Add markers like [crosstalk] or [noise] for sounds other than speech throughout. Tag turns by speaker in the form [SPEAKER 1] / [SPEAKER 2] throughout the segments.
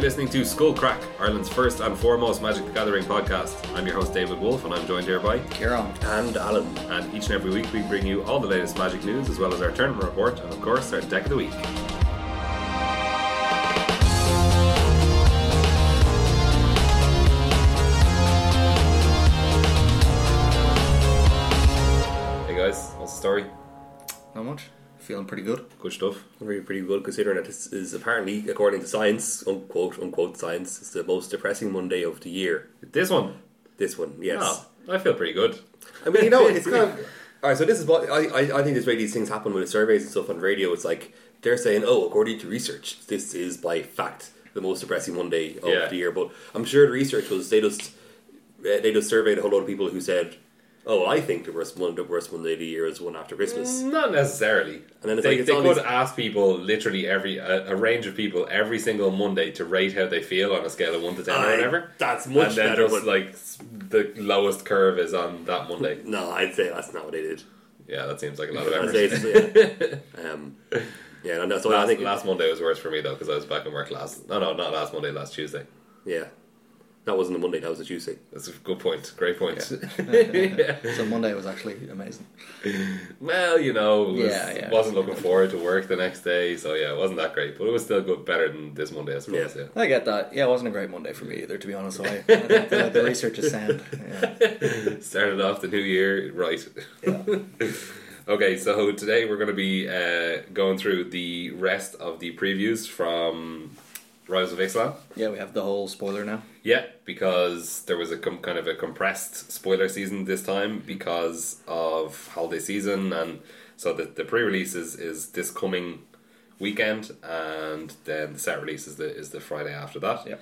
[SPEAKER 1] listening to Skull Crack, Ireland's first and foremost Magic the Gathering podcast. I'm your host David Wolf, and I'm joined here by
[SPEAKER 2] Kieran.
[SPEAKER 1] and Alan. And each and every week, we bring you all the latest Magic news, as well as our tournament report, and of course, our deck of the week. Hey guys, what's the story?
[SPEAKER 2] Not much. Feeling pretty good.
[SPEAKER 1] Good stuff.
[SPEAKER 3] Really pretty good considering that this is apparently, according to science, unquote, unquote science, it's the most depressing Monday of the year.
[SPEAKER 1] This one,
[SPEAKER 3] This one, yes.
[SPEAKER 1] oh, I feel pretty good.
[SPEAKER 3] [laughs] I mean, you
[SPEAKER 1] [laughs]
[SPEAKER 3] know, it's kind of. Alright, so this is what. I, I, I think this way these things happen with the surveys and stuff on radio. It's like they're saying, oh, according to research, this is by fact the most depressing Monday of
[SPEAKER 1] Yeah.
[SPEAKER 3] the year. But I'm sure the research was they just. uh, They just surveyed a whole lot of people who said, "Oh, I think the worst one, the worst Monday of the year is one after Christmas."
[SPEAKER 1] Not necessarily.
[SPEAKER 3] And then it's
[SPEAKER 1] they
[SPEAKER 3] like it's
[SPEAKER 1] they
[SPEAKER 3] all
[SPEAKER 1] could
[SPEAKER 3] these-
[SPEAKER 1] ask people literally every a, a range of people every single Monday to rate how they feel on a scale of one to ten or
[SPEAKER 3] I-
[SPEAKER 1] whatever.
[SPEAKER 3] that's much
[SPEAKER 1] and then
[SPEAKER 3] better,
[SPEAKER 1] Just
[SPEAKER 3] but-
[SPEAKER 1] like s- the lowest curve is on that Monday.
[SPEAKER 3] No, I'd say that's not what they did.
[SPEAKER 1] Yeah, that seems like a lot of
[SPEAKER 3] I'd
[SPEAKER 1] effort.
[SPEAKER 3] say it's- yeah. [laughs] Um, yeah, no, no, so I
[SPEAKER 1] [laughs] Last,
[SPEAKER 3] think
[SPEAKER 1] last Monday was worse for me though because I was back in work last. No, no, not last Monday. Last Tuesday.
[SPEAKER 3] Yeah. That wasn't a Monday, that was a Tuesday.
[SPEAKER 1] That's a good point. Great point.
[SPEAKER 3] [laughs]
[SPEAKER 2] So Monday was actually amazing.
[SPEAKER 1] [laughs] Well, you know, was,
[SPEAKER 2] Yeah, yeah.
[SPEAKER 1] wasn't looking forward to work the next day, so yeah, it wasn't that great, but it was still good, better than this Monday, I suppose.
[SPEAKER 3] Yeah.
[SPEAKER 1] Yeah.
[SPEAKER 2] I get that. Yeah, it wasn't a great Monday for me either, to be honest. I, I think the, the research is sound. Yeah.
[SPEAKER 1] Started off the new year right.
[SPEAKER 2] Yeah.
[SPEAKER 1] [laughs] okay, so today we're going to be uh, going through the rest of the previews from Rise of Islam.
[SPEAKER 2] yeah, we have the whole spoiler now.
[SPEAKER 1] Yeah, because there was a com- kind of a compressed spoiler season this time because of holiday season, and so the, the pre release is, is this coming weekend, and then the set release is the is the Friday after that.
[SPEAKER 2] Yeah.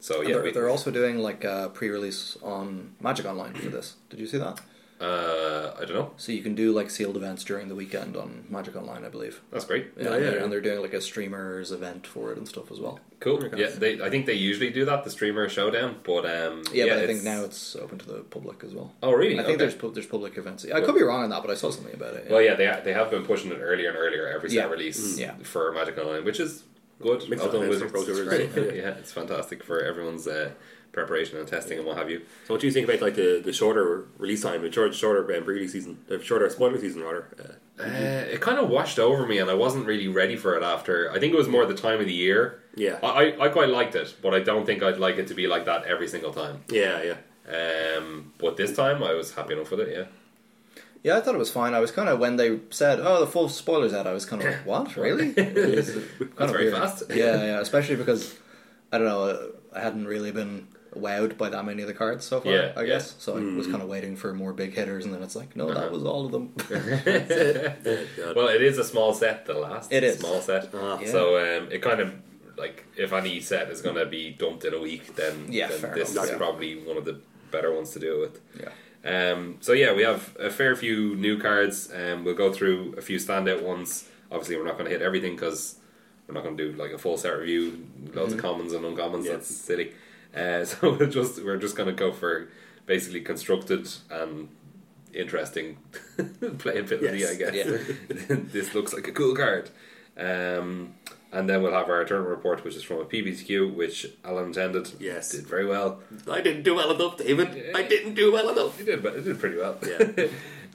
[SPEAKER 1] So
[SPEAKER 2] And
[SPEAKER 1] yeah,
[SPEAKER 2] they're,
[SPEAKER 1] we-
[SPEAKER 2] they're also doing like a pre-release on Magic Online for this. Did you see that?
[SPEAKER 1] uh, I don't know.
[SPEAKER 2] So you can do like sealed events during the weekend on Magic Online, I believe.
[SPEAKER 1] That's great.
[SPEAKER 2] Yeah, and,
[SPEAKER 3] yeah,
[SPEAKER 2] they're,
[SPEAKER 3] yeah.
[SPEAKER 2] and they're doing like a streamers event for it and stuff as well.
[SPEAKER 1] Cool. Yeah, they, I think they usually do that, the streamer showdown, but um,
[SPEAKER 2] Yeah, but I think now it's open to the public as well.
[SPEAKER 1] Oh, really?
[SPEAKER 2] I think
[SPEAKER 1] Okay.
[SPEAKER 2] there's pu- there's public events. I could be wrong on that, but I saw something about it. yeah.
[SPEAKER 1] Well, yeah, they they have been pushing it earlier and earlier every set
[SPEAKER 2] Yeah.
[SPEAKER 1] release
[SPEAKER 2] Mm. Yeah.
[SPEAKER 1] for Magic Online, which is good.
[SPEAKER 3] Makes
[SPEAKER 1] Well done,
[SPEAKER 3] a lot of
[SPEAKER 1] Wizards.
[SPEAKER 3] sense for
[SPEAKER 1] It's
[SPEAKER 3] Wizards, [laughs]
[SPEAKER 1] great.
[SPEAKER 3] yeah.
[SPEAKER 1] [laughs] yeah, it's fantastic for everyone's uh, preparation and testing and what have you.
[SPEAKER 3] So what do you think about like the, the shorter release time, the short, shorter um, pre season, the shorter spoiler season rather? Uh,
[SPEAKER 1] Uh, it kind of washed over me, and I wasn't really ready for it after. I think it was more the time of the year.
[SPEAKER 3] Yeah.
[SPEAKER 1] I, I, I quite liked it, but I don't think I'd like it to be like that every single time.
[SPEAKER 3] yeah, yeah.
[SPEAKER 1] Um, but this time I was happy enough with it. Yeah, [laughs]
[SPEAKER 2] Yeah, I thought it was fine. I was kind of when they said, "Oh, the full spoilers out." I was kind of
[SPEAKER 1] [laughs]
[SPEAKER 2] like, "What? Really?" It was kind
[SPEAKER 1] That's very fast.
[SPEAKER 2] [laughs]
[SPEAKER 1] [laughs]
[SPEAKER 2] Yeah, yeah. Especially because I don't know. uh, I hadn't really been wowed by that many of the cards so far.
[SPEAKER 1] Yeah,
[SPEAKER 2] I
[SPEAKER 1] yeah. Uh-huh.
[SPEAKER 2] guess so. I was kind of waiting for more big hitters, and then it's like, no, that was all of
[SPEAKER 1] [laughs]
[SPEAKER 2] them. [laughs]
[SPEAKER 1] Well, it is a small set. The last
[SPEAKER 2] It is.
[SPEAKER 1] small set.
[SPEAKER 3] Ah.
[SPEAKER 1] So um, it kind of like if any set is going to be dumped in a week, then,
[SPEAKER 2] Yeah,
[SPEAKER 1] then
[SPEAKER 2] fair
[SPEAKER 1] this
[SPEAKER 2] enough,
[SPEAKER 1] is
[SPEAKER 2] yeah.
[SPEAKER 1] probably one of the better ones to do it with.
[SPEAKER 2] yeah,
[SPEAKER 1] Um, so yeah, we have a fair few new cards. Um, we'll go through a few standout ones. Obviously, we're not going to hit everything because we're not going to do like a full set review, loads
[SPEAKER 2] Mm-hmm.
[SPEAKER 1] of commons and uncommons.
[SPEAKER 3] Yeah.
[SPEAKER 1] That's silly. Uh, [laughs] so we're just we're just going to go for basically constructed and interesting [laughs] playability.
[SPEAKER 3] Yes.
[SPEAKER 1] I guess
[SPEAKER 2] Yeah.
[SPEAKER 1] [laughs] this looks like a cool card. Um, and then we'll have our tournament report, which is from a PBTQ, which Alan attended.
[SPEAKER 3] Yes.
[SPEAKER 1] did very well.
[SPEAKER 3] I didn't do well enough, David. I didn't do well enough.
[SPEAKER 1] It did, but it did pretty well.
[SPEAKER 3] Yeah.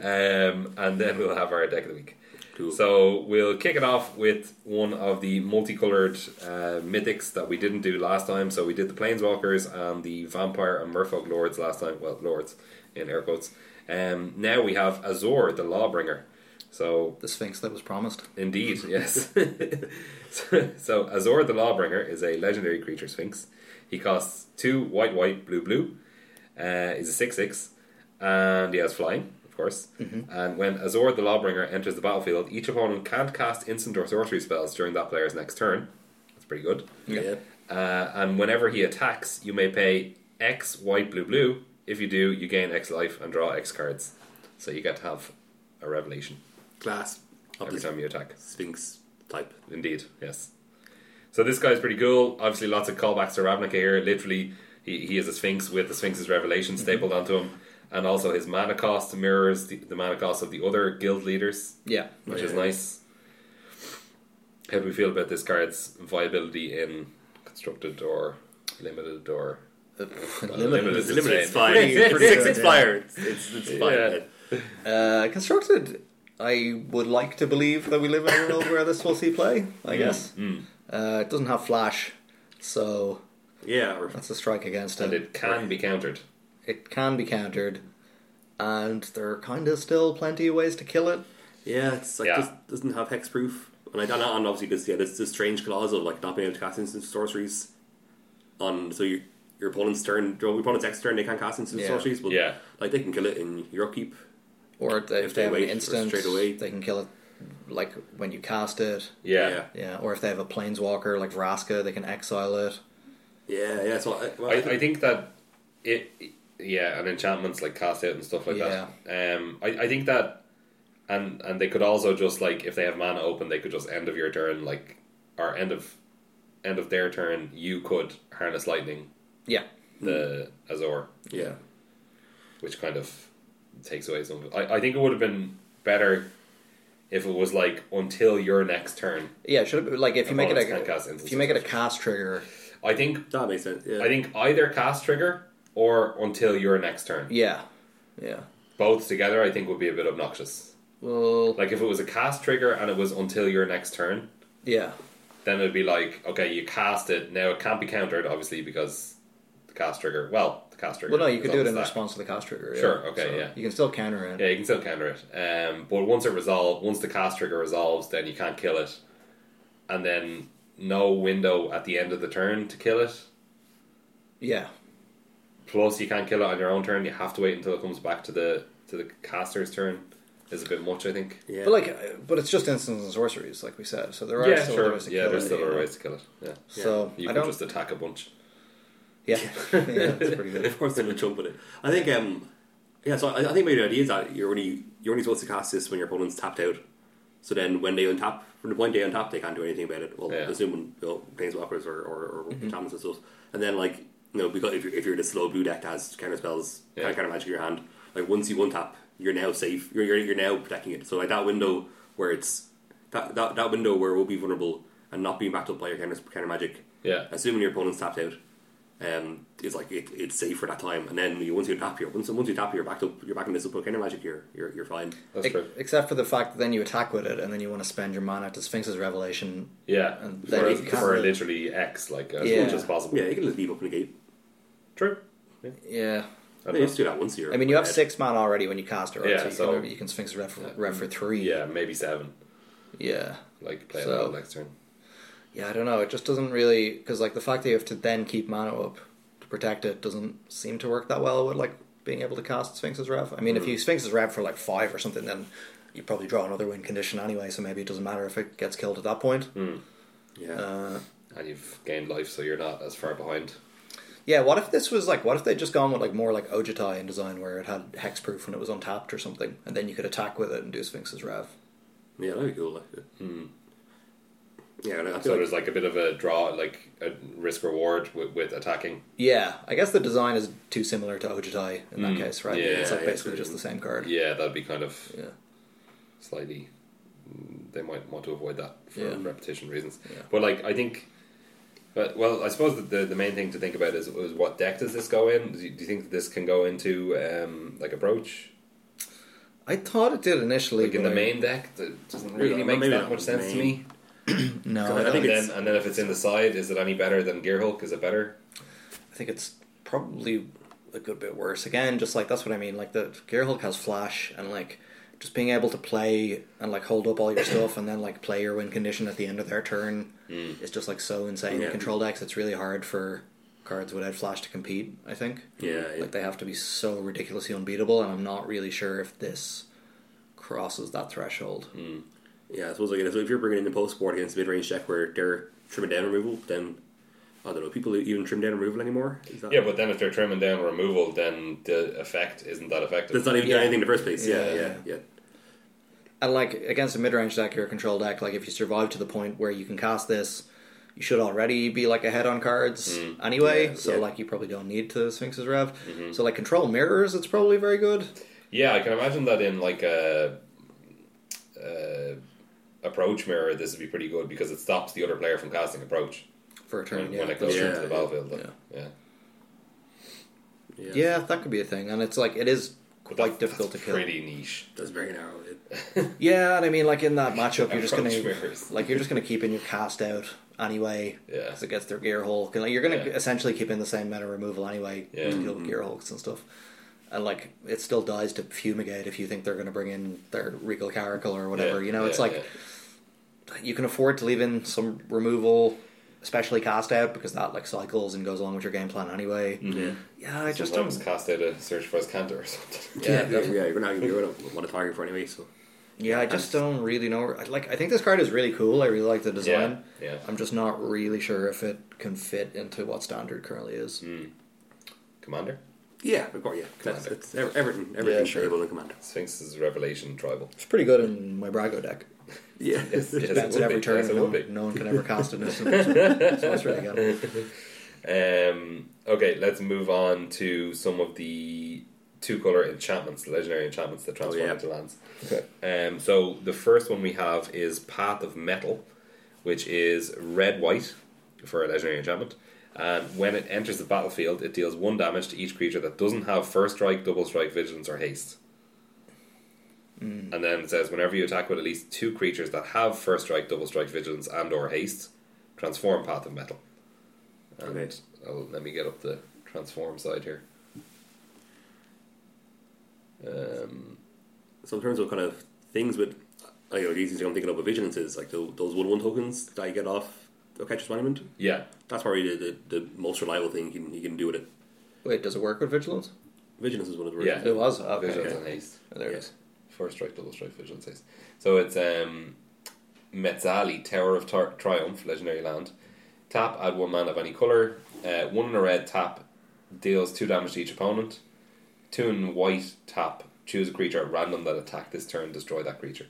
[SPEAKER 1] [laughs] um, and then we'll have our deck of the week.
[SPEAKER 3] Cool.
[SPEAKER 1] So we'll kick it off with one of the multicolored uh, mythics that we didn't do last time. So we did the planeswalkers and the vampire and merfolk lords last time. Well, lords in air quotes. Um, now we have Azor, the Lawbringer. So
[SPEAKER 2] the Sphinx that was promised.
[SPEAKER 1] Indeed, yes. [laughs] so, so Azor the Lawbringer is a legendary creature sphinx. He costs two white, white, blue, blue. Uh, he's a six, six, and he has flying, of course. And when Azor the Lawbringer enters the battlefield, each opponent can't cast instant or sorcery spells during that player's next turn. That's pretty good.
[SPEAKER 3] Yeah.
[SPEAKER 1] Uh, and whenever he attacks, you may pay X white, blue, blue. If you do, you gain X life and draw X cards. So you get to have a revelation
[SPEAKER 3] Class of
[SPEAKER 1] every
[SPEAKER 3] the
[SPEAKER 1] time you attack.
[SPEAKER 3] Sphinx type.
[SPEAKER 1] Indeed, yes. So this guy's pretty cool. Obviously, lots of callbacks to Ravnica here. Literally, he, he is a Sphinx with the Sphinx's revelation stapled onto him, and also his mana cost mirrors the, the mana cost of the other guild leaders,
[SPEAKER 2] Yeah, [laughs]
[SPEAKER 1] which
[SPEAKER 3] Yeah.
[SPEAKER 1] is nice. How do we feel about this card's viability in constructed or limited or
[SPEAKER 2] limited.
[SPEAKER 1] limited.
[SPEAKER 3] It's limited. It's
[SPEAKER 1] insane.
[SPEAKER 3] fine.
[SPEAKER 2] Pretty-
[SPEAKER 3] It's
[SPEAKER 2] pretty
[SPEAKER 3] six
[SPEAKER 2] good,
[SPEAKER 3] expire. It's, it's, it's fine.
[SPEAKER 1] Yeah.
[SPEAKER 2] Uh, constructed. I would like to believe that we live in a world where this will see play.
[SPEAKER 1] Hmm.
[SPEAKER 2] I guess Uh, it doesn't have flash, so
[SPEAKER 3] Yeah. or-
[SPEAKER 2] that's a strike against
[SPEAKER 1] and
[SPEAKER 2] it.
[SPEAKER 1] it can be countered.
[SPEAKER 2] It can be countered, and there are kind of still plenty of ways to kill it.
[SPEAKER 3] Yeah. It's like
[SPEAKER 1] Yeah.
[SPEAKER 3] This doesn't have hexproof, and I don't know. And obviously, this yeah, this, this strange clause of like not being able to cast instant sorceries on so your your opponent's turn, your opponent's next turn, they can't cast instant
[SPEAKER 2] Yeah.
[SPEAKER 3] sorceries, but
[SPEAKER 1] Yeah.
[SPEAKER 3] like they can kill it in your upkeep.
[SPEAKER 2] Or if they, if
[SPEAKER 3] If
[SPEAKER 2] they,
[SPEAKER 3] they
[SPEAKER 2] have
[SPEAKER 3] wait
[SPEAKER 2] an
[SPEAKER 3] for
[SPEAKER 2] instant,
[SPEAKER 3] straight away.
[SPEAKER 2] they can kill it, like when you cast it.
[SPEAKER 1] Yeah.
[SPEAKER 2] Yeah, or if they have a planeswalker like Vraska, they can exile it.
[SPEAKER 3] Yeah. Yeah. So I, well,
[SPEAKER 1] I,
[SPEAKER 3] I think-
[SPEAKER 1] I think that it, yeah, and enchantments like cast out and stuff like that. Um, I, I think that, and and they could also just like if they have mana open, they could just end of your turn like or end of end of their turn, you could harness lightning
[SPEAKER 2] Yeah,
[SPEAKER 1] the Azor,
[SPEAKER 3] yeah.
[SPEAKER 1] which kind of takes away some. I I think it would have been better if it was like until your next turn.
[SPEAKER 2] yeah. Should it, like if you make it
[SPEAKER 1] Opponents can cast
[SPEAKER 2] a
[SPEAKER 1] instant
[SPEAKER 2] if you make it a cast trigger.
[SPEAKER 1] I think
[SPEAKER 3] That makes sense. Yeah.
[SPEAKER 1] I think either cast trigger or until your next turn.
[SPEAKER 2] Yeah, yeah.
[SPEAKER 1] both together I think would be a bit obnoxious.
[SPEAKER 2] Well,
[SPEAKER 1] Like if it was a cast trigger and it was until your next turn,
[SPEAKER 2] yeah,
[SPEAKER 1] then it'd be like, okay, you cast it, now it can't be countered, obviously, because the cast trigger well, the cast trigger.
[SPEAKER 2] Well, no, you
[SPEAKER 1] is
[SPEAKER 2] could
[SPEAKER 1] on
[SPEAKER 2] do it
[SPEAKER 1] the
[SPEAKER 2] in
[SPEAKER 1] stack.
[SPEAKER 2] response to the cast trigger. Yeah.
[SPEAKER 1] Sure, okay, yeah.
[SPEAKER 2] You can still counter it.
[SPEAKER 1] Yeah, you can still counter it. Um but once it resolves once the cast trigger resolves, then you can't kill it. And then no window at the end of the turn to kill it.
[SPEAKER 2] Yeah,
[SPEAKER 1] Plus you can't kill it on your own turn, you have to wait until it comes back to the to the caster's turn. Is a bit much, I think.
[SPEAKER 3] Yeah.
[SPEAKER 2] but like, uh, but it's just instants and sorceries, like we said. So there are
[SPEAKER 1] yeah,
[SPEAKER 2] still
[SPEAKER 1] sure.
[SPEAKER 2] ways to
[SPEAKER 1] yeah,
[SPEAKER 2] kill
[SPEAKER 1] there's
[SPEAKER 2] it.
[SPEAKER 1] still other ways to kill it. Yeah.
[SPEAKER 2] So
[SPEAKER 1] You
[SPEAKER 2] I
[SPEAKER 1] can
[SPEAKER 2] don't.
[SPEAKER 1] just attack a bunch.
[SPEAKER 2] Yeah, yeah, that's pretty [laughs] good.
[SPEAKER 3] [laughs] of course, they're jump at it. I think, um, yeah. So I, I think maybe the idea is that you're only you're only supposed to cast this when your opponent's tapped out. So then, when they untap, from the point they untap, they can't do anything about it. Well,
[SPEAKER 1] Yeah.
[SPEAKER 3] assuming you know, planeswalkers or or, or enchantments and stuff. And then, like you know, because if you're, if you're the slow blue deck that has counter spells,
[SPEAKER 1] Yeah.
[SPEAKER 3] counter magic in your hand, like once you untap, you're now safe. You're, you're you're now protecting it. So like that window where it's that that, that window where we'll be vulnerable and not being backed up by your counter counter magic
[SPEAKER 1] Yeah.
[SPEAKER 3] assuming your opponent's tapped out, um, it's like it, it's safe for that time. And then you, once you tap here, once once you tap here, backed up, you're backing this up with counter magic here. You're you're fine.
[SPEAKER 1] That's
[SPEAKER 2] Ex-
[SPEAKER 1] true.
[SPEAKER 2] Except for the fact that then you attack with it, and then you want to spend your mana to Sphinx's Revelation.
[SPEAKER 1] Yeah.
[SPEAKER 2] And then
[SPEAKER 1] for
[SPEAKER 2] you can't
[SPEAKER 1] for
[SPEAKER 2] really-
[SPEAKER 1] literally X, like as
[SPEAKER 2] Yeah.
[SPEAKER 1] much as possible.
[SPEAKER 3] Yeah, you can just leave open the gate.
[SPEAKER 1] True.
[SPEAKER 2] Yeah,
[SPEAKER 1] I
[SPEAKER 3] They
[SPEAKER 1] don't know.
[SPEAKER 3] used to do that once a year.
[SPEAKER 2] I mean you have
[SPEAKER 3] Red.
[SPEAKER 2] six mana already when you cast it, right?
[SPEAKER 1] Yeah,
[SPEAKER 2] so you,
[SPEAKER 1] so-
[SPEAKER 2] can, you can Sphinx's Rev, Rev for three.
[SPEAKER 1] Yeah, maybe seven.
[SPEAKER 2] yeah.
[SPEAKER 1] Like play
[SPEAKER 2] So-
[SPEAKER 1] it out next turn.
[SPEAKER 2] Yeah, I don't know. It just doesn't really because like the fact that you have to then keep mana up to protect it doesn't seem to work that well with like being able to cast Sphinx's Rev. I mean, if you Sphinx's Rev for like five or something, then you probably draw another win condition anyway. So maybe it doesn't matter if it gets killed at that point.
[SPEAKER 3] Yeah,
[SPEAKER 2] Uh,
[SPEAKER 1] And you've gained life so you're not as far behind.
[SPEAKER 2] yeah, what if this was like? What if they'd just gone with like more like Ojitai in design, where it had hexproof when it was untapped or something, and then you could attack with it and do Sphinx's Rev.
[SPEAKER 3] yeah, that'd be cool. Like, yeah, and I feel
[SPEAKER 1] So
[SPEAKER 3] like
[SPEAKER 1] there's like a bit of a draw like a risk reward with, with attacking.
[SPEAKER 2] Yeah, I guess the design is too similar to Ojitai in that case, right?
[SPEAKER 1] Yeah,
[SPEAKER 2] it's like
[SPEAKER 3] yeah,
[SPEAKER 2] basically
[SPEAKER 3] it's-
[SPEAKER 2] just the same card.
[SPEAKER 1] Yeah, that'd be kind of
[SPEAKER 2] yeah.
[SPEAKER 1] slightly they might want to avoid that for
[SPEAKER 2] Yeah.
[SPEAKER 1] repetition reasons.
[SPEAKER 2] Yeah.
[SPEAKER 1] But like I think, but well, I suppose that the the main thing to think about is, is what deck does this go in? Do you, do you think that this can go into um, like approach
[SPEAKER 2] I thought it did initially.
[SPEAKER 1] like in
[SPEAKER 2] but
[SPEAKER 1] the
[SPEAKER 2] I-
[SPEAKER 1] main deck? That doesn't really
[SPEAKER 3] Maybe
[SPEAKER 1] make
[SPEAKER 3] not
[SPEAKER 1] that much sense to
[SPEAKER 3] main.
[SPEAKER 1] me.
[SPEAKER 2] No, I,
[SPEAKER 3] I
[SPEAKER 1] And
[SPEAKER 2] think
[SPEAKER 3] think
[SPEAKER 1] then
[SPEAKER 3] it's-
[SPEAKER 1] and then if it's in the side, is it any better than Gearhulk? Is it better?
[SPEAKER 2] I think it's probably a good bit worse. Again, just like that's what I mean. Like the Gearhulk has flash and like just being able to play and like hold up all
[SPEAKER 3] [coughs]
[SPEAKER 2] your stuff and then like play your win condition at the end of their turn is just like so insane.
[SPEAKER 3] Mm. Yeah.
[SPEAKER 2] in Control decks, it's really hard for cards without flash to compete. I think.
[SPEAKER 3] yeah, yeah.
[SPEAKER 2] Like they have to be so ridiculously unbeatable, and I'm not really sure if this crosses that threshold.
[SPEAKER 3] yeah. I suppose like so if you're bringing in the post board against mid range deck where they're trimming down removal, then I don't know. People even trim down removal anymore? Is that,
[SPEAKER 1] Yeah, but then if they're trimming down removal, then the effect isn't that effective.
[SPEAKER 3] that's not even doing
[SPEAKER 2] Yeah.
[SPEAKER 3] anything in the first place. Yeah,
[SPEAKER 2] Yeah,
[SPEAKER 3] yeah, yeah.
[SPEAKER 2] yeah. And like against a mid range deck or a control deck, like if you survive to the point where you can cast this, you should already be like ahead on cards
[SPEAKER 1] Mm-hmm.
[SPEAKER 2] anyway.
[SPEAKER 3] Yeah,
[SPEAKER 2] so
[SPEAKER 3] yeah.
[SPEAKER 2] like you probably don't need to Sphinx's Rev. So like control mirrors, it's probably very good.
[SPEAKER 1] Yeah, I can imagine that in like a, a approach mirror, this would be pretty good because it stops the other player from casting approach.
[SPEAKER 2] for a turn.
[SPEAKER 1] Mm-hmm. when
[SPEAKER 2] Yeah,
[SPEAKER 1] it
[SPEAKER 2] that's
[SPEAKER 1] goes
[SPEAKER 2] true.
[SPEAKER 1] into the battlefield. Like,
[SPEAKER 2] Yeah.
[SPEAKER 1] yeah.
[SPEAKER 3] Yeah.
[SPEAKER 2] yeah, that could be a thing, and it's like it is
[SPEAKER 1] But
[SPEAKER 2] quite
[SPEAKER 1] that-
[SPEAKER 2] difficult to
[SPEAKER 1] that's
[SPEAKER 2] kill.
[SPEAKER 1] Pretty niche.
[SPEAKER 3] That's very narrow. It,
[SPEAKER 2] Yeah, and I mean, like in that matchup, you're just gonna
[SPEAKER 1] Approach mirrors.
[SPEAKER 2] like you're just gonna keep in your cast out anyway,
[SPEAKER 1] Yeah.
[SPEAKER 2] because it gets their gear hulk, and like, you're gonna
[SPEAKER 1] Yeah.
[SPEAKER 2] essentially keep in the same meta removal anyway
[SPEAKER 1] Yeah.
[SPEAKER 2] to deal with gear hulks and stuff, and like it still dies to fumigate if you think they're gonna bring in their regal caracal or whatever.
[SPEAKER 1] Yeah,
[SPEAKER 2] you know, it's
[SPEAKER 1] yeah,
[SPEAKER 2] like you can afford to leave in some removal, especially cast out, because that like cycles and goes along with your game plan anyway.
[SPEAKER 3] yeah.
[SPEAKER 2] Yeah, I just
[SPEAKER 1] Sometimes
[SPEAKER 2] don't.
[SPEAKER 1] cast out a search for his canter or something.
[SPEAKER 3] Yeah, yeah,
[SPEAKER 1] definitely.
[SPEAKER 3] you're not you're not gonna want to target for it anyway. So
[SPEAKER 2] Yeah, I just don't really know. Like, I think this card is really cool. I really like the design.
[SPEAKER 1] Yeah, yeah.
[SPEAKER 2] I'm just not really sure if it can fit into what standard currently is.
[SPEAKER 1] Hmm. Commander.
[SPEAKER 3] yeah, of course, yeah. That's,
[SPEAKER 1] Commander.
[SPEAKER 3] that's ev- everything. Everything's
[SPEAKER 2] sure.
[SPEAKER 3] available in Commander.
[SPEAKER 1] Sphinx's Revelation Tribal.
[SPEAKER 2] It's pretty good in my Brago deck.
[SPEAKER 3] Yeah,
[SPEAKER 1] [laughs] Yes, yes.
[SPEAKER 2] It bounces
[SPEAKER 1] would
[SPEAKER 2] every
[SPEAKER 1] be.
[SPEAKER 2] turn.
[SPEAKER 1] Yes, it
[SPEAKER 2] no,
[SPEAKER 1] would be.
[SPEAKER 2] one, no one
[SPEAKER 1] [laughs]
[SPEAKER 2] can ever cast it. so it's really good.
[SPEAKER 1] Um, okay, let's move on to some of the two color enchantments, the legendary enchantments that transform
[SPEAKER 3] yeah.
[SPEAKER 1] into lands.
[SPEAKER 2] Okay.
[SPEAKER 1] Um, so the first one we have is Path of Metal, which is red white for a legendary enchantment. And when it enters the battlefield, it deals one damage to each creature that doesn't have first strike, double strike, vigilance, or haste. And then it says whenever you attack with at least two creatures that have first strike, double strike, vigilance, and or haste, transform Path of Metal. And
[SPEAKER 3] [laughs] Okay.
[SPEAKER 1] I'll, let me get up the transform side here. Um,
[SPEAKER 3] So in terms of kind of things with, I know these things I'm thinking of with vigilance is like tho- those one one tokens that you get off the catcher's monument.
[SPEAKER 1] yeah,
[SPEAKER 3] That's probably the, the, the most reliable thing you can, you can do with it.
[SPEAKER 2] Wait, does it work with Vigilance?
[SPEAKER 3] Vigilance is one of the
[SPEAKER 1] Yeah.
[SPEAKER 2] It was. Okay.
[SPEAKER 1] vigilance
[SPEAKER 3] okay.
[SPEAKER 1] and haste.
[SPEAKER 2] There it is.
[SPEAKER 1] First strike, double strike, vigilance haste. So it's um, Metzali, Tower of Tar- Triumph, legendary land. Tap, add one man of any color. Uh, one in a red tap deals two damage to each opponent. Two in white tap. Choose a creature at random that attacked this turn. Destroy that creature.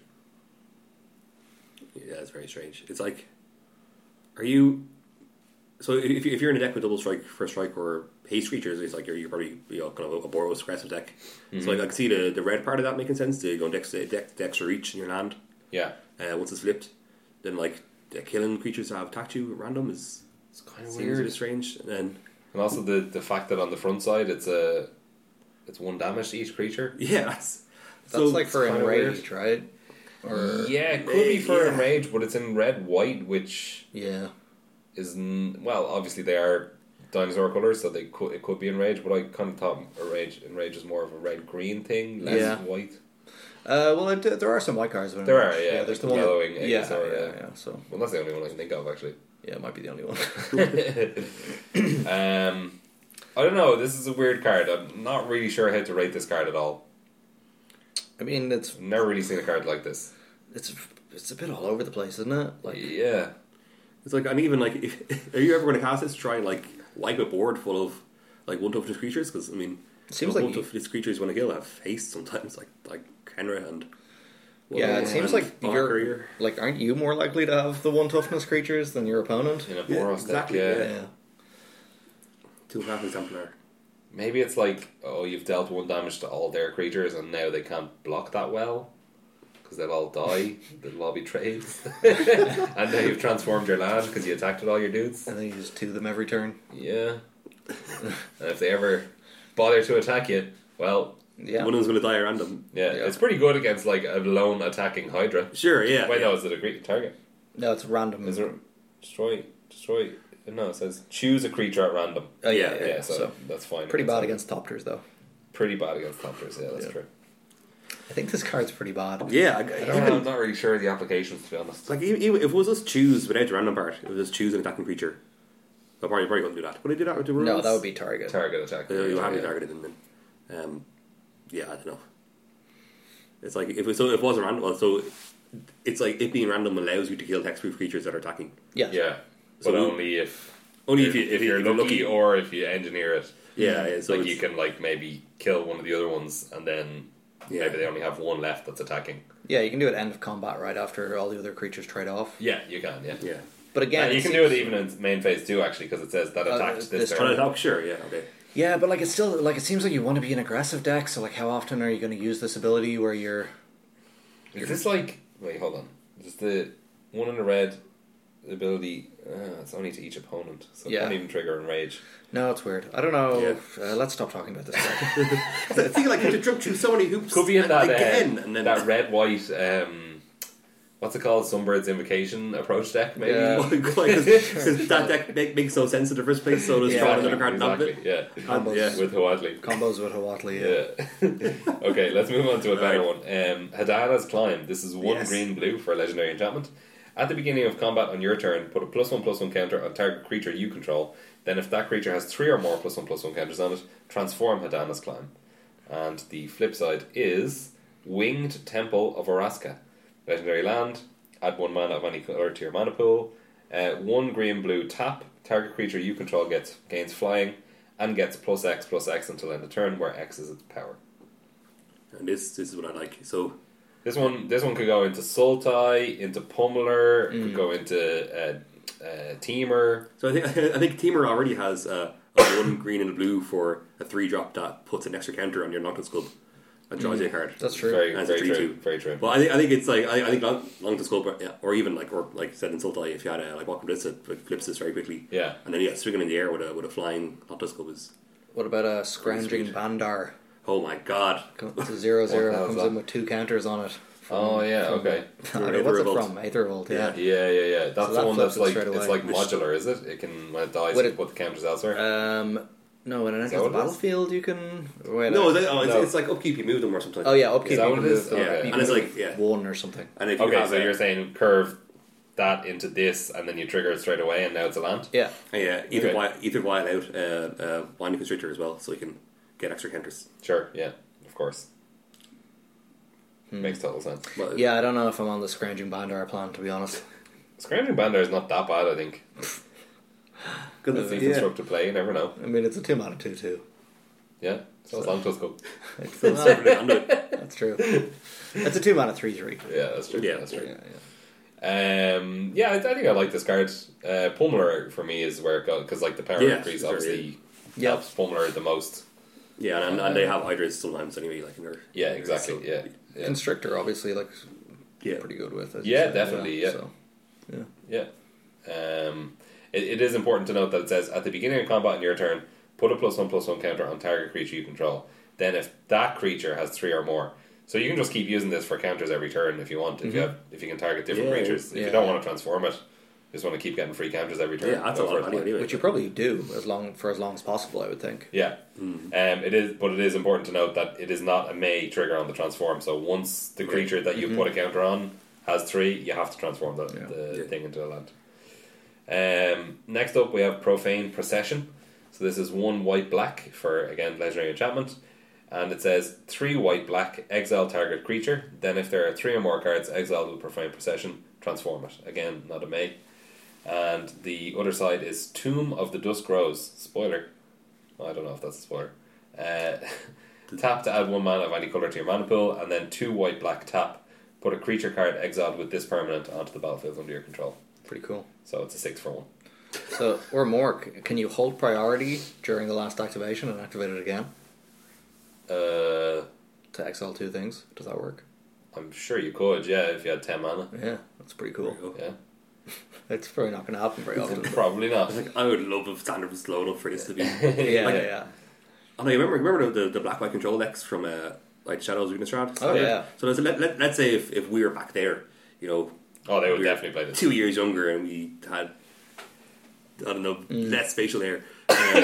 [SPEAKER 3] Yeah, it's very strange. It's like, are you? So if, you- if you're in a deck with double strike, first strike, or haste creatures, it's like you're, you're probably you know kind of a, a Boros aggressive deck. So like I can see the, the red part of that making sense. To go dex deck dex or reach in your land.
[SPEAKER 1] Yeah,
[SPEAKER 3] Uh, once it's flipped, then like the killing creatures that have attacked you at random is
[SPEAKER 1] it's kind of
[SPEAKER 3] seems a
[SPEAKER 1] weird.
[SPEAKER 3] bit strange. And then [laughs]
[SPEAKER 1] And also the the fact that on the front side it's a it's one damage to each creature.
[SPEAKER 3] yeah, that's,
[SPEAKER 2] That's like for
[SPEAKER 1] kinda
[SPEAKER 2] Enraged, right? Or
[SPEAKER 1] Yeah, it could be for
[SPEAKER 3] Yeah.
[SPEAKER 1] enrage, but it's in red white, which
[SPEAKER 2] yeah.
[SPEAKER 1] is n- well, obviously they are dinosaur colors, so they could it could be enrage. But I kind of thought enrage enrage is more of a red green thing, less
[SPEAKER 2] Yeah.
[SPEAKER 1] white.
[SPEAKER 2] Uh, well, it, there are some white cards. with
[SPEAKER 1] There
[SPEAKER 2] Enraged.
[SPEAKER 1] are, yeah,
[SPEAKER 2] there's
[SPEAKER 1] like
[SPEAKER 2] the one. that-
[SPEAKER 1] yellowing,
[SPEAKER 2] yeah, yeah,
[SPEAKER 1] Aegis, or,
[SPEAKER 2] yeah,
[SPEAKER 1] yeah.
[SPEAKER 2] So
[SPEAKER 1] Well, that's the only one I can think of
[SPEAKER 2] [laughs]
[SPEAKER 1] actually. [laughs]
[SPEAKER 2] yeah, it might be the only one. [laughs]
[SPEAKER 1] um, I don't know. This is a weird card. I'm not really sure how to rate this card at all.
[SPEAKER 2] I mean, it's
[SPEAKER 1] I've never really seen a card like this.
[SPEAKER 2] it's it's a bit all over the place, isn't it? Like
[SPEAKER 1] Yeah,
[SPEAKER 3] It's like and even like, if, [laughs] are you ever going to cast this? to Try and like wipe a board full of like one toughness creatures because I mean,
[SPEAKER 2] Seems
[SPEAKER 3] the
[SPEAKER 2] like
[SPEAKER 3] one
[SPEAKER 2] you-
[SPEAKER 3] toughness creatures when I kill have haste sometimes, [laughs] like like Kenra and
[SPEAKER 2] Yeah, it
[SPEAKER 3] and
[SPEAKER 2] seems like
[SPEAKER 3] Barker
[SPEAKER 2] you're
[SPEAKER 3] here.
[SPEAKER 2] like aren't you more likely to have the one toughness creatures than your opponent?
[SPEAKER 1] in a Boros
[SPEAKER 3] Yeah,
[SPEAKER 1] deck,
[SPEAKER 3] exactly,
[SPEAKER 1] yeah.
[SPEAKER 3] yeah.
[SPEAKER 2] Yeah.
[SPEAKER 3] two and a half exemplar.
[SPEAKER 1] Maybe it's like, oh, you've dealt one damage to all their creatures, and now they can't block that well because they'll all
[SPEAKER 2] [laughs]
[SPEAKER 1] die. they'll all be trails, [laughs] and now you've transformed your land because you attacked with all your dudes.
[SPEAKER 2] And then you just two them every turn.
[SPEAKER 1] Yeah, and if they ever bother to attack you, well,
[SPEAKER 2] Yeah.
[SPEAKER 3] One of them's going to die at random.
[SPEAKER 1] yeah,
[SPEAKER 2] Yeah.
[SPEAKER 1] it's pretty good against like a lone attacking Hydra.
[SPEAKER 3] Sure, yeah.
[SPEAKER 1] Wait,
[SPEAKER 3] yeah.
[SPEAKER 1] no, is it a great target?
[SPEAKER 2] No, it's random.
[SPEAKER 1] Is it destroy? Destroy? No, it says choose a creature at random.
[SPEAKER 2] Oh, yeah,
[SPEAKER 3] Yeah,
[SPEAKER 2] yeah,
[SPEAKER 1] Yeah, so,
[SPEAKER 2] So,
[SPEAKER 1] that's fine.
[SPEAKER 2] pretty bad against Topters though.
[SPEAKER 1] pretty bad against Thopters. Yeah, that's
[SPEAKER 2] Yeah.
[SPEAKER 1] true.
[SPEAKER 2] I think this card's pretty bad.
[SPEAKER 3] Yeah, I-
[SPEAKER 1] I don't
[SPEAKER 3] even
[SPEAKER 1] know, I'm not really sure of the applications to be honest.
[SPEAKER 3] it's like even, even if it was just choose without the random part, if it was just choose an attacking creature, I probably probably couldn't do that. Would I do that with the rules?
[SPEAKER 2] No, that would be target.
[SPEAKER 1] target attack.
[SPEAKER 3] Uh, you have me
[SPEAKER 1] Yeah.
[SPEAKER 3] targeted and then, um, yeah, I don't know. It's like if it, so if it was a random, well, so it's like it being random allows you to kill text-proof creatures that are attacking.
[SPEAKER 2] yeah.
[SPEAKER 1] Yeah,
[SPEAKER 3] So
[SPEAKER 1] but
[SPEAKER 3] we-
[SPEAKER 1] only if
[SPEAKER 3] Only
[SPEAKER 1] if, you, if you're lucky, or if you engineer it.
[SPEAKER 3] Yeah, yeah, so
[SPEAKER 1] like you
[SPEAKER 3] it's-
[SPEAKER 1] can like maybe kill one of the other ones, and then
[SPEAKER 3] Yeah.
[SPEAKER 1] maybe they only have one left that's attacking.
[SPEAKER 2] Yeah, you can do it end of combat right after all the other creatures trade off.
[SPEAKER 1] Yeah, you can. Yeah,
[SPEAKER 3] yeah.
[SPEAKER 2] But again,
[SPEAKER 1] and you
[SPEAKER 2] it
[SPEAKER 1] can do
[SPEAKER 2] seems-
[SPEAKER 1] it even in main phase two actually, because it says that
[SPEAKER 2] Uh,
[SPEAKER 1] attacked Oh, this,
[SPEAKER 2] this
[SPEAKER 1] turn.
[SPEAKER 3] Trying to attack, oh, sure, yeah, okay.
[SPEAKER 2] Yeah, but like it's still like it seems like you want to be an aggressive deck. So like, how often are you going to use this ability where you're
[SPEAKER 1] Is this like wait, hold on? Is the one in the red? ability. Uh, it's only to each opponent, so it
[SPEAKER 2] Yeah.
[SPEAKER 1] can't even trigger enrage.
[SPEAKER 2] No, it's weird. I don't know.
[SPEAKER 3] Yeah.
[SPEAKER 2] Uh, let's stop talking about this.
[SPEAKER 3] I feel like I have to jump through so many hoops
[SPEAKER 1] Could be in that uh,
[SPEAKER 3] again, and then [laughs]
[SPEAKER 1] that red white. Um, what's it called? Sunbird's invocation approach deck, maybe.
[SPEAKER 2] Yeah.
[SPEAKER 3] Well, because that deck make, makes no sense in the first place, so just
[SPEAKER 2] Yeah,
[SPEAKER 3] draw
[SPEAKER 1] Exactly,
[SPEAKER 3] another card on top of it.
[SPEAKER 1] exactly, yeah.
[SPEAKER 3] And,
[SPEAKER 2] Combos.
[SPEAKER 3] yeah.
[SPEAKER 1] With Hawadli.
[SPEAKER 2] Combos with Hawatli. Yeah.
[SPEAKER 1] Yeah. [laughs] okay, let's move on to a better
[SPEAKER 3] Right.
[SPEAKER 1] one. Um, Hadana's Climb. This is one
[SPEAKER 3] Yes.
[SPEAKER 1] green blue for a legendary enchantment. At the beginning of combat on your turn, put a plus one plus one counter on target creature you control. Then, if that creature has three or more plus one plus one counters on it, transform Hadana's Climb. And the flip side is Winged Temple of Oraska. Legendary land. Add one mana of any color to your mana pool. Uh, one green blue tap. Target creature you control gets gains flying and gets plus X plus X until end of turn, where X is its power.
[SPEAKER 3] And this this is what I like. So
[SPEAKER 1] This one, this one could go into Sultai, into Pummeler, it
[SPEAKER 2] Mm.
[SPEAKER 1] could go into uh, uh, Teamer.
[SPEAKER 3] so I think [laughs] I think Teamer already has uh, a one [coughs] green and a blue for a three drop that puts an extra counter on your Noctis Club and draws you a card.
[SPEAKER 2] That's true.
[SPEAKER 1] Very,
[SPEAKER 3] That's
[SPEAKER 1] very
[SPEAKER 3] a 3-2.
[SPEAKER 1] true, very true.
[SPEAKER 3] Well, I think I think it's like I, I think long, long to scope, or, yeah, or even like or like said in Sultai, if you had a like welcome to this, it it flips this very quickly,
[SPEAKER 1] Yeah,
[SPEAKER 3] and then yeah, swinging in the air with a with a flying Noctis Club is
[SPEAKER 2] What about a
[SPEAKER 1] [laughs]
[SPEAKER 2] scrounging
[SPEAKER 3] Sweet.
[SPEAKER 2] bandar?
[SPEAKER 3] oh my god.
[SPEAKER 2] Comes to zero
[SPEAKER 1] What
[SPEAKER 2] zero.
[SPEAKER 1] the hell's
[SPEAKER 2] comes
[SPEAKER 1] that?
[SPEAKER 2] in with two counters on it.
[SPEAKER 1] Oh, yeah,
[SPEAKER 2] from-
[SPEAKER 1] okay.
[SPEAKER 2] [laughs] I don't know,
[SPEAKER 3] Aether
[SPEAKER 2] what's it
[SPEAKER 3] Revolt.
[SPEAKER 2] from? Aether Revolt, yeah.
[SPEAKER 3] Yeah.
[SPEAKER 1] yeah, yeah, yeah. That's
[SPEAKER 2] that
[SPEAKER 1] the one
[SPEAKER 2] flips
[SPEAKER 1] that's
[SPEAKER 2] it
[SPEAKER 1] like
[SPEAKER 2] straight
[SPEAKER 1] it's
[SPEAKER 2] away.
[SPEAKER 1] like
[SPEAKER 3] Which-
[SPEAKER 1] modular, is it? It can when it dies,
[SPEAKER 2] Would
[SPEAKER 1] you can
[SPEAKER 2] it-
[SPEAKER 1] put the counters elsewhere.
[SPEAKER 2] Um, no, when it enters
[SPEAKER 1] what
[SPEAKER 2] the
[SPEAKER 1] it is?
[SPEAKER 2] battlefield, you can. Wait,
[SPEAKER 3] No,
[SPEAKER 2] uh,
[SPEAKER 3] it's, oh, it's,
[SPEAKER 1] No.
[SPEAKER 3] it's like upkeep. You move them or something.
[SPEAKER 2] oh yeah, upkeep.
[SPEAKER 1] Is that
[SPEAKER 2] you
[SPEAKER 1] what
[SPEAKER 2] can
[SPEAKER 1] it is?
[SPEAKER 2] move,
[SPEAKER 1] Okay.
[SPEAKER 2] you can
[SPEAKER 3] And it's
[SPEAKER 2] move
[SPEAKER 3] like, yeah.
[SPEAKER 2] one or something.
[SPEAKER 3] And if you
[SPEAKER 1] okay,
[SPEAKER 3] have
[SPEAKER 1] so
[SPEAKER 3] a-
[SPEAKER 1] you're saying curve that into this, and then you trigger it straight away, and now it's a land.
[SPEAKER 2] Yeah,
[SPEAKER 3] yeah, either
[SPEAKER 1] Okay.
[SPEAKER 3] while either while out, uh, uh, winding constrictor as well, so you can get extra counters.
[SPEAKER 1] Sure, yeah, of course.
[SPEAKER 2] Hmm.
[SPEAKER 1] Makes total sense.
[SPEAKER 3] Well,
[SPEAKER 2] yeah. I don't know if I'm on the scrounging bandar plan to be honest.
[SPEAKER 1] Scrounging Bandar is not that bad, I think.
[SPEAKER 3] good
[SPEAKER 1] It's
[SPEAKER 3] luck.
[SPEAKER 1] a
[SPEAKER 2] yeah.
[SPEAKER 1] constructive play, you never know.
[SPEAKER 2] I mean, it's a two mana two
[SPEAKER 1] [laughs]
[SPEAKER 2] two.
[SPEAKER 1] Yeah, so it's long to go.
[SPEAKER 2] It's,
[SPEAKER 3] I'm not-
[SPEAKER 2] that's true. It's a two mana three three.
[SPEAKER 1] Yeah, that's true.
[SPEAKER 3] Yeah.
[SPEAKER 1] that's
[SPEAKER 2] Yeah,
[SPEAKER 1] true.
[SPEAKER 2] yeah.
[SPEAKER 1] Um, yeah, I, I think I like this card. Uh, Pummeler for me is where it goes because like the power
[SPEAKER 3] Yeah,
[SPEAKER 1] increase
[SPEAKER 3] sure,
[SPEAKER 1] obviously
[SPEAKER 2] yeah.
[SPEAKER 1] helps Pummeler the most.
[SPEAKER 3] yeah, and, and they have hydras sometimes anyway, like in their
[SPEAKER 1] Yeah, exactly.
[SPEAKER 3] so-
[SPEAKER 1] yeah, yeah,
[SPEAKER 2] Constrictor obviously looks
[SPEAKER 3] yeah.
[SPEAKER 2] pretty good with it.
[SPEAKER 1] Yeah, definitely, yeah.
[SPEAKER 2] So.
[SPEAKER 1] yeah. Um, it, it is important to note that it says at the beginning of combat on your turn, put a plus one plus one counter on target creature you control. Then if that creature has three or more, so you can just keep using this for counters every turn if you want. If you have, if you can target different
[SPEAKER 3] Mm-hmm. Yeah,
[SPEAKER 1] creatures, if
[SPEAKER 2] yeah.
[SPEAKER 1] you don't want to transform it, just want to keep getting free counters every turn.
[SPEAKER 3] Yeah, that's a
[SPEAKER 1] go
[SPEAKER 3] lot
[SPEAKER 1] for
[SPEAKER 3] of
[SPEAKER 1] it.
[SPEAKER 3] money anyway.
[SPEAKER 2] Which you probably do as long for as long as possible. I would think.
[SPEAKER 1] Yeah, um, it is, but it is important to note that it is not a May trigger on the transform. So once the creature that you put a counter on has three, you have to transform the,
[SPEAKER 2] Yeah.
[SPEAKER 1] the
[SPEAKER 3] Yeah.
[SPEAKER 1] thing into a land. Um, next up, we have Profane Procession. So this is one white black for again legendary enchantment, and it says three white black exile target creature. Then if there are three or more cards exiled with Profane Procession, transform it. Again, not a May. And the other side is Tomb of the Dusk Rose. Spoiler. I don't know if that's a spoiler. Uh, [laughs] tap to add one mana of any color to your mana pool, and then two white black tap. Put a creature card exiled with this permanent onto the battlefield under your control.
[SPEAKER 2] Pretty cool.
[SPEAKER 1] So it's a six for one.
[SPEAKER 2] So or more. c- Can you hold priority during the last activation and activate it again
[SPEAKER 1] Uh,
[SPEAKER 2] to exile two things? Does that work?
[SPEAKER 1] I'm sure you could, yeah, if you had ten mana.
[SPEAKER 2] Yeah, that's pretty cool.
[SPEAKER 3] [laughs]
[SPEAKER 1] Yeah,
[SPEAKER 2] It's probably not going to happen very often. but-
[SPEAKER 1] [laughs] probably not.
[SPEAKER 3] Like, I would love if standard was slow enough for this
[SPEAKER 1] [laughs]
[SPEAKER 3] to be.
[SPEAKER 2] yeah, yeah,
[SPEAKER 1] Like-
[SPEAKER 2] yeah.
[SPEAKER 3] Oh no, you remember remember the, the, the black white control decks from uh, like Shadows of Innistrad?
[SPEAKER 2] Oh, yeah.
[SPEAKER 3] So let's let, let, let's say if, if we were back there, you know,
[SPEAKER 1] Oh, they would
[SPEAKER 3] Weird.
[SPEAKER 1] definitely play this.
[SPEAKER 3] two years younger and we had I don't know
[SPEAKER 1] Mm.
[SPEAKER 3] less facial hair.
[SPEAKER 1] [laughs]
[SPEAKER 3] Um,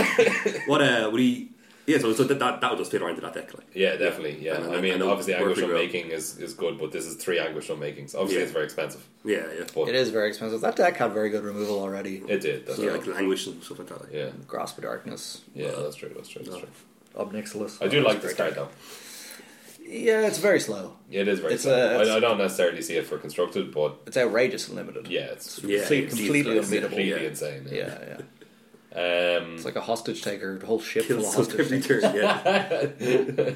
[SPEAKER 3] what uh, would he? Yeah, so, so that, that that would just fit right into that deck. Like,
[SPEAKER 1] Yeah, definitely. Yeah,
[SPEAKER 3] And- and-
[SPEAKER 1] I mean,
[SPEAKER 3] and
[SPEAKER 1] obviously,
[SPEAKER 3] it'll work
[SPEAKER 1] anguish
[SPEAKER 3] really
[SPEAKER 1] on
[SPEAKER 3] well.
[SPEAKER 1] making is, is good, but this is three anguish on makings. Obviously,
[SPEAKER 3] Yeah.
[SPEAKER 1] it's very expensive.
[SPEAKER 3] yeah, yeah,
[SPEAKER 1] But
[SPEAKER 2] It
[SPEAKER 1] it,
[SPEAKER 2] is very expensive. That deck had very good removal already.
[SPEAKER 1] did. That's
[SPEAKER 3] So, yeah,
[SPEAKER 1] right.
[SPEAKER 3] like languish and stuff like that. Like.
[SPEAKER 1] yeah,
[SPEAKER 2] Grasp of Darkness,
[SPEAKER 1] yeah, that's true. That's true. That's
[SPEAKER 3] No.
[SPEAKER 1] true.
[SPEAKER 2] Obnixilus.
[SPEAKER 1] I do like this card though.
[SPEAKER 2] Yeah, it's very slow.
[SPEAKER 1] It is very.
[SPEAKER 2] It's,
[SPEAKER 1] simple.
[SPEAKER 2] uh,
[SPEAKER 1] I,
[SPEAKER 2] it's-
[SPEAKER 1] I don't necessarily see it for constructed, but
[SPEAKER 2] It's outrageously limited.
[SPEAKER 1] yeah, it's
[SPEAKER 3] Yeah,
[SPEAKER 2] Complete-
[SPEAKER 3] it's-
[SPEAKER 2] completely
[SPEAKER 3] it's-
[SPEAKER 2] unbeatable.
[SPEAKER 1] completely
[SPEAKER 3] Yeah.
[SPEAKER 1] insane.
[SPEAKER 2] Yeah, yeah.
[SPEAKER 1] Um,
[SPEAKER 2] It's like a hostage taker, the whole ship full of
[SPEAKER 3] Kills us
[SPEAKER 1] [laughs]
[SPEAKER 2] hostage [laughs]
[SPEAKER 3] every
[SPEAKER 2] takers.
[SPEAKER 3] turn. Yeah,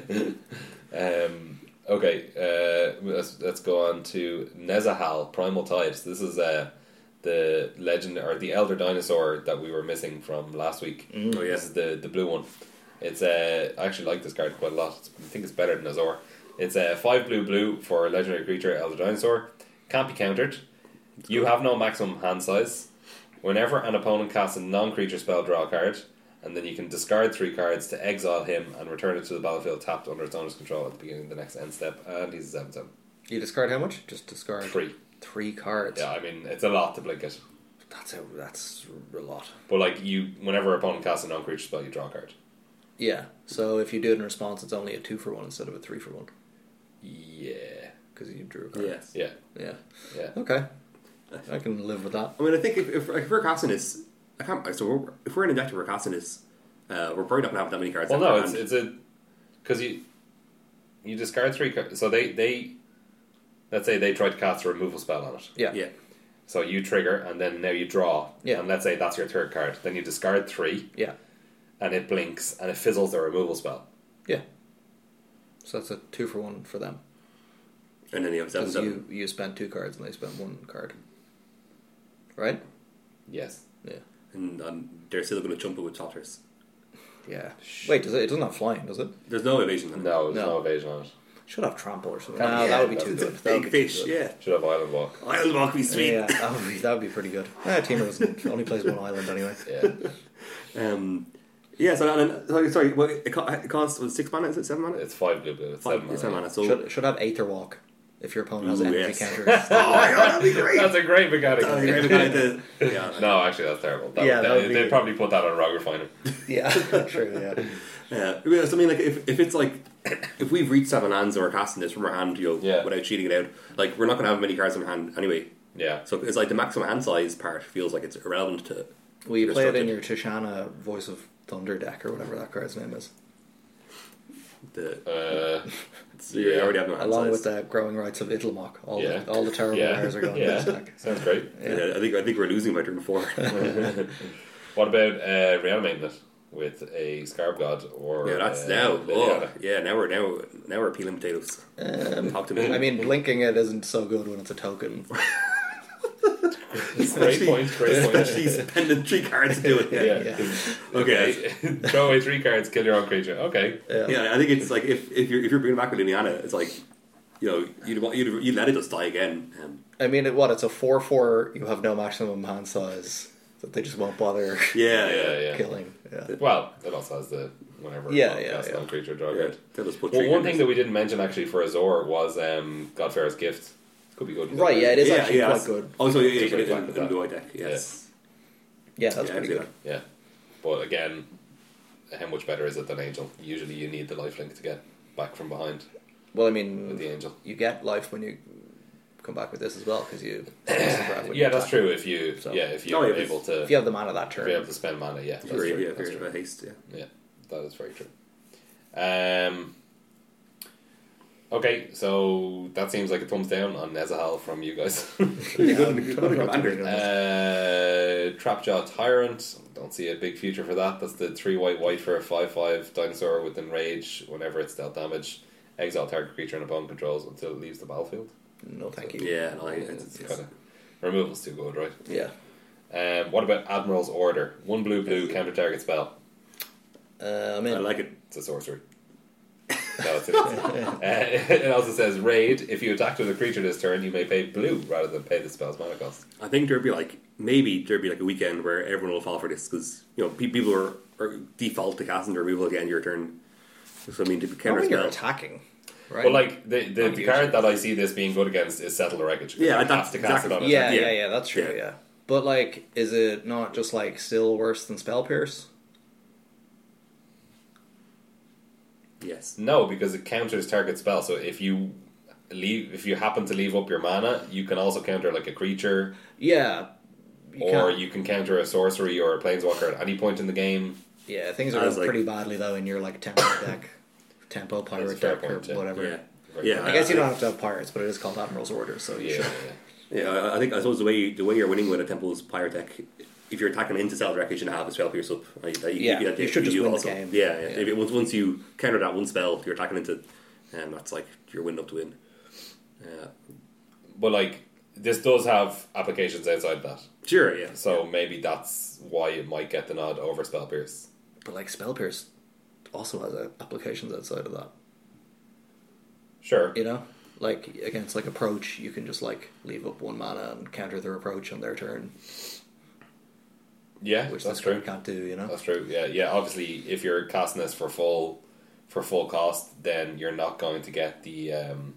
[SPEAKER 1] um, okay, uh, let's, let's go on to Nezahal, Primal Tides. This is uh, the legend or the elder dinosaur that we were missing from last week.
[SPEAKER 3] Oh, yeah.
[SPEAKER 1] This is the, the blue one. It's uh, I actually like this card quite a lot. It's, I think it's better than Azor. It's a uh, five blue blue for a legendary creature, elder dinosaur. Can't be countered. You have no maximum hand size. Whenever an opponent casts a non creature spell, draw a card, and then you can discard three cards to exile him and return it to the battlefield tapped under its owner's control at the beginning of the next end step. And he's a 7 7.
[SPEAKER 2] You discard how much? Just discard
[SPEAKER 1] Three.
[SPEAKER 2] Three cards.
[SPEAKER 1] Yeah, I mean, it's a lot to blink it.
[SPEAKER 2] That's a that's a lot.
[SPEAKER 1] But, like, you, whenever an opponent casts a non creature spell, you draw a card.
[SPEAKER 2] Yeah. So if you do it in response, it's only a two for one instead of a three for one
[SPEAKER 1] Yeah.
[SPEAKER 2] because you drew a card.
[SPEAKER 3] Yeah.
[SPEAKER 1] Yeah.
[SPEAKER 2] Yeah.
[SPEAKER 1] Yeah.
[SPEAKER 2] Okay. I can live with that.
[SPEAKER 3] I mean, I think if, if, if we're casting this, I can't. So we're, if we're in a deck that we're casting this, uh, we're probably not gonna have that many cards.
[SPEAKER 1] Well,
[SPEAKER 3] left
[SPEAKER 1] no,
[SPEAKER 3] in our
[SPEAKER 1] it's,
[SPEAKER 3] hand.
[SPEAKER 1] it's a because you you discard three cards. So they they let's say they try to cast a removal spell on it.
[SPEAKER 2] Yeah.
[SPEAKER 3] yeah.
[SPEAKER 1] So you trigger and then now you draw.
[SPEAKER 2] Yeah.
[SPEAKER 1] And let's say that's your third card. Then you discard three
[SPEAKER 2] Yeah.
[SPEAKER 1] and it blinks and it fizzles the removal spell.
[SPEAKER 2] Yeah. So that's a two for one for them
[SPEAKER 3] And then you have seven
[SPEAKER 2] because
[SPEAKER 3] seven.
[SPEAKER 2] you you spent two cards and they spent one card. Right.
[SPEAKER 1] Yes.
[SPEAKER 2] Yeah.
[SPEAKER 3] and um, they're still going to jump it with choppers.
[SPEAKER 2] Yeah. Wait, does it? It doesn't have flying, does it?
[SPEAKER 3] There's no evasion. in it.
[SPEAKER 1] No, there's
[SPEAKER 2] No.
[SPEAKER 1] no, evasion on it.
[SPEAKER 2] Should have trample or something.
[SPEAKER 1] That-
[SPEAKER 2] No,
[SPEAKER 1] yeah,
[SPEAKER 2] that would be
[SPEAKER 1] that's-
[SPEAKER 2] too
[SPEAKER 3] it's a
[SPEAKER 2] good. That would
[SPEAKER 3] big
[SPEAKER 2] be too
[SPEAKER 3] fish.
[SPEAKER 2] good.
[SPEAKER 3] Yeah,
[SPEAKER 1] Should have island walk.
[SPEAKER 3] Isle walk be sweet.
[SPEAKER 2] Yeah, that would be that would be pretty good. Yeah, Timo doesn't only plays one island anyway.
[SPEAKER 1] Yeah.
[SPEAKER 3] Um, yeah. So and then, sorry, sorry. Well, it, co- it costs was six mana. Is it seven mana?
[SPEAKER 1] it's five blue blue. It's
[SPEAKER 3] Five-
[SPEAKER 1] seven.
[SPEAKER 3] it's
[SPEAKER 1] mana.
[SPEAKER 3] mana. So
[SPEAKER 2] Should should have Aether Walk if your opponent has
[SPEAKER 3] Ooh,
[SPEAKER 2] energy
[SPEAKER 3] yes.
[SPEAKER 2] counters.
[SPEAKER 3] oh my god, that'd be great.
[SPEAKER 1] [laughs] [laughs] That's a great mechanic.
[SPEAKER 3] That'd be great if I had
[SPEAKER 1] [laughs]
[SPEAKER 3] to- yeah.
[SPEAKER 1] No, actually, that's terrible. That
[SPEAKER 2] Yeah,
[SPEAKER 1] would-
[SPEAKER 2] that
[SPEAKER 1] they,
[SPEAKER 2] would be-
[SPEAKER 1] they'd probably put that on Roger Finer.
[SPEAKER 2] yeah, [laughs] true. Yeah,
[SPEAKER 3] Yeah, I mean, so I mean, like if, if it's like if we've reached seven hands and we're casting this from our hand, you know,
[SPEAKER 1] Yeah.
[SPEAKER 3] without cheating it out, like we're not gonna have many cards in our hand anyway.
[SPEAKER 1] Yeah.
[SPEAKER 3] So it's like the maximum hand size part feels like it's irrelevant to.
[SPEAKER 2] will you play it in
[SPEAKER 3] Destructive.
[SPEAKER 2] your Tishana Voice of Thunder deck or whatever that card's name is,
[SPEAKER 3] The,
[SPEAKER 1] Uh,
[SPEAKER 3] so you
[SPEAKER 1] yeah.
[SPEAKER 3] already have no hand
[SPEAKER 2] along
[SPEAKER 3] size.
[SPEAKER 2] with the Growing Rights of Itlmok. All
[SPEAKER 1] Yeah.
[SPEAKER 2] the all the terrible
[SPEAKER 1] Yeah.
[SPEAKER 2] errors are going
[SPEAKER 1] Yeah.
[SPEAKER 2] in this deck.
[SPEAKER 1] sounds great.
[SPEAKER 3] Yeah, I think I think we're losing by
[SPEAKER 2] [laughs]
[SPEAKER 3] turn four.
[SPEAKER 1] What about uh, reanimating it with a Scarab God or
[SPEAKER 3] Yeah, that's
[SPEAKER 1] uh,
[SPEAKER 3] now. Oh, [laughs]
[SPEAKER 1] Liliana?
[SPEAKER 3] yeah, now we're now now we're peeling potatoes. Talk to me.
[SPEAKER 2] Um, I mean, blinking it isn't so good when it's a token.
[SPEAKER 1] Great point. Great point.
[SPEAKER 3] especially spending three cards to do it.
[SPEAKER 1] Yeah.
[SPEAKER 2] Yeah.
[SPEAKER 3] Okay.
[SPEAKER 1] [laughs] Throw away three cards, kill your own creature. Okay.
[SPEAKER 2] Yeah.
[SPEAKER 3] Yeah, I think it's like if, if you're if you're bringing back with Liliana, it's like you know you'd want you'd, you let it just die again. Um,
[SPEAKER 2] I mean, it, what? It's a four four. You have no maximum hand size that they just won't bother
[SPEAKER 3] yeah,
[SPEAKER 1] Yeah, yeah.
[SPEAKER 2] killing. Yeah.
[SPEAKER 1] Well, it also has the whenever
[SPEAKER 2] Yeah,
[SPEAKER 1] it
[SPEAKER 2] yeah,
[SPEAKER 1] casts
[SPEAKER 2] yeah.
[SPEAKER 1] non creature draw a
[SPEAKER 3] yeah.
[SPEAKER 1] card.
[SPEAKER 3] They'll just put
[SPEAKER 1] Well,
[SPEAKER 3] three
[SPEAKER 1] one
[SPEAKER 3] cards.
[SPEAKER 1] thing that we didn't mention actually for Azor was um, Godfarer's gift. Could be good.
[SPEAKER 2] Right. Yeah, it is
[SPEAKER 3] yeah,
[SPEAKER 2] actually
[SPEAKER 3] yeah,
[SPEAKER 2] quite good.
[SPEAKER 3] Also, Oh, yeah,
[SPEAKER 1] Just
[SPEAKER 3] yeah,
[SPEAKER 1] like
[SPEAKER 3] in,
[SPEAKER 1] back to
[SPEAKER 3] in, in
[SPEAKER 1] back.
[SPEAKER 3] the white deck, yes.
[SPEAKER 2] Yeah, that's
[SPEAKER 3] Yeah,
[SPEAKER 2] pretty
[SPEAKER 3] actually,
[SPEAKER 2] good.
[SPEAKER 1] Yeah. But again, how much better is it than Angel? Usually, you need the lifelink to get back from behind
[SPEAKER 2] Well, I
[SPEAKER 1] with the
[SPEAKER 2] mean,
[SPEAKER 1] Angel.
[SPEAKER 2] you get life when you come back with this as well because
[SPEAKER 3] [clears throat]
[SPEAKER 2] you. yeah,
[SPEAKER 1] Yeah, that's true. If you,
[SPEAKER 2] So-
[SPEAKER 1] yeah, if
[SPEAKER 3] Oh,
[SPEAKER 1] you're
[SPEAKER 3] yeah, if-
[SPEAKER 1] able to,
[SPEAKER 2] If you have the mana that
[SPEAKER 1] if you have
[SPEAKER 2] turn,
[SPEAKER 1] to spend mana, yeah, that's
[SPEAKER 3] If you're-
[SPEAKER 1] true,
[SPEAKER 3] yeah, if
[SPEAKER 1] that's
[SPEAKER 3] you're
[SPEAKER 1] true.
[SPEAKER 3] in haste, yeah.
[SPEAKER 1] Yeah, that is very true. Um, okay, so that seems like a thumbs down on Nezahal from you guys. [laughs]
[SPEAKER 2] I
[SPEAKER 3] Yeah, good,
[SPEAKER 2] don't
[SPEAKER 3] good,
[SPEAKER 2] know
[SPEAKER 3] good
[SPEAKER 2] what to
[SPEAKER 3] commander.
[SPEAKER 2] do.
[SPEAKER 1] uh, Trapjaw Tyrant. Don't see a big future for that. That's the three white white for a five five dinosaur with enrage. Whenever it's dealt damage, exile target creature and opponent controls until it leaves the battlefield.
[SPEAKER 2] no thank you.
[SPEAKER 3] Yeah, no,
[SPEAKER 1] Yeah,
[SPEAKER 3] it's,
[SPEAKER 1] it's
[SPEAKER 3] it's-
[SPEAKER 1] kinda- removal's too good, right?
[SPEAKER 2] Yeah.
[SPEAKER 1] Um, what about Admiral's Order? One blue blue counter target spell.
[SPEAKER 2] Uh, I
[SPEAKER 3] I
[SPEAKER 2] mean,
[SPEAKER 3] like it.
[SPEAKER 1] It's a sorcery. No, it's uh, it also says raid. If you attack with a creature this turn, you may pay blue rather than pay the spell's mana cost.
[SPEAKER 3] I think there'd be like maybe there'd be like a weekend where everyone will fall for this because you know pe- people are, are default to casting their removal at the end of your turn. So I mean, to
[SPEAKER 2] I don't
[SPEAKER 3] counter
[SPEAKER 2] think you're
[SPEAKER 3] spell.
[SPEAKER 2] attacking, right?
[SPEAKER 1] But like the the, the
[SPEAKER 2] Unusual.
[SPEAKER 1] card that I see this being good against is settle the wreckage.
[SPEAKER 3] Yeah,
[SPEAKER 1] You have
[SPEAKER 3] that's-
[SPEAKER 1] to cast it on
[SPEAKER 3] exactly.
[SPEAKER 1] a
[SPEAKER 2] yeah,
[SPEAKER 1] turn.
[SPEAKER 2] yeah,
[SPEAKER 3] yeah.
[SPEAKER 2] yeah, that's true.
[SPEAKER 3] Yeah.
[SPEAKER 2] Yeah. But like, is it not just like still worse than spell pierce?
[SPEAKER 3] Yes.
[SPEAKER 1] No, because it counters target spell. So if you leave, if you happen to leave up your mana, you can also counter like a creature,
[SPEAKER 2] Yeah. You
[SPEAKER 1] or
[SPEAKER 2] can't-
[SPEAKER 1] you can counter a sorcery or a planeswalker at any point in the game.
[SPEAKER 2] yeah, things are
[SPEAKER 3] I was
[SPEAKER 2] going
[SPEAKER 3] like-
[SPEAKER 2] pretty badly though in your like
[SPEAKER 3] [coughs]
[SPEAKER 2] tempo deck, tempo pirate
[SPEAKER 1] fair
[SPEAKER 2] deck
[SPEAKER 1] point,
[SPEAKER 2] or
[SPEAKER 1] yeah.
[SPEAKER 2] whatever.
[SPEAKER 3] Yeah. Uh, Yeah.
[SPEAKER 2] I guess you don't have to have pirates, but it is called Admiral's Order, so you
[SPEAKER 1] Yeah,
[SPEAKER 2] should.
[SPEAKER 3] Yeah, I- I think I suppose the way you, the way you're winning with a temple's pyre deck, if you're attacking into Salad Wreckage and have a spell pierce up, like, that you,
[SPEAKER 2] Yeah,
[SPEAKER 3] you, that
[SPEAKER 2] you should just
[SPEAKER 3] do
[SPEAKER 2] win the
[SPEAKER 3] also.
[SPEAKER 2] game.
[SPEAKER 3] Yeah, yeah.
[SPEAKER 2] Yeah.
[SPEAKER 3] If it, once once you counter that one spell, you're attacking into, and that's like you're winning up to win. Uh,
[SPEAKER 1] but like this does have applications outside that.
[SPEAKER 3] sure, yeah.
[SPEAKER 1] So maybe that's why it might get the nod over Spell Pierce.
[SPEAKER 2] But like spell pierce also has uh, applications outside of that.
[SPEAKER 1] Sure.
[SPEAKER 2] You know, Like against like approach, you can just like leave up one mana and counter their approach on their turn,
[SPEAKER 1] Yeah,
[SPEAKER 2] which
[SPEAKER 1] that's
[SPEAKER 2] this card
[SPEAKER 1] true.
[SPEAKER 2] can't do. You know,
[SPEAKER 1] That's true. Yeah, yeah. Obviously, if you're casting this for full for full cost, then you're not going to get the um,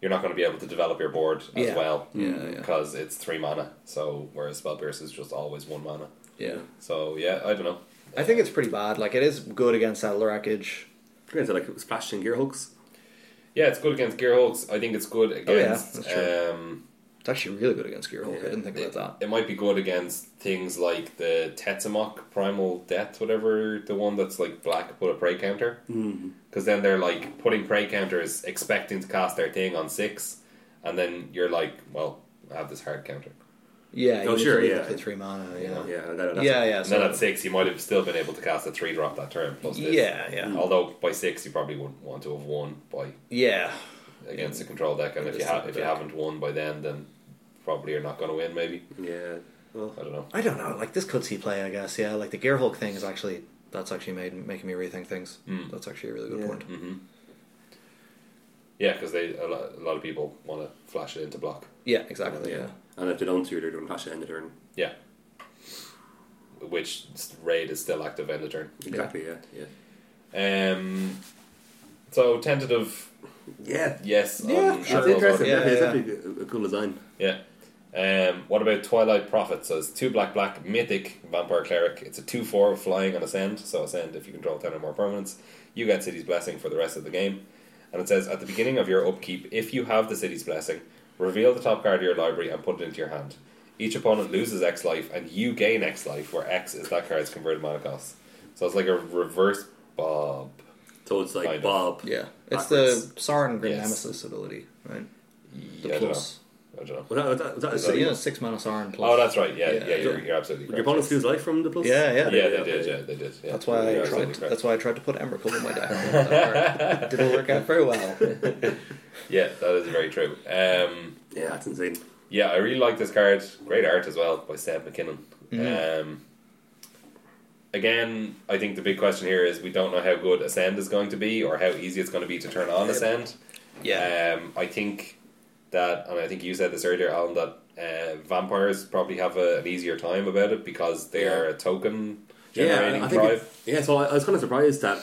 [SPEAKER 1] you're not going to be able to develop your board as
[SPEAKER 2] Yeah.
[SPEAKER 1] well.
[SPEAKER 2] Yeah, yeah.
[SPEAKER 1] Because it's three mana. So whereas spell pierce is just always one mana.
[SPEAKER 2] yeah.
[SPEAKER 1] So yeah, I don't know.
[SPEAKER 2] I think it's pretty bad. Like it is good against saddle wreckage.
[SPEAKER 3] Gonna say like splash and gear hooks.
[SPEAKER 1] Yeah, it's good against gear hulks. I think it's good
[SPEAKER 2] Oh, yeah,
[SPEAKER 1] against.
[SPEAKER 2] that's true.
[SPEAKER 1] um,
[SPEAKER 2] It's actually really good against Gear Hulk. I didn't think
[SPEAKER 1] it,
[SPEAKER 2] about that.
[SPEAKER 1] it might be good against things like the Tetsamok Primal Death, whatever the one that's like black, put a prey counter. Because then they're like putting prey counters, expecting to cast their thing on six, and then you're like, well, I have this hard counter.
[SPEAKER 2] Yeah.
[SPEAKER 3] Oh,
[SPEAKER 2] you need to
[SPEAKER 3] sure,
[SPEAKER 2] leave it
[SPEAKER 3] yeah.
[SPEAKER 2] to three mana. Yeah. Yeah.
[SPEAKER 3] Yeah, that, that's
[SPEAKER 2] Yeah. yeah
[SPEAKER 1] And then at six, you might have still been able to cast a Mm. three drop that turn. Plus this.
[SPEAKER 2] yeah. Yeah.
[SPEAKER 1] Although by six, you probably would want to have won by
[SPEAKER 2] Yeah.
[SPEAKER 1] against the control deck, and if you
[SPEAKER 2] Against
[SPEAKER 1] ha-
[SPEAKER 2] the
[SPEAKER 1] if you
[SPEAKER 2] deck.
[SPEAKER 1] haven't won by then, then probably you're not going to win. Maybe
[SPEAKER 3] Yeah. Well,
[SPEAKER 1] I don't know.
[SPEAKER 2] I don't know. Like this could see play, I guess. Yeah. Like the Gear Hulk thing is actually that's actually made making me rethink things.
[SPEAKER 1] Mm.
[SPEAKER 2] That's actually a really good
[SPEAKER 3] Yeah.
[SPEAKER 2] point.
[SPEAKER 1] Mm-hmm. Yeah, because they a lot, a lot of people want to flash it into block,
[SPEAKER 2] Yeah. Exactly.
[SPEAKER 3] yeah.
[SPEAKER 2] Yeah.
[SPEAKER 3] And if they don't do, they're doing flash at the end of turn.
[SPEAKER 1] which s- raid is still active end of turn.
[SPEAKER 3] Exactly. Yeah. Yeah.
[SPEAKER 1] Um, so tentative,
[SPEAKER 3] Yeah.
[SPEAKER 1] yes. on
[SPEAKER 2] Yeah,
[SPEAKER 1] Admiral's
[SPEAKER 2] Um, sure.
[SPEAKER 3] That's
[SPEAKER 2] Yeah,
[SPEAKER 3] interesting.
[SPEAKER 2] yeah,
[SPEAKER 3] Yeah, it's
[SPEAKER 2] yeah.
[SPEAKER 3] definitely a- a cool design.
[SPEAKER 1] Yeah. Um, what about Twilight Prophet? So it's two black black mythic vampire cleric. It's a two four flying on ascend. So ascend if you control ten or more permanents, you get city's blessing for the rest of the game. And it says at the beginning of your upkeep, if you have the city's blessing, reveal the top card of your library and put it into your hand. Each opponent loses X life and you gain X life, where X is that card's converted mana cost. So it's like a reverse Bob.
[SPEAKER 3] So it's like
[SPEAKER 1] Kind of.
[SPEAKER 3] Bob.
[SPEAKER 2] Yeah. It's
[SPEAKER 3] Backwards.
[SPEAKER 2] the Sauron Grim
[SPEAKER 1] Yes.
[SPEAKER 2] Nemesis ability, right? The
[SPEAKER 1] Yeah, I don't know.
[SPEAKER 2] plus.
[SPEAKER 1] I don't know.
[SPEAKER 3] Was that, was that, was that,
[SPEAKER 2] It's,
[SPEAKER 3] so
[SPEAKER 2] you know, six mana Sauron plus.
[SPEAKER 1] Oh, that's right. Yeah, yeah,
[SPEAKER 2] Yeah.
[SPEAKER 1] you're, you're absolutely
[SPEAKER 3] Your
[SPEAKER 1] correct.
[SPEAKER 3] opponents lose life from the plus.
[SPEAKER 2] Yeah, yeah.
[SPEAKER 1] Yeah, they did. Yeah, they did. Yeah.
[SPEAKER 2] That's why
[SPEAKER 1] You're
[SPEAKER 2] I
[SPEAKER 1] absolutely
[SPEAKER 2] tried.
[SPEAKER 1] correct.
[SPEAKER 2] that's why I tried to put Emrakul in
[SPEAKER 1] [laughs]
[SPEAKER 2] my deck. Didn't work out very well.
[SPEAKER 1] Yeah, that is very true. Um,
[SPEAKER 3] Yeah, that's insane.
[SPEAKER 1] yeah, I really like this card. Great art as well by Seb McKinnon. Um, again, I think the big question here is we don't know how good Ascend is going to be or how easy it's going to be to turn on Ascend. Um, I think that, and I think you said this earlier, Alan, that uh, vampires probably have a, an easier time about it because they
[SPEAKER 3] Yeah.
[SPEAKER 1] are a token generating
[SPEAKER 3] Yeah, I think
[SPEAKER 1] tribe.
[SPEAKER 3] it, yeah. So I, I was kind of surprised that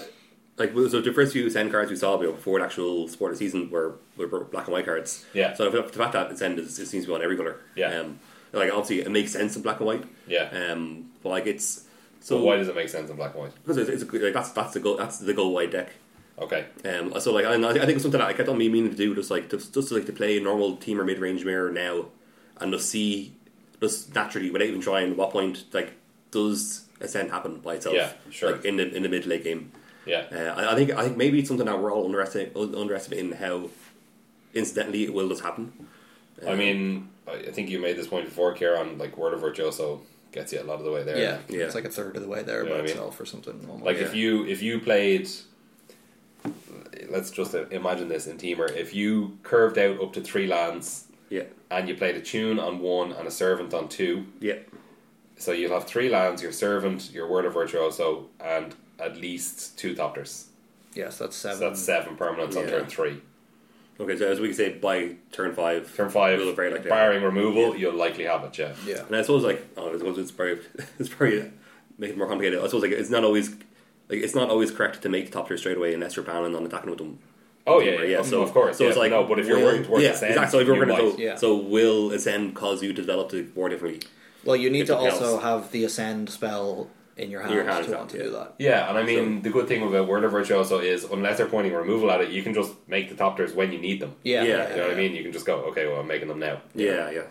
[SPEAKER 3] like so the first few Zen cards we saw you know, before the actual sport of season were, were black and white cards.
[SPEAKER 1] Yeah.
[SPEAKER 3] So the fact that Zen is, it seems to be on every color.
[SPEAKER 1] Yeah.
[SPEAKER 3] Um, like obviously it makes sense in black and white.
[SPEAKER 1] Yeah.
[SPEAKER 3] Um, but like it's so
[SPEAKER 1] so why does it make sense in black and white?
[SPEAKER 3] because it's, it's a, like that's that's the go that's the go wide deck.
[SPEAKER 1] Okay.
[SPEAKER 3] Um, so like, and I, I think it's something that I kept on me meaning to do, just like just, just like to play a normal team or mid range mirror now, and just see, just naturally without even trying, at what point like does ascent happen by itself?
[SPEAKER 1] Yeah, sure.
[SPEAKER 3] Like in the in the mid late game,
[SPEAKER 1] Yeah.
[SPEAKER 3] uh, I, I think I think maybe it's something that we're all underestimating un- underestimating how incidentally it will just happen. Um,
[SPEAKER 1] I mean, I I think you made this point before, Kieran. Like Word of Virtuoso gets you a lot of the way there.
[SPEAKER 2] yeah,
[SPEAKER 3] Yeah.
[SPEAKER 2] It's like a third of the way
[SPEAKER 1] You
[SPEAKER 2] there
[SPEAKER 1] know what
[SPEAKER 2] by
[SPEAKER 1] I mean?
[SPEAKER 2] itself or something. almost.
[SPEAKER 1] Like
[SPEAKER 3] Yeah.
[SPEAKER 1] if you if you played, let's just imagine this in Teamer. If you curved out up to three lands
[SPEAKER 3] Yeah,
[SPEAKER 1] and you played a tune on one and a servant on two,
[SPEAKER 3] yeah,
[SPEAKER 1] so you'll have three lands, your servant, your Word of Virtuoso, and at least two Thopters.
[SPEAKER 2] yes, that's
[SPEAKER 1] So
[SPEAKER 2] seven.
[SPEAKER 1] that's seven permanents on
[SPEAKER 3] Um, Yeah.
[SPEAKER 1] turn three.
[SPEAKER 3] okay. So as we can say, by turn five,
[SPEAKER 1] Turn 5
[SPEAKER 3] we'll have very likely-
[SPEAKER 1] barring removal, you'll likely have it. Yeah.
[SPEAKER 2] Yeah,
[SPEAKER 3] And I suppose like oh, it's, it's probably [laughs] it's probably make it more complicated. I suppose like it's not always like it's not always correct to make top tier straight away unless you're planning on attacking with them.
[SPEAKER 1] Oh yeah, yeah,
[SPEAKER 3] yeah.
[SPEAKER 1] of-
[SPEAKER 3] So
[SPEAKER 1] of course.
[SPEAKER 3] so
[SPEAKER 1] yeah.
[SPEAKER 3] it's like
[SPEAKER 1] no, but if you're
[SPEAKER 3] will-
[SPEAKER 1] working towards
[SPEAKER 3] yeah,
[SPEAKER 1] the same,
[SPEAKER 3] exactly. So if you're
[SPEAKER 1] you
[SPEAKER 3] going to
[SPEAKER 1] might.
[SPEAKER 3] go,
[SPEAKER 2] Yeah.
[SPEAKER 3] so will ascend cause you to develop the war differently?
[SPEAKER 2] Well, you need
[SPEAKER 1] If
[SPEAKER 2] to
[SPEAKER 1] it helps.
[SPEAKER 2] also have the ascend spell in your hand,
[SPEAKER 3] your hand,
[SPEAKER 2] to want to
[SPEAKER 3] yeah.
[SPEAKER 2] do that.
[SPEAKER 1] Yeah, and I mean the good thing about Word of Virtuoso is unless they're pointing removal at it, you can just make the top tiers when you need them.
[SPEAKER 2] Yeah,
[SPEAKER 3] Yeah,
[SPEAKER 1] You know what I mean? You can just go, okay, well I'm making them now.
[SPEAKER 3] Yeah, yeah,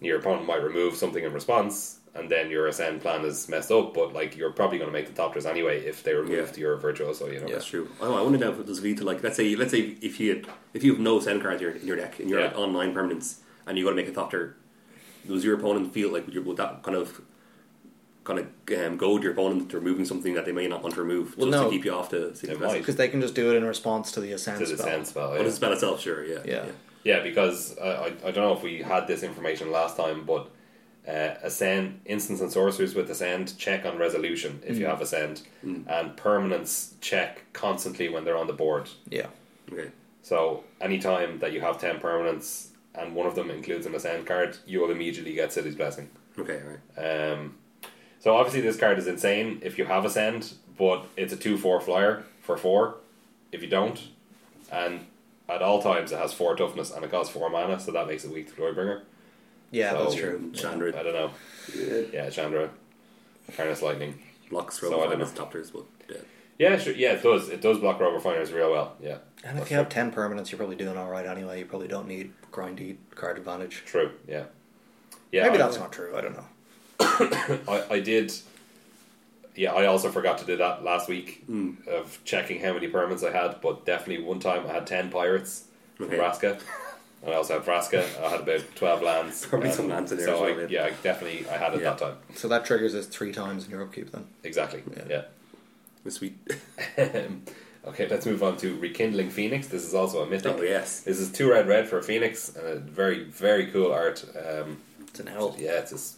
[SPEAKER 1] Your opponent might remove something in response, and then your ascend plan is messed up. But like you're probably going to make the top tiers anyway if they removed your Virtuoso. You know?
[SPEAKER 3] that's true. Oh, I, I wonder now if it does lead to like let's say let's say if you had, if you have no ascend cards in your, in your deck and you're
[SPEAKER 1] Yeah.
[SPEAKER 3] like online permanents and you got to make a top tier, does your opponent feel like you would that kind of kind of um, goad your opponent to removing something that they may not want to remove
[SPEAKER 2] Well,
[SPEAKER 3] just
[SPEAKER 2] no.
[SPEAKER 3] to keep you off the
[SPEAKER 1] They
[SPEAKER 3] secret
[SPEAKER 1] might.
[SPEAKER 3] message?
[SPEAKER 2] because they can just do it in response to the ascend
[SPEAKER 1] To the
[SPEAKER 2] spell.
[SPEAKER 1] ascend spell.
[SPEAKER 3] Oh,
[SPEAKER 1] yeah.
[SPEAKER 3] the spell itself, sure, yeah.
[SPEAKER 2] Yeah.
[SPEAKER 1] Yeah, because uh, I, I don't know if we had this information last time, but uh, ascend instants and sorcerers with ascend check on resolution if you have ascend, and permanents check constantly when they're on the board.
[SPEAKER 2] Yeah,
[SPEAKER 3] Okay.
[SPEAKER 1] So anytime that you have ten permanents and one of them includes an ascend card, you will immediately get City's Blessing.
[SPEAKER 3] Okay, all right.
[SPEAKER 1] Um, so obviously this card is insane if you have ascend, but it's a two four flyer for four. If you don't, and at all times it has four toughness and it costs four mana, so that makes it weak to Glorybringer.
[SPEAKER 2] Yeah,
[SPEAKER 1] So-
[SPEAKER 2] that's true.
[SPEAKER 3] Um, Chandra
[SPEAKER 1] I don't know. Yeah, Chandra, Harness Lightning.
[SPEAKER 3] blocks
[SPEAKER 1] So I
[SPEAKER 3] Robo
[SPEAKER 1] don't
[SPEAKER 3] Finance Adopters, but yeah.
[SPEAKER 1] Yeah, sure. Yeah, it does. It does block Rover Finders real well. Yeah,
[SPEAKER 2] And if you have ten permanents, you're probably doing all right anyway. You probably don't need grindy card advantage.
[SPEAKER 1] true. Yeah, yeah.
[SPEAKER 2] Maybe
[SPEAKER 1] I-
[SPEAKER 2] that's not true. I don't know.
[SPEAKER 1] I, I did. Yeah, I also forgot to do that last week
[SPEAKER 3] Hmm.
[SPEAKER 1] of checking how many permits I had, but definitely one time I had 10 pirates from
[SPEAKER 3] Okay. [laughs]
[SPEAKER 1] Vraska. And I also had Vraska. I had about 12 lands.
[SPEAKER 3] Probably
[SPEAKER 1] um,
[SPEAKER 3] some lands in there
[SPEAKER 1] so
[SPEAKER 3] as well,
[SPEAKER 1] I,
[SPEAKER 3] yeah.
[SPEAKER 1] yeah, I definitely I had it
[SPEAKER 3] Yeah.
[SPEAKER 1] that time.
[SPEAKER 2] So that triggers us three times in your upkeep then.
[SPEAKER 1] Exactly. Yeah. [laughs]
[SPEAKER 3] Sweet. [laughs]
[SPEAKER 1] okay, let's move on to Rekindling Phoenix. This is also a mythic.
[SPEAKER 3] Oh, yes.
[SPEAKER 1] This is two red red for a Phoenix and a very, very cool art. Um,
[SPEAKER 2] It's an hell.
[SPEAKER 1] yeah, it's this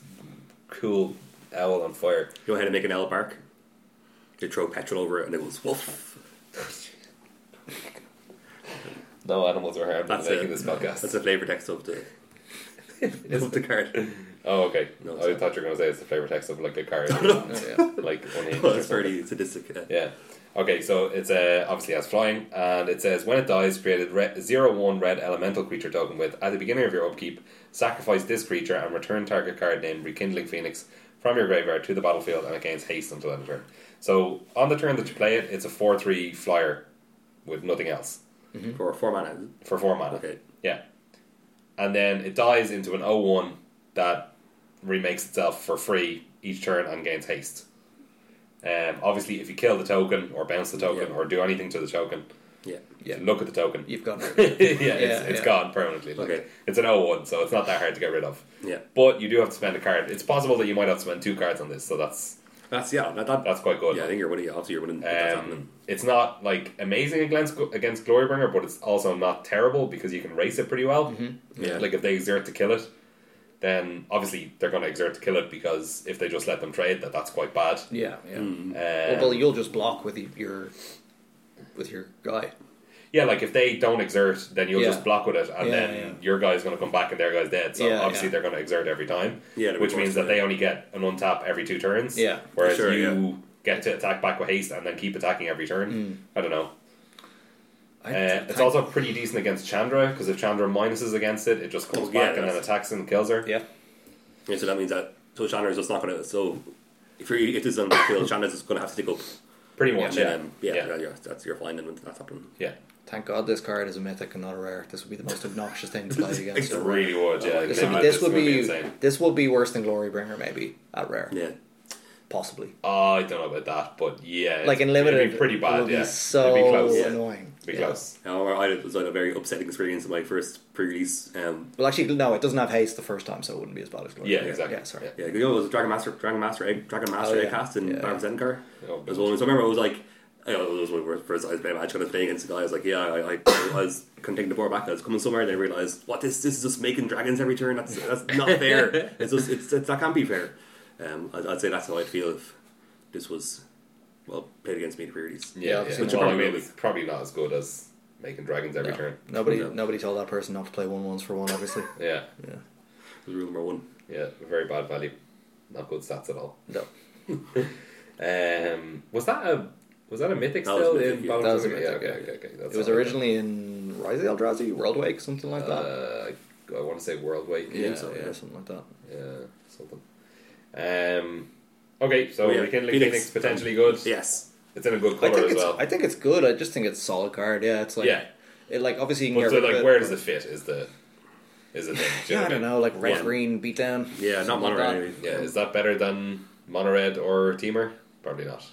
[SPEAKER 1] cool owl on fire.
[SPEAKER 3] You know how to make an L bark? You throw petrol over it and it goes woof.
[SPEAKER 1] No animals were harmed in
[SPEAKER 3] That's
[SPEAKER 1] making
[SPEAKER 3] it.
[SPEAKER 1] this podcast.
[SPEAKER 3] That's the flavor text of the, of the card.
[SPEAKER 1] Oh, okay.
[SPEAKER 3] No, it's
[SPEAKER 1] I
[SPEAKER 3] not.
[SPEAKER 1] thought you were going to say it's the flavor text of like a
[SPEAKER 3] [laughs]
[SPEAKER 1] card,
[SPEAKER 2] [laughs] Yeah.
[SPEAKER 1] [laughs] like one inch.
[SPEAKER 3] Well,
[SPEAKER 1] or something.
[SPEAKER 3] it's pretty sadistic. uh, Yeah.
[SPEAKER 1] Yeah. Okay, so it's uh, obviously has flying, and it says when it dies, create a red, zero one red elemental creature token with at the beginning of your upkeep, sacrifice this creature and return target card named Rekindling Phoenix from your graveyard to the battlefield, and it gains haste until end of turn. So on the turn that you play it, it's a four three flyer with nothing else
[SPEAKER 3] For four mana.
[SPEAKER 1] for four mana.
[SPEAKER 3] Okay.
[SPEAKER 1] Yeah. And then it dies into an 01 that remakes itself for free each turn and gains haste. Um, obviously, if you kill the token or bounce the token
[SPEAKER 3] Yeah.
[SPEAKER 1] or do anything to the token,
[SPEAKER 3] Yeah.
[SPEAKER 2] Yeah.
[SPEAKER 1] look at the token.
[SPEAKER 2] You've
[SPEAKER 1] [laughs]
[SPEAKER 2] got
[SPEAKER 1] yeah,
[SPEAKER 2] it.
[SPEAKER 1] it's,
[SPEAKER 2] Yeah,
[SPEAKER 1] it's
[SPEAKER 2] yeah.
[SPEAKER 1] gone permanently. Like,
[SPEAKER 3] Okay.
[SPEAKER 1] It's an 01, so it's not that hard to get rid of.
[SPEAKER 3] Yeah.
[SPEAKER 1] But you do have to spend a card. It's possible that you might have to spend two cards on this, so that's
[SPEAKER 3] That's, yeah. That, that,
[SPEAKER 1] that's quite good.
[SPEAKER 3] yeah, I think you're winning. Obviously, you're winning. that's happening.
[SPEAKER 1] Um, it's not like amazing against against Glorybringer, but it's also not terrible because you can race it pretty well.
[SPEAKER 2] Mm-hmm.
[SPEAKER 3] Yeah.
[SPEAKER 1] Like if they exert to kill it, then obviously they're going to exert to kill it because if they just let them trade, that that's quite bad.
[SPEAKER 2] Yeah, yeah.
[SPEAKER 1] Um,
[SPEAKER 2] Mm. well, you'll just block with y- your with your guy.
[SPEAKER 1] yeah, like if they don't exert, then you'll
[SPEAKER 2] Yeah.
[SPEAKER 1] just block with it, and
[SPEAKER 2] Yeah,
[SPEAKER 1] then
[SPEAKER 2] yeah.
[SPEAKER 1] your guy's going to come back and their guy's dead. So
[SPEAKER 2] Yeah,
[SPEAKER 1] obviously
[SPEAKER 2] yeah.
[SPEAKER 1] they're going to exert every time,
[SPEAKER 3] Yeah, they'll be
[SPEAKER 1] which
[SPEAKER 3] forced
[SPEAKER 1] means
[SPEAKER 3] to,
[SPEAKER 1] that they
[SPEAKER 3] yeah.
[SPEAKER 1] only get an untap every two turns.
[SPEAKER 2] Yeah.
[SPEAKER 1] whereas
[SPEAKER 3] Sure,
[SPEAKER 1] you get to attack back with haste and then keep attacking every
[SPEAKER 2] Mm.
[SPEAKER 1] turn. I don't know.
[SPEAKER 2] I,
[SPEAKER 1] Uh, it's
[SPEAKER 2] thank-
[SPEAKER 1] also pretty decent against Chandra because if Chandra minuses against it, it just comes
[SPEAKER 3] Oh, yeah,
[SPEAKER 1] back and then
[SPEAKER 3] that's-
[SPEAKER 1] attacks and kills her.
[SPEAKER 2] yeah,
[SPEAKER 3] Yeah, so that means that so Chandra is just not gonna. So if you're if this is on the field, Chandra is gonna have to stick up.
[SPEAKER 1] pretty much.
[SPEAKER 3] And
[SPEAKER 1] Yeah,
[SPEAKER 3] then, yeah,
[SPEAKER 1] yeah,
[SPEAKER 3] yeah. that's your finding when that's happening.
[SPEAKER 1] yeah.
[SPEAKER 2] thank God this card is a mythic and not a rare. This would be the most obnoxious thing to play against.
[SPEAKER 1] It really would. Yeah,
[SPEAKER 2] This
[SPEAKER 1] Yeah,
[SPEAKER 2] would be, this would be
[SPEAKER 1] insane.
[SPEAKER 2] this will be worse than Glorybringer maybe at rare
[SPEAKER 3] Yeah,
[SPEAKER 2] possibly.
[SPEAKER 1] Oh, I don't know about that, but yeah,
[SPEAKER 2] Like in
[SPEAKER 1] it'd be
[SPEAKER 2] limited,
[SPEAKER 1] pretty bad.
[SPEAKER 2] It would
[SPEAKER 1] yeah,
[SPEAKER 2] be so
[SPEAKER 1] it'd be close.
[SPEAKER 3] Yeah.
[SPEAKER 2] annoying.
[SPEAKER 1] It'd be
[SPEAKER 2] Yeah.
[SPEAKER 1] close.
[SPEAKER 3] Now, I I was on a very upsetting experience in my first pre-release. Um,
[SPEAKER 2] Well, actually, no, it doesn't have haste the first time, so it wouldn't be as bad as Glorybringer.
[SPEAKER 1] Yeah, exactly.
[SPEAKER 2] Yeah, sorry.
[SPEAKER 3] yeah, you know, it was Dragon Master, Dragon Master, Egg, Dragon Master
[SPEAKER 2] Oh,
[SPEAKER 3] Egg
[SPEAKER 2] yeah.
[SPEAKER 3] cast in
[SPEAKER 2] Yeah.
[SPEAKER 3] yeah. Baron Zendikar.
[SPEAKER 1] Oh,
[SPEAKER 3] As well, so I remember I was like, I know, it was one of the first I was playing match kind of thing, and so I was like, yeah, I, I, I was kind of taking the board back. I was coming somewhere, and I realized what this this is just making dragons every turn. That's that's [laughs] not fair. it's just it's, it's that can't be fair. Um, I'd, I'd say that's how I'd feel if this was well played against me in pre-release.
[SPEAKER 1] Yeah, yeah.
[SPEAKER 2] obviously
[SPEAKER 1] Which
[SPEAKER 2] not.
[SPEAKER 1] well, I mean, it's probably not as good as making dragons every
[SPEAKER 2] No.
[SPEAKER 1] turn.
[SPEAKER 2] Nobody,
[SPEAKER 3] No.
[SPEAKER 2] nobody told that person not to play one ones for one. Obviously,
[SPEAKER 1] Yeah,
[SPEAKER 2] yeah,
[SPEAKER 3] was rule number one.
[SPEAKER 1] yeah, very bad value. Not good stats at all.
[SPEAKER 2] no,
[SPEAKER 1] Um, was that a was that a mythic
[SPEAKER 3] That was
[SPEAKER 1] still
[SPEAKER 3] mythic,
[SPEAKER 1] in
[SPEAKER 3] yeah.
[SPEAKER 1] Bones
[SPEAKER 2] That was a
[SPEAKER 1] of-
[SPEAKER 2] mythic,
[SPEAKER 1] yeah,
[SPEAKER 2] yeah.
[SPEAKER 1] okay, okay, okay. That's
[SPEAKER 2] it was
[SPEAKER 1] all right.
[SPEAKER 2] originally in Rise of the Eldrazi, Worldwake, something like that.
[SPEAKER 1] Uh, I want to say World Wake.
[SPEAKER 2] yeah,
[SPEAKER 3] so,
[SPEAKER 2] yeah,
[SPEAKER 3] yeah.
[SPEAKER 2] something like that.
[SPEAKER 1] Yeah, something. Um, okay, so
[SPEAKER 3] Oh, yeah,
[SPEAKER 1] Rekindling Phoenix,
[SPEAKER 3] Phoenix.
[SPEAKER 1] potentially good.
[SPEAKER 3] Yes.
[SPEAKER 1] It's in a good
[SPEAKER 2] I
[SPEAKER 1] color
[SPEAKER 2] think
[SPEAKER 1] as
[SPEAKER 2] it's,
[SPEAKER 1] well.
[SPEAKER 2] I think it's good. I just think it's a solid card. Yeah, it's like,
[SPEAKER 1] Yeah.
[SPEAKER 2] it like obviously you
[SPEAKER 1] But
[SPEAKER 2] can get
[SPEAKER 1] so,
[SPEAKER 2] rid of
[SPEAKER 1] like,
[SPEAKER 2] it.
[SPEAKER 1] where does it fit? Is the is the thing? Do you
[SPEAKER 2] yeah, I
[SPEAKER 1] what
[SPEAKER 2] don't
[SPEAKER 1] mean?
[SPEAKER 2] know, like red
[SPEAKER 3] Yeah.
[SPEAKER 2] green beatdown.
[SPEAKER 3] Yeah,
[SPEAKER 2] something
[SPEAKER 3] not
[SPEAKER 2] like
[SPEAKER 3] Monterey.
[SPEAKER 2] that.
[SPEAKER 3] anyway.
[SPEAKER 1] Yeah, is that better than Monored or Teamer? Probably not.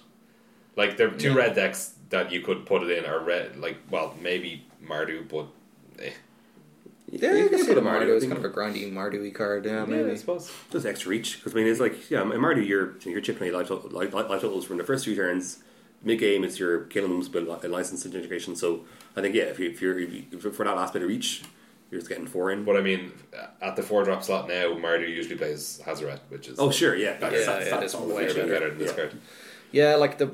[SPEAKER 1] Like there are two
[SPEAKER 2] Yeah.
[SPEAKER 1] red decks that you could put it in are red. Like well, maybe Mardu, but eh.
[SPEAKER 2] Yeah, I guess
[SPEAKER 3] put
[SPEAKER 2] it's
[SPEAKER 3] a
[SPEAKER 2] a Mardu.
[SPEAKER 3] I
[SPEAKER 2] It's
[SPEAKER 3] think.
[SPEAKER 2] kind of a grindy Mardu card. Yeah,
[SPEAKER 1] yeah, I
[SPEAKER 2] maybe.
[SPEAKER 1] suppose.
[SPEAKER 3] Just extra reach. Because I mean, it's like yeah, in Mario, you're you're chipping away life tot- life life life totals from the first few turns. Mid game, it's your killing them with li- license education. So I think yeah, if you if you're if you, for that last bit of reach, you're just getting four in.
[SPEAKER 1] But I mean, at the four drop slot now, Mardu usually plays Hazaret, which is
[SPEAKER 3] oh sure, yeah,
[SPEAKER 1] yeah,
[SPEAKER 3] that's,
[SPEAKER 1] yeah,
[SPEAKER 3] that's, that's
[SPEAKER 2] it's
[SPEAKER 3] all the
[SPEAKER 1] way
[SPEAKER 3] reach
[SPEAKER 1] better,
[SPEAKER 3] in
[SPEAKER 1] better
[SPEAKER 3] there.
[SPEAKER 1] than this
[SPEAKER 3] yeah.
[SPEAKER 1] card.
[SPEAKER 2] Yeah, like the,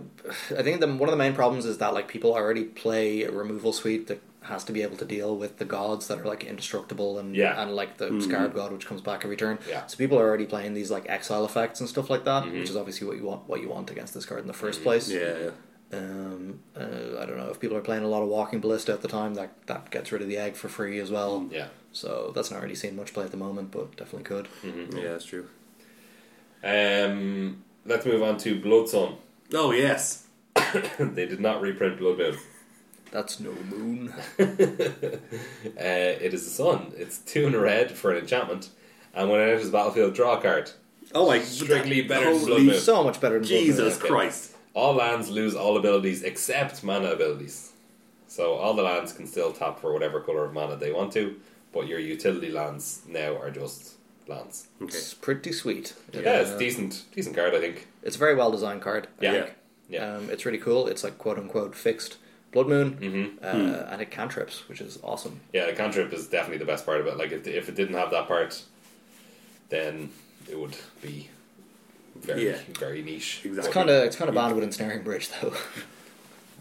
[SPEAKER 2] I think the one of the main problems is that like people already play a removal suite that has to be able to deal with the gods that are like indestructible and
[SPEAKER 1] Yeah. Mm-hmm.
[SPEAKER 2] and like the Scarab God which comes back every turn.
[SPEAKER 1] Yeah. Mm-hmm.
[SPEAKER 2] So people are already playing these like exile effects and stuff like that, which is obviously what you want what you want against this card in the 1st place.
[SPEAKER 3] Yeah, yeah.
[SPEAKER 2] Um, uh, I don't know if people are playing a lot of Walking Ballista at the time that that gets rid of the egg for free as well.
[SPEAKER 1] Yeah.
[SPEAKER 2] So that's not really seen much play at the moment, but definitely could.
[SPEAKER 1] Mm. Mm-hmm.
[SPEAKER 3] Yeah, that's true.
[SPEAKER 1] Um, let's move on to Blood Sun. [laughs]
[SPEAKER 3] Oh, yes.
[SPEAKER 1] they did not reprint Blood Moon. [laughs]
[SPEAKER 2] That's no moon.
[SPEAKER 1] Uh, it is the sun. It's two in a red for an enchantment, and when it enters the battlefield, draw a card.
[SPEAKER 3] Oh, my
[SPEAKER 1] Strictly
[SPEAKER 3] God.
[SPEAKER 1] better than
[SPEAKER 3] Holy
[SPEAKER 1] Bloodbound.
[SPEAKER 2] so much better than Blood Moon.
[SPEAKER 3] Jesus
[SPEAKER 1] Okay.
[SPEAKER 3] Christ.
[SPEAKER 1] All lands lose all abilities except mana abilities. So all the lands can still tap for whatever color of mana they want to, but your utility lands now are just lands.
[SPEAKER 3] Okay.
[SPEAKER 2] It's pretty sweet. It,
[SPEAKER 1] Yeah, it's
[SPEAKER 2] uh,
[SPEAKER 1] decent, decent card, I think.
[SPEAKER 2] it's a very well designed card. I
[SPEAKER 1] Yeah.
[SPEAKER 2] think.
[SPEAKER 1] Yeah.
[SPEAKER 2] Um, it's really cool. It's like quote unquote fixed Blood Moon,
[SPEAKER 1] Mhm.
[SPEAKER 2] uh,
[SPEAKER 3] Hmm.
[SPEAKER 2] and it cantrips, which is awesome.
[SPEAKER 1] Yeah, the cantrip is definitely the best part of it. Like if if it didn't have that part, then it would be very
[SPEAKER 3] Yeah.
[SPEAKER 1] very niche.
[SPEAKER 2] It's
[SPEAKER 3] Exactly.
[SPEAKER 2] kind of it's kind of bad with ensnaring bridge though. [laughs]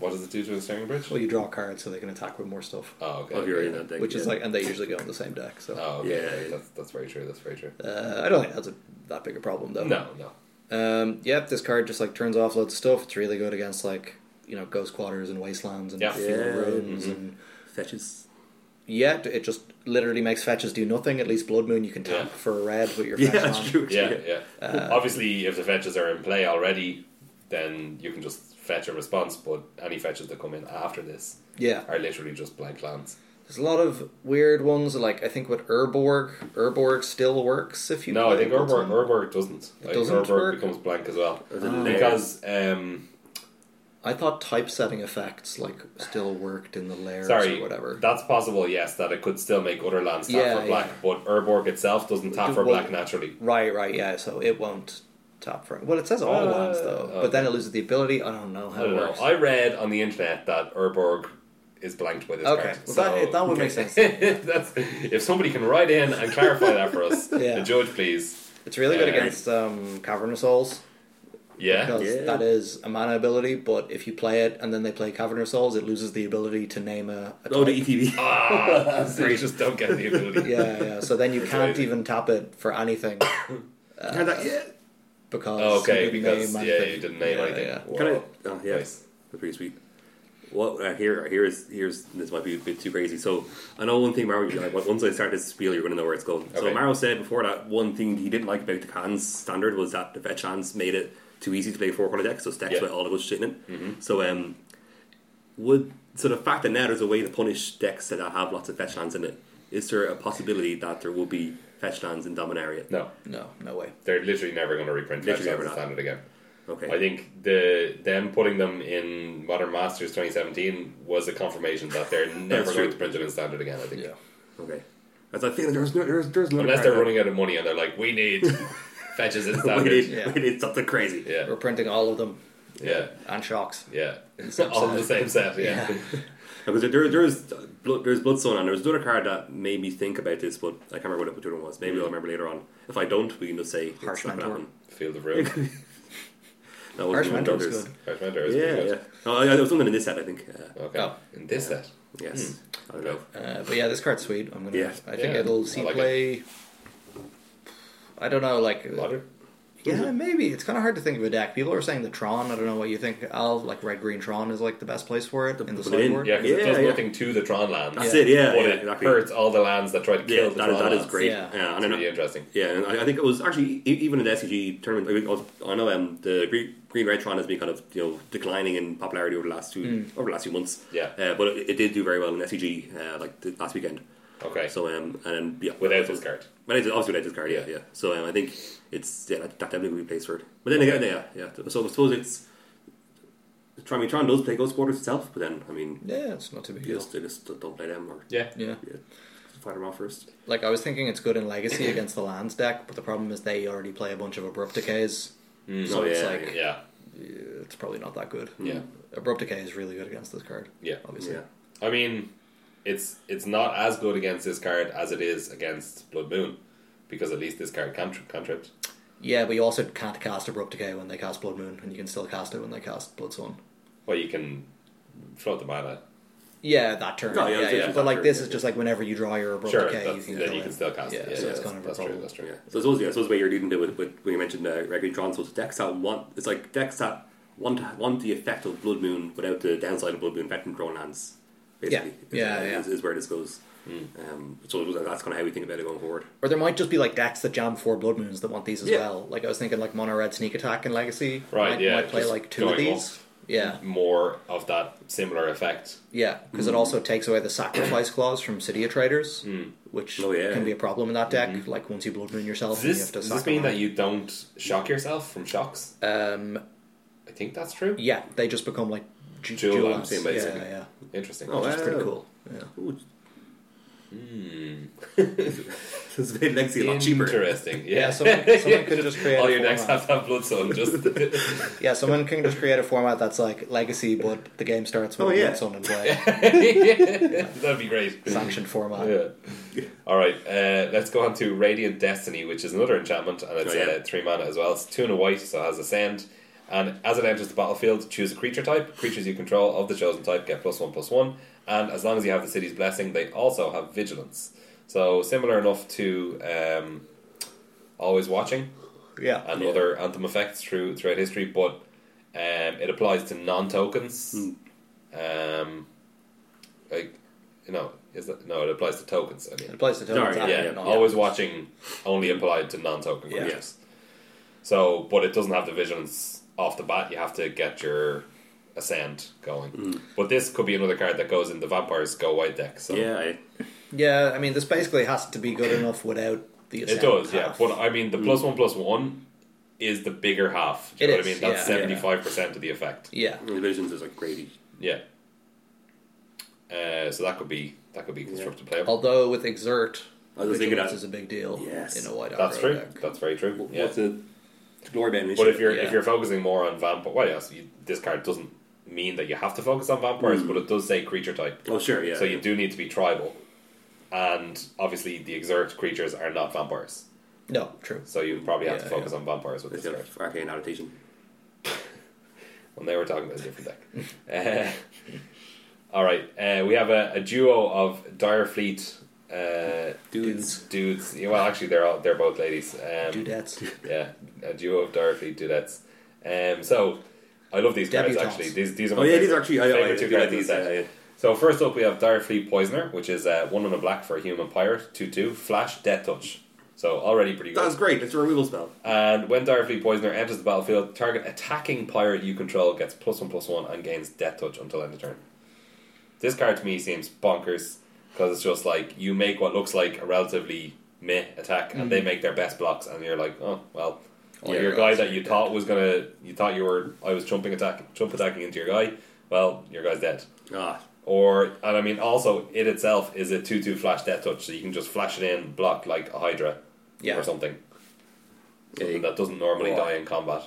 [SPEAKER 1] What does it do to a staring bridge?
[SPEAKER 2] well, you draw cards so they can attack with more stuff,
[SPEAKER 1] Oh, okay.
[SPEAKER 3] Oh, you're in
[SPEAKER 1] yeah.
[SPEAKER 3] that deck.
[SPEAKER 2] which is
[SPEAKER 3] yeah.
[SPEAKER 2] like, and they usually go on the same deck. So
[SPEAKER 1] Oh, okay.
[SPEAKER 3] Yeah, yeah.
[SPEAKER 1] That's, that's very true. That's very true.
[SPEAKER 3] Oh.
[SPEAKER 2] uh, I don't think that's a, that big a problem though.
[SPEAKER 1] No, no.
[SPEAKER 2] Um, yep, this card just like turns off loads of stuff. It's really good against like you know ghost quarters and wastelands and
[SPEAKER 1] Yeah. Mm-hmm.
[SPEAKER 2] field
[SPEAKER 3] Yeah.
[SPEAKER 2] ruins and
[SPEAKER 3] Fetches.
[SPEAKER 2] yeah, it just literally makes fetches do nothing. At least Blood Moon you can tap
[SPEAKER 1] Yeah.
[SPEAKER 2] for a red with your
[SPEAKER 3] [laughs] Yeah,
[SPEAKER 2] fetch
[SPEAKER 3] that's
[SPEAKER 2] on.
[SPEAKER 3] true.
[SPEAKER 1] Yeah, yeah.
[SPEAKER 2] Uh,
[SPEAKER 1] Obviously, if the fetches are in play already, then you can just fetch a response. But any fetches that come in after this
[SPEAKER 2] Yeah,
[SPEAKER 1] are literally just blank lands.
[SPEAKER 2] there's a lot of weird ones. Like I think with Urborg, Urborg still works if you.
[SPEAKER 1] No, I
[SPEAKER 2] play
[SPEAKER 1] think
[SPEAKER 2] Blood
[SPEAKER 1] Urborg,
[SPEAKER 2] Moon.
[SPEAKER 1] Urborg doesn't. Like,
[SPEAKER 2] doesn't
[SPEAKER 1] Urborg
[SPEAKER 2] work? Ah.
[SPEAKER 1] becomes blank as well
[SPEAKER 3] There's a layer.
[SPEAKER 1] because um,
[SPEAKER 2] I thought typesetting effects like still worked in the layers
[SPEAKER 1] sorry,
[SPEAKER 2] or whatever.
[SPEAKER 1] that's possible. Yes, that it could still make other lands tap
[SPEAKER 2] Yeah,
[SPEAKER 1] for black,
[SPEAKER 2] yeah.
[SPEAKER 1] but Urborg itself doesn't tap
[SPEAKER 2] It
[SPEAKER 1] for
[SPEAKER 2] will-
[SPEAKER 1] black naturally.
[SPEAKER 2] right, right, yeah. So it won't tap for. Well, it says all
[SPEAKER 1] Uh,
[SPEAKER 2] lands though, but then it loses the ability. I don't know
[SPEAKER 1] I
[SPEAKER 2] how
[SPEAKER 1] don't
[SPEAKER 2] it
[SPEAKER 1] know.
[SPEAKER 2] works.
[SPEAKER 1] I read on the internet that Urborg is blanked by this
[SPEAKER 2] Okay,
[SPEAKER 1] card.
[SPEAKER 2] well,
[SPEAKER 1] so
[SPEAKER 2] that, that would
[SPEAKER 1] [laughs]
[SPEAKER 2] make sense.
[SPEAKER 1] That's, if somebody can write in and clarify that for us,
[SPEAKER 2] [laughs] Yeah.
[SPEAKER 1] the judge, please.
[SPEAKER 2] It's really good
[SPEAKER 1] Uh,
[SPEAKER 2] against um, Cavernous Souls
[SPEAKER 1] Yeah,
[SPEAKER 2] because
[SPEAKER 3] Yeah.
[SPEAKER 2] that is a mana ability. But if you play it and then they play Cavernous Souls, it loses the ability to name a. a
[SPEAKER 3] Oh,
[SPEAKER 2] type.
[SPEAKER 3] the ETB.
[SPEAKER 1] [laughs] ah, so you just don't get the ability.
[SPEAKER 2] yeah, yeah.
[SPEAKER 1] [laughs]
[SPEAKER 2] So then you can't
[SPEAKER 1] amazing.
[SPEAKER 2] even tap it for anything
[SPEAKER 3] Can I- yeah.
[SPEAKER 2] because
[SPEAKER 1] Oh, okay,
[SPEAKER 2] you didn't
[SPEAKER 1] because
[SPEAKER 2] name
[SPEAKER 1] yeah,
[SPEAKER 2] anything.
[SPEAKER 1] you didn't name
[SPEAKER 2] Yeah,
[SPEAKER 1] anything.
[SPEAKER 2] yeah.
[SPEAKER 1] Wow.
[SPEAKER 3] Can I? Oh, yeah,
[SPEAKER 1] Nice.
[SPEAKER 3] that's pretty sweet. Well, uh, here, here is here's this might be a bit too crazy. So I know one thing, Maro. you Like, once I start this spiel, you're going to know where it's going.
[SPEAKER 1] Okay.
[SPEAKER 3] So Maro said before that one thing he didn't like about the Khan's standard was that the fetch hands made it too easy to play four color decks. So stacks
[SPEAKER 1] Yeah. Mm-hmm.
[SPEAKER 3] with all the good shit in it. So um, would so the fact that now there's a way to punish decks that have lots of fetch lands in it. Is there a possibility that there will be fetch lands in Dominaria?
[SPEAKER 1] No,
[SPEAKER 2] No, no way.
[SPEAKER 1] they're literally never going to reprint
[SPEAKER 3] Literally
[SPEAKER 1] Fetch Lands
[SPEAKER 3] never
[SPEAKER 1] and
[SPEAKER 3] not.
[SPEAKER 1] Standard again. I
[SPEAKER 3] Okay.
[SPEAKER 1] think the them putting them in Modern Masters 2017 was a confirmation that
[SPEAKER 2] [laughs]
[SPEAKER 1] they're never
[SPEAKER 3] true.
[SPEAKER 1] going to print it in Standard again. I think.
[SPEAKER 3] Okay. As I feel there's no, there's there's another
[SPEAKER 1] Unless
[SPEAKER 3] card
[SPEAKER 1] they're
[SPEAKER 3] out.
[SPEAKER 1] running out of money and they're like, we [laughs] need fetches in
[SPEAKER 3] we
[SPEAKER 1] standard.
[SPEAKER 3] need,
[SPEAKER 1] [laughs]
[SPEAKER 2] Yeah.
[SPEAKER 3] we need something crazy.
[SPEAKER 1] Yeah,
[SPEAKER 2] We're printing all of them
[SPEAKER 1] yeah,
[SPEAKER 2] and shocks.
[SPEAKER 1] yeah.
[SPEAKER 2] same
[SPEAKER 1] [laughs] All in the
[SPEAKER 2] set.
[SPEAKER 1] same set. Yeah.
[SPEAKER 3] Because there, there's blood, there's Bloodstone, and there was another card that made me think about this, but I can't remember what the other one was.
[SPEAKER 1] Mm.
[SPEAKER 3] Maybe I'll remember later on. If I don't, we can just say it's
[SPEAKER 2] Harsh
[SPEAKER 3] not gonna
[SPEAKER 2] Mentor.
[SPEAKER 1] [laughs] Field of [laughs] Ruin.
[SPEAKER 3] happen. That was
[SPEAKER 2] Harsh
[SPEAKER 3] one of
[SPEAKER 2] Mentor's
[SPEAKER 3] others.
[SPEAKER 2] good.
[SPEAKER 1] Harsh Mentor is
[SPEAKER 3] Yeah,
[SPEAKER 1] pretty
[SPEAKER 3] yeah.
[SPEAKER 1] good.
[SPEAKER 3] No, yeah, there was something in this set, I think. Uh,
[SPEAKER 1] Okay.
[SPEAKER 2] Oh.
[SPEAKER 1] In this set.
[SPEAKER 3] yes,
[SPEAKER 1] Hmm.
[SPEAKER 3] I don't know.
[SPEAKER 2] Uh, but yeah, this card's sweet. I'm gonna.
[SPEAKER 3] Yeah.
[SPEAKER 2] I think
[SPEAKER 1] Yeah,
[SPEAKER 2] it'll
[SPEAKER 1] I
[SPEAKER 2] see
[SPEAKER 1] like it.
[SPEAKER 2] play. I don't know, like
[SPEAKER 1] Modern.
[SPEAKER 2] yeah, maybe it's kind of hard to think of a deck. People are saying the Tron. I don't know what you think. Al like red green Tron is like the best place for it in the
[SPEAKER 3] put it in,
[SPEAKER 2] sideboard.
[SPEAKER 1] Yeah, because it
[SPEAKER 3] Yeah,
[SPEAKER 1] does
[SPEAKER 3] yeah.
[SPEAKER 1] nothing to the Tron lands.
[SPEAKER 3] That's it, yeah,
[SPEAKER 1] But
[SPEAKER 3] yeah,
[SPEAKER 1] it
[SPEAKER 3] exactly.
[SPEAKER 1] hurts all the lands that try to
[SPEAKER 3] Yeah,
[SPEAKER 1] kill the
[SPEAKER 3] that,
[SPEAKER 1] Tron
[SPEAKER 3] that is
[SPEAKER 1] lands.
[SPEAKER 3] great.
[SPEAKER 2] Yeah.
[SPEAKER 1] It's
[SPEAKER 3] Yeah, and I know.
[SPEAKER 1] really interesting.
[SPEAKER 3] Yeah, and I, I think it was actually e- even in the SCG tournament. I, mean, I, was, I know um, the green, green red Tron has been kind of you know declining in popularity over the last two over the last few months.
[SPEAKER 1] Mm. Yeah.
[SPEAKER 3] uh, but it, it did do very well in SCG uh, like the, last weekend.
[SPEAKER 1] Okay.
[SPEAKER 3] So um, and then, yeah,
[SPEAKER 1] Without
[SPEAKER 3] so-
[SPEAKER 1] this card.
[SPEAKER 3] Without this- obviously without this card, yeah, yeah. So um, I think it's yeah, that, that definitely would be place for it. But then again, yeah, yeah. So I suppose it's Tron. I mean, Tron does play Ghost Quarters itself, but then I mean,
[SPEAKER 2] Yeah, it's not too big a
[SPEAKER 3] you
[SPEAKER 2] deal.
[SPEAKER 3] just, you just don't play them or
[SPEAKER 1] yeah.
[SPEAKER 2] Yeah,
[SPEAKER 3] yeah, fight them off first.
[SPEAKER 2] like I was thinking, it's good in Legacy against the lands deck, but the problem is they already play a bunch of abrupt decays, so
[SPEAKER 3] Oh,
[SPEAKER 2] it's
[SPEAKER 3] yeah,
[SPEAKER 2] like
[SPEAKER 1] Mm, Yeah. Yeah.
[SPEAKER 2] uh, it's probably not that good.
[SPEAKER 1] Yeah.
[SPEAKER 2] abrupt decay is really good against this card.
[SPEAKER 1] Yeah.
[SPEAKER 2] obviously.
[SPEAKER 3] Yeah.
[SPEAKER 1] I mean, it's it's not as good against this card as it is against Blood Moon, because at least this card can tri- can trip.
[SPEAKER 2] Yeah, but you also can't cast Abrupt Decay when they cast Blood Moon, and you can still cast it when they cast Blood Sun.
[SPEAKER 1] Well, you can float the mana.
[SPEAKER 2] Yeah, that turn.
[SPEAKER 3] No, yeah,
[SPEAKER 2] yeah,
[SPEAKER 3] it's-
[SPEAKER 2] yeah.
[SPEAKER 3] it's
[SPEAKER 2] But
[SPEAKER 3] that
[SPEAKER 2] like
[SPEAKER 3] turn,
[SPEAKER 2] this
[SPEAKER 3] yeah,
[SPEAKER 2] is just like whenever you draw your abrupt
[SPEAKER 1] Sure,
[SPEAKER 2] decay, you
[SPEAKER 1] that's,
[SPEAKER 2] can
[SPEAKER 1] then
[SPEAKER 2] kill
[SPEAKER 1] you
[SPEAKER 2] it.
[SPEAKER 1] can still cast
[SPEAKER 2] Yeah,
[SPEAKER 1] it. Yeah,
[SPEAKER 2] so
[SPEAKER 1] yeah, that's,
[SPEAKER 2] it's kind of a
[SPEAKER 1] that's true.
[SPEAKER 2] problem.
[SPEAKER 1] That's true.
[SPEAKER 3] Yeah. So I suppose yeah, I suppose the way you're leading to with, with when you mentioned uh, regularly drawn, so it's decks that want it's like decks that want to, want the effect of Blood Moon without the downside of Blood Moon effect from drawn hands. Basically,
[SPEAKER 2] Yeah,
[SPEAKER 3] is, uh,
[SPEAKER 2] yeah,
[SPEAKER 3] Is, is where this goes.
[SPEAKER 1] Hmm.
[SPEAKER 3] Um, so that's kind of how we think about it going forward.
[SPEAKER 2] Or there might just be like decks that jam four blood moons that want these as
[SPEAKER 3] Yeah.
[SPEAKER 2] well. Like I was thinking, like mono red sneak attack and legacy.
[SPEAKER 1] Right,
[SPEAKER 2] Might,
[SPEAKER 1] yeah,
[SPEAKER 2] might play
[SPEAKER 1] just
[SPEAKER 2] like two of
[SPEAKER 1] going
[SPEAKER 2] these.
[SPEAKER 1] off.
[SPEAKER 2] Yeah,
[SPEAKER 1] More of that similar effect.
[SPEAKER 2] yeah, because
[SPEAKER 1] Mm.
[SPEAKER 2] it also takes away the sacrifice clause from City of Traders, which
[SPEAKER 3] Oh, yeah.
[SPEAKER 2] can be a problem in that deck. Like once you blood moon yourself,
[SPEAKER 1] Mm-hmm. Does
[SPEAKER 2] you
[SPEAKER 1] this,
[SPEAKER 2] have to
[SPEAKER 1] does
[SPEAKER 2] sack
[SPEAKER 1] this mean
[SPEAKER 2] them.
[SPEAKER 1] that you don't shock yourself from shocks?
[SPEAKER 2] Um,
[SPEAKER 1] I think that's true.
[SPEAKER 2] yeah, they just become like ju-
[SPEAKER 1] Dual
[SPEAKER 2] dual
[SPEAKER 1] lands,
[SPEAKER 2] lands.
[SPEAKER 1] basically.
[SPEAKER 2] Yeah, yeah,
[SPEAKER 1] Interesting.
[SPEAKER 3] Oh,
[SPEAKER 2] which is pretty
[SPEAKER 3] Wow.
[SPEAKER 2] cool. Yeah.
[SPEAKER 3] Ooh, [laughs]
[SPEAKER 1] Hmm.
[SPEAKER 3] this made Legacy a lot cheaper.
[SPEAKER 1] Interesting. Yeah.
[SPEAKER 2] Yeah, someone- someone
[SPEAKER 1] [laughs]
[SPEAKER 2] could've just created
[SPEAKER 1] all
[SPEAKER 2] a
[SPEAKER 1] your decks
[SPEAKER 2] format.
[SPEAKER 1] have that blood sun.
[SPEAKER 2] [laughs]
[SPEAKER 1] Just [laughs]
[SPEAKER 2] Yeah, someone can just create a format that's like legacy, but the game starts with
[SPEAKER 3] Oh,
[SPEAKER 2] oh,
[SPEAKER 3] yeah.
[SPEAKER 2] yeah. Sun and play
[SPEAKER 1] [laughs] that'd be great.
[SPEAKER 2] sanctioned format.
[SPEAKER 1] Yeah. All right. Uh, let's go on to Radiant Destiny, which is another enchantment, and it's
[SPEAKER 3] Oh, yeah.
[SPEAKER 1] uh, three mana as well. It's two and a white, so it has ascend. And as it enters the battlefield, choose a creature type. Creatures you control of the chosen type get plus one plus one. And as long as you have the city's blessing, they also have vigilance. So similar enough to um, always watching
[SPEAKER 2] Yeah.
[SPEAKER 1] and
[SPEAKER 3] Yeah.
[SPEAKER 1] other anthem effects through throughout history, but um, it applies to non tokens. Um, like you know, is that no? It applies to tokens. I
[SPEAKER 2] It
[SPEAKER 1] mean,
[SPEAKER 2] applies to tokens.
[SPEAKER 3] Sorry,
[SPEAKER 2] and
[SPEAKER 1] yeah,
[SPEAKER 3] yeah,
[SPEAKER 2] non-
[SPEAKER 1] always watching only applied to non token
[SPEAKER 2] Yeah.
[SPEAKER 1] creatures. So, but it doesn't have the vigilance off the bat. You have to get your ascend going. But this could be another card that goes in the vampires go white deck. So
[SPEAKER 3] Yeah, I,
[SPEAKER 2] Yeah, I mean, this basically has to be good enough without the.
[SPEAKER 1] It
[SPEAKER 2] ascend
[SPEAKER 1] does, yeah.
[SPEAKER 2] half.
[SPEAKER 1] But I mean, the plus one plus one is the bigger half. Do you
[SPEAKER 2] It
[SPEAKER 1] know
[SPEAKER 2] is,
[SPEAKER 1] what I mean? That's
[SPEAKER 2] yeah,
[SPEAKER 1] seventy five percent of the effect.
[SPEAKER 2] yeah,
[SPEAKER 3] the visions is like crazy.
[SPEAKER 1] Yeah. Uh, so that could be that could be constructed playable.
[SPEAKER 2] although with exert,
[SPEAKER 3] I was thinking
[SPEAKER 2] vigilance
[SPEAKER 3] that-
[SPEAKER 2] is a big deal.
[SPEAKER 3] Yes.
[SPEAKER 2] in a white
[SPEAKER 1] That's
[SPEAKER 2] aggro
[SPEAKER 1] true.
[SPEAKER 2] deck.
[SPEAKER 1] That's very true. Yeah.
[SPEAKER 3] What's the glory band?
[SPEAKER 1] But if you're
[SPEAKER 2] yeah.
[SPEAKER 1] if you're focusing more on vampire, well, yes, you, this card doesn't mean that you have to focus on vampires, but it does say creature type,
[SPEAKER 3] oh sure, yeah.
[SPEAKER 1] so you do need to be tribal. And obviously, the exert creatures are not vampires,
[SPEAKER 2] No, true.
[SPEAKER 1] so you probably have
[SPEAKER 2] Yeah,
[SPEAKER 1] to focus on vampires with
[SPEAKER 3] It's
[SPEAKER 1] this
[SPEAKER 3] got
[SPEAKER 1] card.
[SPEAKER 3] a arcane annotation.
[SPEAKER 1] Well, now we're talking about a different deck. [laughs] Uh, all right, uh, we have a, a duo of Direfleet uh,
[SPEAKER 3] Dudes.
[SPEAKER 1] Dudes. Yeah, Well, actually, they're all, they're both ladies. Um,
[SPEAKER 2] Dudettes.
[SPEAKER 1] yeah, a duo of Direfleet dudettes. Um, so I love these cards
[SPEAKER 2] Debutantes.
[SPEAKER 1] actually. These these are my
[SPEAKER 3] Oh yeah,
[SPEAKER 1] favorite,
[SPEAKER 3] these are actually I, I,
[SPEAKER 1] favorite
[SPEAKER 3] I,
[SPEAKER 1] two
[SPEAKER 3] do like
[SPEAKER 1] cards in the
[SPEAKER 3] these. uh,
[SPEAKER 1] set.
[SPEAKER 3] Yeah, yeah.
[SPEAKER 1] So first up, we have Direfleet Poisoner, which is uh, one and a black for a human pirate, two two flash death touch. So already pretty good.
[SPEAKER 3] That's great. It's a removal spell.
[SPEAKER 1] And when Direfleet Poisoner enters the battlefield, target attacking pirate you control gets plus one plus one and gains Death Touch until end of turn. This card to me seems bonkers because it's just like you make what looks like a relatively meh attack, and
[SPEAKER 2] Mm.
[SPEAKER 1] they make their best blocks, and you're like, oh well,
[SPEAKER 2] All
[SPEAKER 1] your
[SPEAKER 2] your
[SPEAKER 1] guy
[SPEAKER 2] guys
[SPEAKER 1] that
[SPEAKER 2] are
[SPEAKER 1] you
[SPEAKER 2] dead.
[SPEAKER 1] thought was gonna, you thought you were, I was jumping attack, jump attacking into your guy. Well, your guy's dead.
[SPEAKER 3] Ah,
[SPEAKER 1] Or and I mean also it itself is a two two flash death touch, so you can just flash it in, block like a Hydra
[SPEAKER 2] Yeah.
[SPEAKER 1] or something.
[SPEAKER 3] Yeah,
[SPEAKER 1] Something
[SPEAKER 3] you-
[SPEAKER 1] that doesn't normally
[SPEAKER 3] Or-
[SPEAKER 1] die in combat.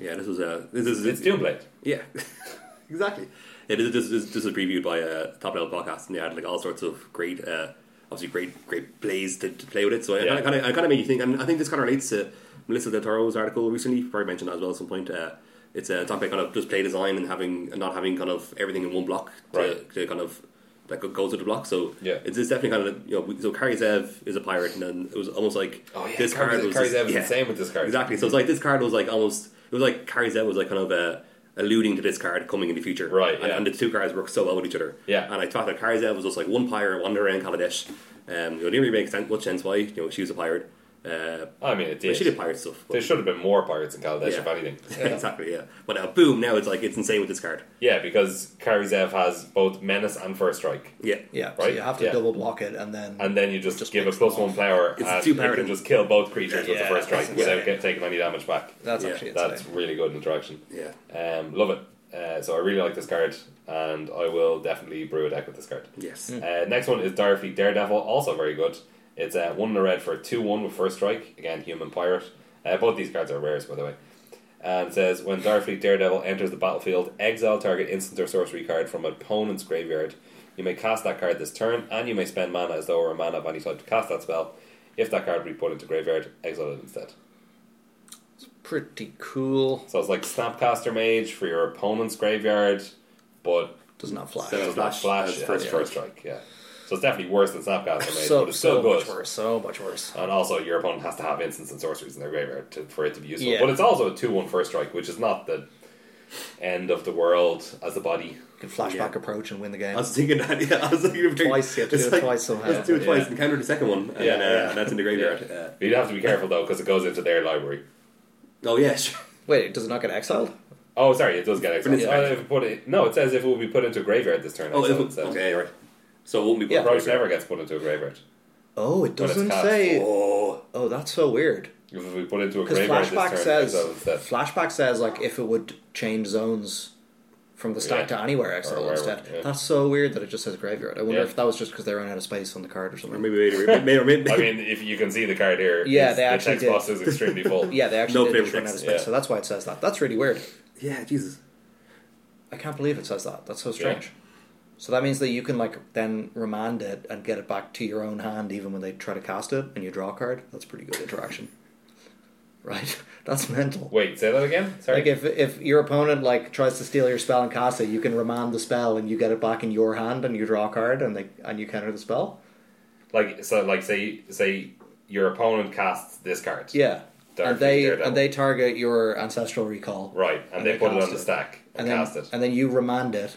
[SPEAKER 3] yeah. This is a this is
[SPEAKER 1] It's Doomblade.
[SPEAKER 3] Yeah, [laughs] exactly. Yeah, this, this, this, this was previewed by uh, Top Level Podcast, and they had like all sorts of great, uh, obviously great, great plays to, to play with it. So I
[SPEAKER 1] Yeah.
[SPEAKER 3] kind of, I kind of made you think, and I think this kind of relates to Melissa Del Toro's article recently. You Probably mentioned that as well at some point. Uh, it's uh, talking about kind of just play design and having and not having kind of everything in one block to,
[SPEAKER 1] Right.
[SPEAKER 3] to kind of that go- goes with the block. So
[SPEAKER 1] Yeah.
[SPEAKER 3] it's, it's definitely kind of you know we- so Karyazev is a pirate, and then it was almost like
[SPEAKER 1] Oh, Carries-
[SPEAKER 3] this card was
[SPEAKER 1] carries
[SPEAKER 3] just-
[SPEAKER 1] out
[SPEAKER 3] yeah.
[SPEAKER 1] the same with this card.
[SPEAKER 3] Exactly. So it's like this card was like almost it was like Carries Out was like kind of uh, alluding to this card coming in the future.
[SPEAKER 1] Right,
[SPEAKER 3] And,
[SPEAKER 1] yeah.
[SPEAKER 3] and the two cards work so well with each other.
[SPEAKER 1] Yeah.
[SPEAKER 3] And I thought that Carries Out was just like one pirate wandering around Kaladesh. Um, you know, it didn't really make sense, much sense why. You know, she was a pirate. Uh,
[SPEAKER 1] I mean, it
[SPEAKER 3] but
[SPEAKER 1] did.
[SPEAKER 3] she did pirate stuff. but-
[SPEAKER 1] There should have been more pirates in Kaladesh,
[SPEAKER 3] Yeah.
[SPEAKER 1] if anything.
[SPEAKER 3] [laughs] exactly. Yeah. But now, boom! Now it's like it's insane with this card.
[SPEAKER 1] Yeah, because Karizev has both menace and first strike,
[SPEAKER 3] Yeah.
[SPEAKER 2] Yeah, so
[SPEAKER 1] Right?
[SPEAKER 2] you have to
[SPEAKER 1] Yeah.
[SPEAKER 2] double block it, and then
[SPEAKER 1] and then you just,
[SPEAKER 2] Just
[SPEAKER 1] give a
[SPEAKER 2] makes
[SPEAKER 1] plus
[SPEAKER 2] them
[SPEAKER 1] one
[SPEAKER 2] off.
[SPEAKER 1] power,
[SPEAKER 3] It's
[SPEAKER 1] and
[SPEAKER 3] two
[SPEAKER 1] you can
[SPEAKER 3] powered.
[SPEAKER 1] just kill both creatures with the
[SPEAKER 2] Yeah,
[SPEAKER 1] first
[SPEAKER 2] that's
[SPEAKER 1] strike without
[SPEAKER 2] insane.
[SPEAKER 1] get, taking any damage back.
[SPEAKER 2] that's
[SPEAKER 3] Yeah,
[SPEAKER 2] actually insane.
[SPEAKER 1] That's really good interaction.
[SPEAKER 3] Yeah.
[SPEAKER 1] Um, love it. Uh, so I really like this card, and I will definitely brew a deck with this card.
[SPEAKER 3] Yes.
[SPEAKER 1] Uh, next one is Direfleet Daredevil, also very good. It's uh, one in the red for 2 1 with first strike. Again, human pirate. Uh, both these cards are rares, by the way. And it says when Direfleet Daredevil enters the battlefield, exile target instant or sorcery card from opponent's graveyard. You may cast that card this turn, and you may spend mana as though it were a mana of any type to cast that spell. If that card be put into graveyard, exile it instead.
[SPEAKER 2] pretty cool.
[SPEAKER 1] So it's like Snapcaster Mage for your opponent's graveyard, but
[SPEAKER 2] doesn't have flash.
[SPEAKER 1] So it's not
[SPEAKER 3] Flash
[SPEAKER 1] Flash
[SPEAKER 3] as
[SPEAKER 1] and
[SPEAKER 3] first
[SPEAKER 1] first, strike, yeah. So it's definitely worse than Snapcaster made,
[SPEAKER 2] so
[SPEAKER 1] but it's still
[SPEAKER 2] so
[SPEAKER 1] good.
[SPEAKER 2] much worse. So much worse.
[SPEAKER 1] And also, your opponent has to have instants and sorceries in their graveyard to, for it to be useful.
[SPEAKER 2] Yeah.
[SPEAKER 1] But it's also a 2 1 first strike, which is not the end of the world as a body.
[SPEAKER 2] You can flashback approach and win the game.
[SPEAKER 3] I was thinking that. [laughs] Yeah, I was thinking of doing-
[SPEAKER 2] Twice, you have to
[SPEAKER 3] it's
[SPEAKER 2] do it twice somehow.
[SPEAKER 3] Let's do it
[SPEAKER 1] Yeah.
[SPEAKER 3] twice and counter the second one, and,
[SPEAKER 1] Yeah,
[SPEAKER 3] then, uh,
[SPEAKER 1] yeah.
[SPEAKER 3] and that's in the graveyard. Uh,
[SPEAKER 1] You'd have to be careful, though, because it goes into their library.
[SPEAKER 3] oh yeah, sure.
[SPEAKER 2] Wait, does it not get exiled?
[SPEAKER 1] Oh, sorry, it does get exiled.
[SPEAKER 3] Yeah.
[SPEAKER 1] Oh, if it put it- no, it says if it will be put into a graveyard this turn.
[SPEAKER 3] Oh,
[SPEAKER 1] exiled
[SPEAKER 3] it,
[SPEAKER 1] instead.
[SPEAKER 3] okay, right. [laughs] So it won't be.
[SPEAKER 2] Yeah.
[SPEAKER 1] Probably never gets put into a graveyard.
[SPEAKER 2] Oh, it
[SPEAKER 1] When it's
[SPEAKER 2] doesn't
[SPEAKER 1] cast.
[SPEAKER 2] say.
[SPEAKER 3] Oh,
[SPEAKER 2] Oh, that's so weird.
[SPEAKER 1] If it will be put into a
[SPEAKER 2] Because
[SPEAKER 1] graveyard this
[SPEAKER 2] flashback
[SPEAKER 1] turn,
[SPEAKER 2] says
[SPEAKER 1] exiled instead.
[SPEAKER 2] flashback says like if it would change zones from the stack
[SPEAKER 1] Yeah.
[SPEAKER 2] to anywhere exiled
[SPEAKER 1] wherever,
[SPEAKER 2] instead.
[SPEAKER 1] yeah.
[SPEAKER 2] That's so weird that it just says graveyard. I wonder
[SPEAKER 1] Yeah.
[SPEAKER 2] if that was just because they ran out of space on the card or
[SPEAKER 3] or
[SPEAKER 2] something.
[SPEAKER 3] maybe later. Maybe, or
[SPEAKER 1] [laughs]
[SPEAKER 3] maybe,
[SPEAKER 1] I mean, if you can see the card here,
[SPEAKER 2] [laughs] Yeah,
[SPEAKER 1] it's-
[SPEAKER 2] they
[SPEAKER 1] the
[SPEAKER 2] actually
[SPEAKER 1] text box is
[SPEAKER 2] [laughs]
[SPEAKER 1] extremely full.
[SPEAKER 2] yeah, they
[SPEAKER 3] No
[SPEAKER 2] actually did
[SPEAKER 3] flavor
[SPEAKER 2] just run out of
[SPEAKER 3] text.
[SPEAKER 2] space,
[SPEAKER 1] Yeah.
[SPEAKER 2] so that's why it says that. That's really weird.
[SPEAKER 3] yeah, Jesus.
[SPEAKER 2] I can't believe it says that. That's so strange. So that means that you can like then remand it and get it back to your own hand, even when they try to cast it, and you draw a card. That's pretty good interaction, [laughs] right? [laughs] That's mental.
[SPEAKER 1] Wait, say that again. Sorry.
[SPEAKER 2] Like if if your opponent like tries to steal your spell and cast it, you can remand the spell and you get it back in your hand and you draw a card and they and you counter the spell.
[SPEAKER 1] Like so, like say say your opponent casts this card.
[SPEAKER 2] Yeah.
[SPEAKER 1] Dark
[SPEAKER 2] and they
[SPEAKER 1] Daredevil.
[SPEAKER 2] and they target your ancestral recall.
[SPEAKER 1] Right, and,
[SPEAKER 2] And
[SPEAKER 1] they,
[SPEAKER 2] they
[SPEAKER 1] put it
[SPEAKER 2] cast
[SPEAKER 1] on the
[SPEAKER 2] it.
[SPEAKER 1] stack and,
[SPEAKER 2] And then,
[SPEAKER 1] cast it,
[SPEAKER 2] and then you remand it.